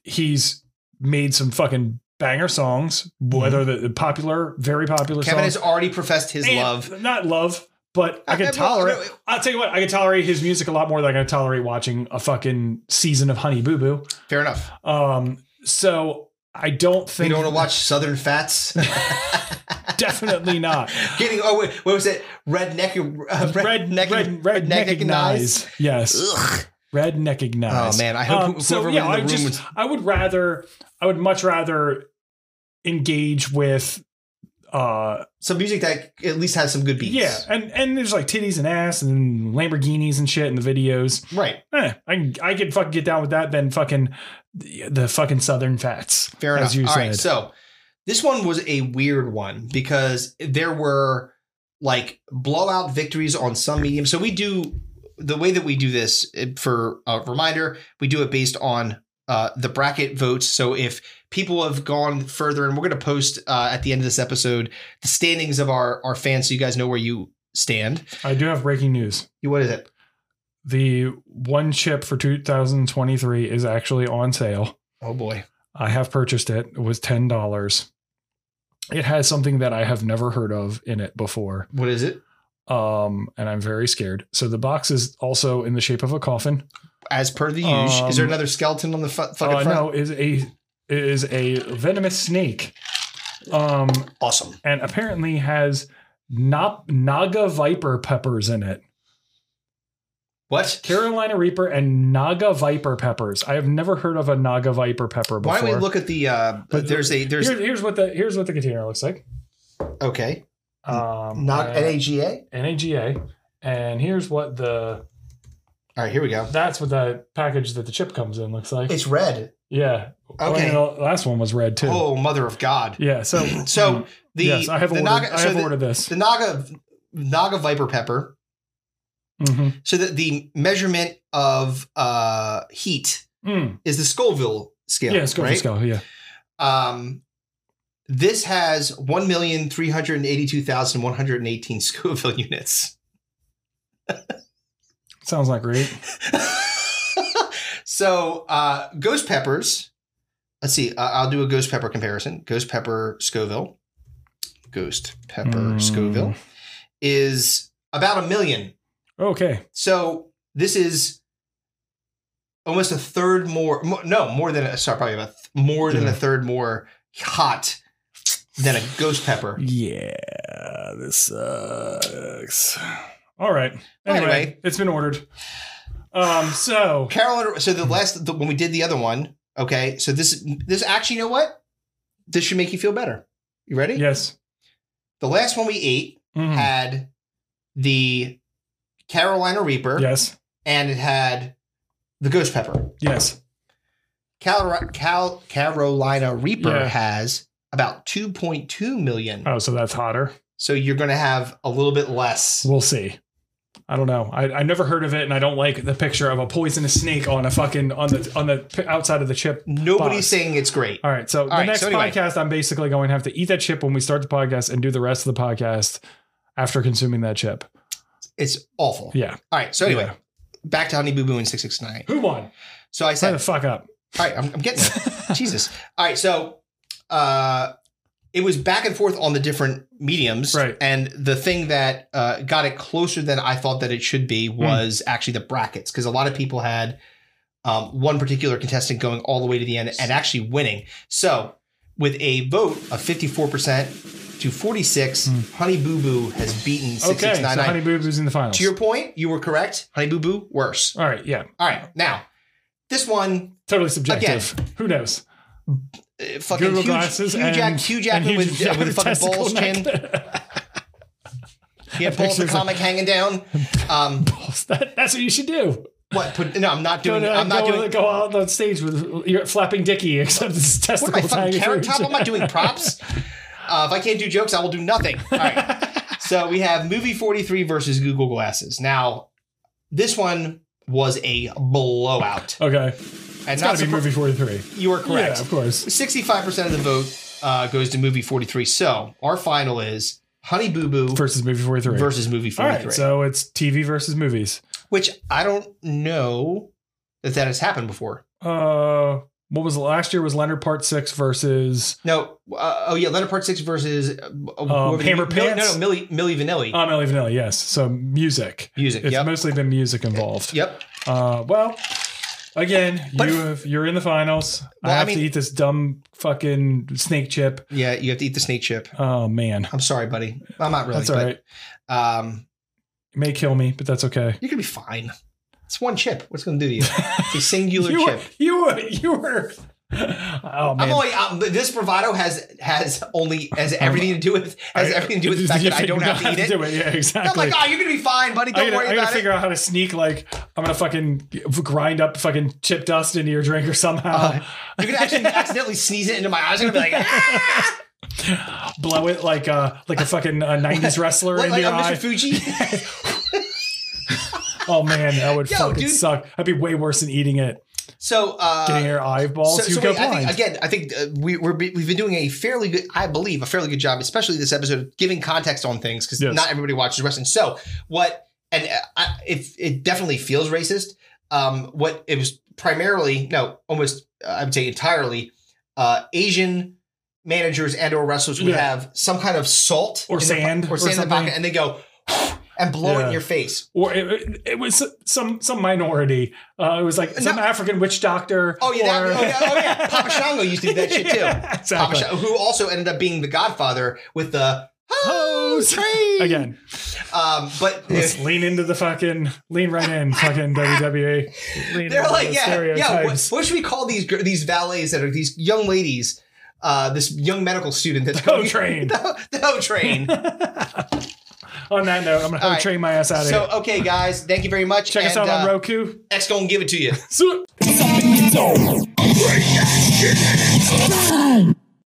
Speaker 1: he's made some fucking banger songs, whether the the popular, very popular
Speaker 2: Mm-hmm. Kevin
Speaker 1: songs.
Speaker 2: has already professed his
Speaker 1: And-
Speaker 2: love.
Speaker 1: Not love, but I
Speaker 2: Uh,
Speaker 1: can
Speaker 2: well,
Speaker 1: tolerate.
Speaker 2: no, it-
Speaker 1: I'll tell you what, I can tolerate his music a lot more than I can tolerate watching a fucking season of Honey Boo Boo.
Speaker 2: Fair enough.
Speaker 1: Um, so I don't
Speaker 2: You
Speaker 1: think
Speaker 2: don't want to watch Southern Fats.
Speaker 1: Definitely not.
Speaker 2: Getting oh wait, what was it? Redneck, uh,
Speaker 1: Red,
Speaker 2: redneck,
Speaker 1: red, red,
Speaker 2: neckignize.
Speaker 1: recognize. Yes. Red recognize.
Speaker 2: Oh, man, I hope whoever was in the
Speaker 1: I
Speaker 2: room
Speaker 1: just,
Speaker 2: was-
Speaker 1: I would rather, I would much rather engage with, uh,
Speaker 2: Some music that at least has some good beats.
Speaker 1: yeah, and and there's like titties and ass and Lamborghinis and shit in the videos.
Speaker 2: right.
Speaker 1: Eh, I can, I could fucking get down with that than fucking the, the fucking Southern Fats.
Speaker 2: Fair
Speaker 1: as
Speaker 2: enough.
Speaker 1: you
Speaker 2: All
Speaker 1: said.
Speaker 2: right, so this one was a weird one because there were like blowout victories on some medium. So we do the way that we do this eh, for a reminder. We do it based on uh, the bracket votes. So if people have gone further, and we're going to post uh, at the end of this episode the standings of our our fans, so you guys know where you stand.
Speaker 1: I do have breaking news.
Speaker 2: You what is it?
Speaker 1: The one chip for 2023 is actually on sale.
Speaker 2: Oh boy.
Speaker 1: I have purchased it. It was ten dollars. It has something that I have never heard of in it before,
Speaker 2: What is it?
Speaker 1: um, and I'm very scared. So the box is also in the shape of a coffin.
Speaker 2: As per the use, is there
Speaker 1: Um, uh,
Speaker 2: another skeleton on the fu- fucking
Speaker 1: All I
Speaker 2: front?
Speaker 1: know is a is a venomous snake, um,
Speaker 2: Awesome.
Speaker 1: and apparently has nop, naga viper peppers in it.
Speaker 2: What?
Speaker 1: Carolina Reaper and Naga Viper peppers. I have never heard of a Naga Viper pepper before.
Speaker 2: Why don't we look at the? Uh,
Speaker 1: But
Speaker 2: there's a there's
Speaker 1: Here- here's what the here's what the container looks like.
Speaker 2: okay.
Speaker 1: Um,
Speaker 2: Not
Speaker 1: uh,
Speaker 2: NAGA.
Speaker 1: NAGA. And here's what the
Speaker 2: All right, here we go.
Speaker 1: that's what the package that the chip comes in looks like.
Speaker 2: It's red.
Speaker 1: yeah.
Speaker 2: Okay.
Speaker 1: Well, the last one was red too.
Speaker 2: Oh, mother of God!
Speaker 1: Yeah. So mm.
Speaker 2: So the
Speaker 1: Hmm. yes, I have
Speaker 2: the
Speaker 1: ordered.
Speaker 2: Naga
Speaker 1: I
Speaker 2: so
Speaker 1: have
Speaker 2: the,
Speaker 1: ordered this.
Speaker 2: the Naga Naga viper pepper.
Speaker 1: Mhm.
Speaker 2: So that the measurement of uh heat
Speaker 1: Mm.
Speaker 2: is the Scoville
Speaker 1: Yeah.
Speaker 2: scale.
Speaker 1: let's go for
Speaker 2: right?
Speaker 1: scale. Yeah.
Speaker 2: Um, this has one million three hundred eighty-two thousand one hundred eighteen Scoville units.
Speaker 1: Sounds like great.
Speaker 2: so uh, ghost peppers let's see uh, i'll do a ghost pepper comparison ghost pepper scoville ghost pepper
Speaker 1: Mm.
Speaker 2: scoville is about a million
Speaker 1: Okay.
Speaker 2: so this is almost a third more mo- no more than a sorry probably about th- more than
Speaker 1: Yeah.
Speaker 2: a third more hot than a ghost pepper
Speaker 1: Yeah. This sucks. All right.
Speaker 2: Well,
Speaker 1: Anyway,
Speaker 2: anyway.
Speaker 1: it's been ordered. Um. So
Speaker 2: Carolyn. So
Speaker 1: Mm.
Speaker 2: the last the, when we did the other one, okay. So this this actually, you know what? This should make you feel better. You ready?
Speaker 1: yes.
Speaker 2: The last one we ate
Speaker 1: Mhm.
Speaker 2: had the Carolina Reaper,
Speaker 1: Yes.
Speaker 2: and it had the ghost pepper.
Speaker 1: Yes.
Speaker 2: Cal, Cal, Carolina Reaper
Speaker 1: Yeah.
Speaker 2: has about two point two million.
Speaker 1: Oh, so that's hotter.
Speaker 2: So you're going to have a little bit less.
Speaker 1: We'll see. I don't know. I, I never heard of it, and I don't like the picture of a poisonous snake on a fucking on the on the p- outside of the chip.
Speaker 2: Nobody's
Speaker 1: Boss.
Speaker 2: saying it's great.
Speaker 1: All right, so the
Speaker 2: right,
Speaker 1: next
Speaker 2: so anyway.
Speaker 1: podcast, I'm basically going to have to eat that chip when we start the podcast and do the rest of the podcast after consuming that chip.
Speaker 2: It's awful.
Speaker 1: Yeah.
Speaker 2: All right. So anyway,
Speaker 1: Yeah.
Speaker 2: back to Honey Boo Boo and Six Six Nine.
Speaker 1: Who won?
Speaker 2: So I
Speaker 1: Tie
Speaker 2: said
Speaker 1: the fuck up.
Speaker 2: All right, I'm, I'm getting there. Jesus. All right, so uh, it was back and forth on the different mediums,
Speaker 1: Right.
Speaker 2: And the thing that uh, got it closer than I thought that it should be
Speaker 1: Hmm.
Speaker 2: was actually the brackets, because a lot of people had um, one particular contestant going all the way to the end and actually winning. So with a vote of 54 percent to 46, Honey Boo Boo has beaten
Speaker 1: Hmm. Okay, so
Speaker 2: 6699.
Speaker 1: Honey Boo Boo's in the finals.
Speaker 2: to your point, you were correct. Honey Boo Boo worse.
Speaker 1: All right, yeah,
Speaker 2: All right, now this one
Speaker 1: totally subjective. Who knows?
Speaker 2: uh, fucking
Speaker 1: Google
Speaker 2: huge,
Speaker 1: glasses
Speaker 2: huge
Speaker 1: and
Speaker 2: Jack, huge Jack
Speaker 1: and Hugh
Speaker 2: with,
Speaker 1: Jackman
Speaker 2: with a fucking
Speaker 1: testicle
Speaker 2: balls
Speaker 1: neck.
Speaker 2: chin. He had balls of
Speaker 1: pictures of-
Speaker 2: comic hanging down. Um,
Speaker 1: That- that's what you should do.
Speaker 2: what? Put, no, I'm not
Speaker 1: Go,
Speaker 2: doing.
Speaker 1: to-
Speaker 2: I'm not
Speaker 1: uh, go,
Speaker 2: doing.
Speaker 1: go out on stage with your flapping dicky, except it's
Speaker 2: What am
Speaker 1: testicles.
Speaker 2: I fucking
Speaker 1: hanging
Speaker 2: carrot
Speaker 1: through.
Speaker 2: top? I'm not doing props. Uh, if I can't do jokes, I will do nothing. All right. so we have movie 43 versus Google Glasses. Now, this one was a blowout,
Speaker 1: Okay,
Speaker 2: and
Speaker 1: it's
Speaker 2: not
Speaker 1: got to
Speaker 2: surpri-
Speaker 1: be movie forty three.
Speaker 2: You are correct.
Speaker 1: Yeah, of course.
Speaker 2: 65% of the vote uh, goes to movie 43. So our final is Honey Boo Boo
Speaker 1: Versus movie forty three.
Speaker 2: versus movie
Speaker 1: All
Speaker 2: 43.
Speaker 1: right, so it's TV versus movies.
Speaker 2: which I don't know that that has happened before.
Speaker 1: Uh, what was last year was Leonard Part Six versus
Speaker 2: No, uh, oh yeah, Leonard Part Six versus uh, whoever-
Speaker 1: Um, Hammer
Speaker 2: Milli- No,
Speaker 1: Pants?
Speaker 2: no, Millie Millie Vanilli
Speaker 1: um, Ellie Vanilli. Yes, so music.
Speaker 2: music.
Speaker 1: It's
Speaker 2: Yep,
Speaker 1: mostly been music involved.
Speaker 2: yep.
Speaker 1: Uh, well, again,
Speaker 2: But-
Speaker 1: you have, you're in the finals.
Speaker 2: Well,
Speaker 1: I
Speaker 2: I
Speaker 1: have to
Speaker 2: mean-
Speaker 1: eat this dumb fucking snake chip.
Speaker 2: Yeah, you have to eat the snake chip.
Speaker 1: Oh man,
Speaker 2: I'm sorry, buddy. I'm not really.
Speaker 1: that's all
Speaker 2: but,
Speaker 1: right.
Speaker 2: Um,
Speaker 1: It may kill me, but that's okay.
Speaker 2: you're gonna be fine. It's one chip. What's it gonna do to you? It's a singular
Speaker 1: You were,
Speaker 2: chip.
Speaker 1: you were, you were. Oh man,
Speaker 2: I'm only um, this bravado has has only has everything to do with has
Speaker 1: I-
Speaker 2: everything to do with the fact that I don't have to eat it.
Speaker 1: do Yeah,
Speaker 2: I'm
Speaker 1: exactly.
Speaker 2: like, oh, you're gonna be fine, buddy.
Speaker 1: I
Speaker 2: Don't
Speaker 1: gotta,
Speaker 2: worry
Speaker 1: I gotta
Speaker 2: about it.
Speaker 1: figure out how to sneak like I'm gonna fucking grind up fucking chip dust into your drink or somehow
Speaker 2: You're gonna actually accidentally sneeze it into my eyes. I'm gonna be like, ah!
Speaker 1: blow it like uh like a fucking uh, 90s wrestler
Speaker 2: like,
Speaker 1: in
Speaker 2: like
Speaker 1: your
Speaker 2: I'm
Speaker 1: eye.
Speaker 2: Mr. Fuji.
Speaker 1: Oh man, that would
Speaker 2: Yo,
Speaker 1: fucking
Speaker 2: dude.
Speaker 1: suck. That'd be way worse than eating it.
Speaker 2: so, uh,
Speaker 1: Getting your eyeballs,
Speaker 2: so,
Speaker 1: you
Speaker 2: so
Speaker 1: go
Speaker 2: wait, I
Speaker 1: blind.
Speaker 2: think, again, I think uh, we, we're, we've been doing a fairly good, I believe, a fairly good job, especially this episode, of giving context on things because
Speaker 1: Yes.
Speaker 2: not everybody watches wrestling. So, what, and uh, I, it, it definitely feels racist. Um, what it was primarily, no, almost, uh, I would say entirely, uh, Asian managers and or wrestlers would
Speaker 1: Yeah.
Speaker 2: have some kind of salt
Speaker 1: Or
Speaker 2: in their po-
Speaker 1: sand or
Speaker 2: or sand in the
Speaker 1: something.
Speaker 2: pocket, and they go and blow it
Speaker 1: Yeah.
Speaker 2: in your face.
Speaker 1: or it- it, it was some some minority. Uh, it was like some
Speaker 2: No.
Speaker 1: African witch doctor.
Speaker 2: Oh yeah, that-
Speaker 1: or-
Speaker 2: oh, yeah, oh yeah. Papa Shango used to do that shit too.
Speaker 1: Yeah,
Speaker 2: Papa
Speaker 1: exactly.
Speaker 2: Shango, who also ended up being the Godfather with the
Speaker 1: Hose.
Speaker 2: hose train.
Speaker 1: Again,
Speaker 2: Um, but
Speaker 1: let's
Speaker 2: they're
Speaker 1: lean into the fucking lean right in, fucking WWE. Lean into
Speaker 2: like, yeah, yeah. What,
Speaker 1: the stereotypes.
Speaker 2: what should we call these gir- these valets that are these young ladies? Uh, this young medical student that's
Speaker 1: Ho train.
Speaker 2: the, the hoe train.
Speaker 1: On that note, I'm gonna
Speaker 2: right.
Speaker 1: train my ass out of
Speaker 2: so
Speaker 1: here.
Speaker 2: okay, guys, thank you very much.
Speaker 1: Check us
Speaker 2: and,
Speaker 1: out on
Speaker 2: uh,
Speaker 1: Roku.
Speaker 2: X gonna give it to you.
Speaker 1: So-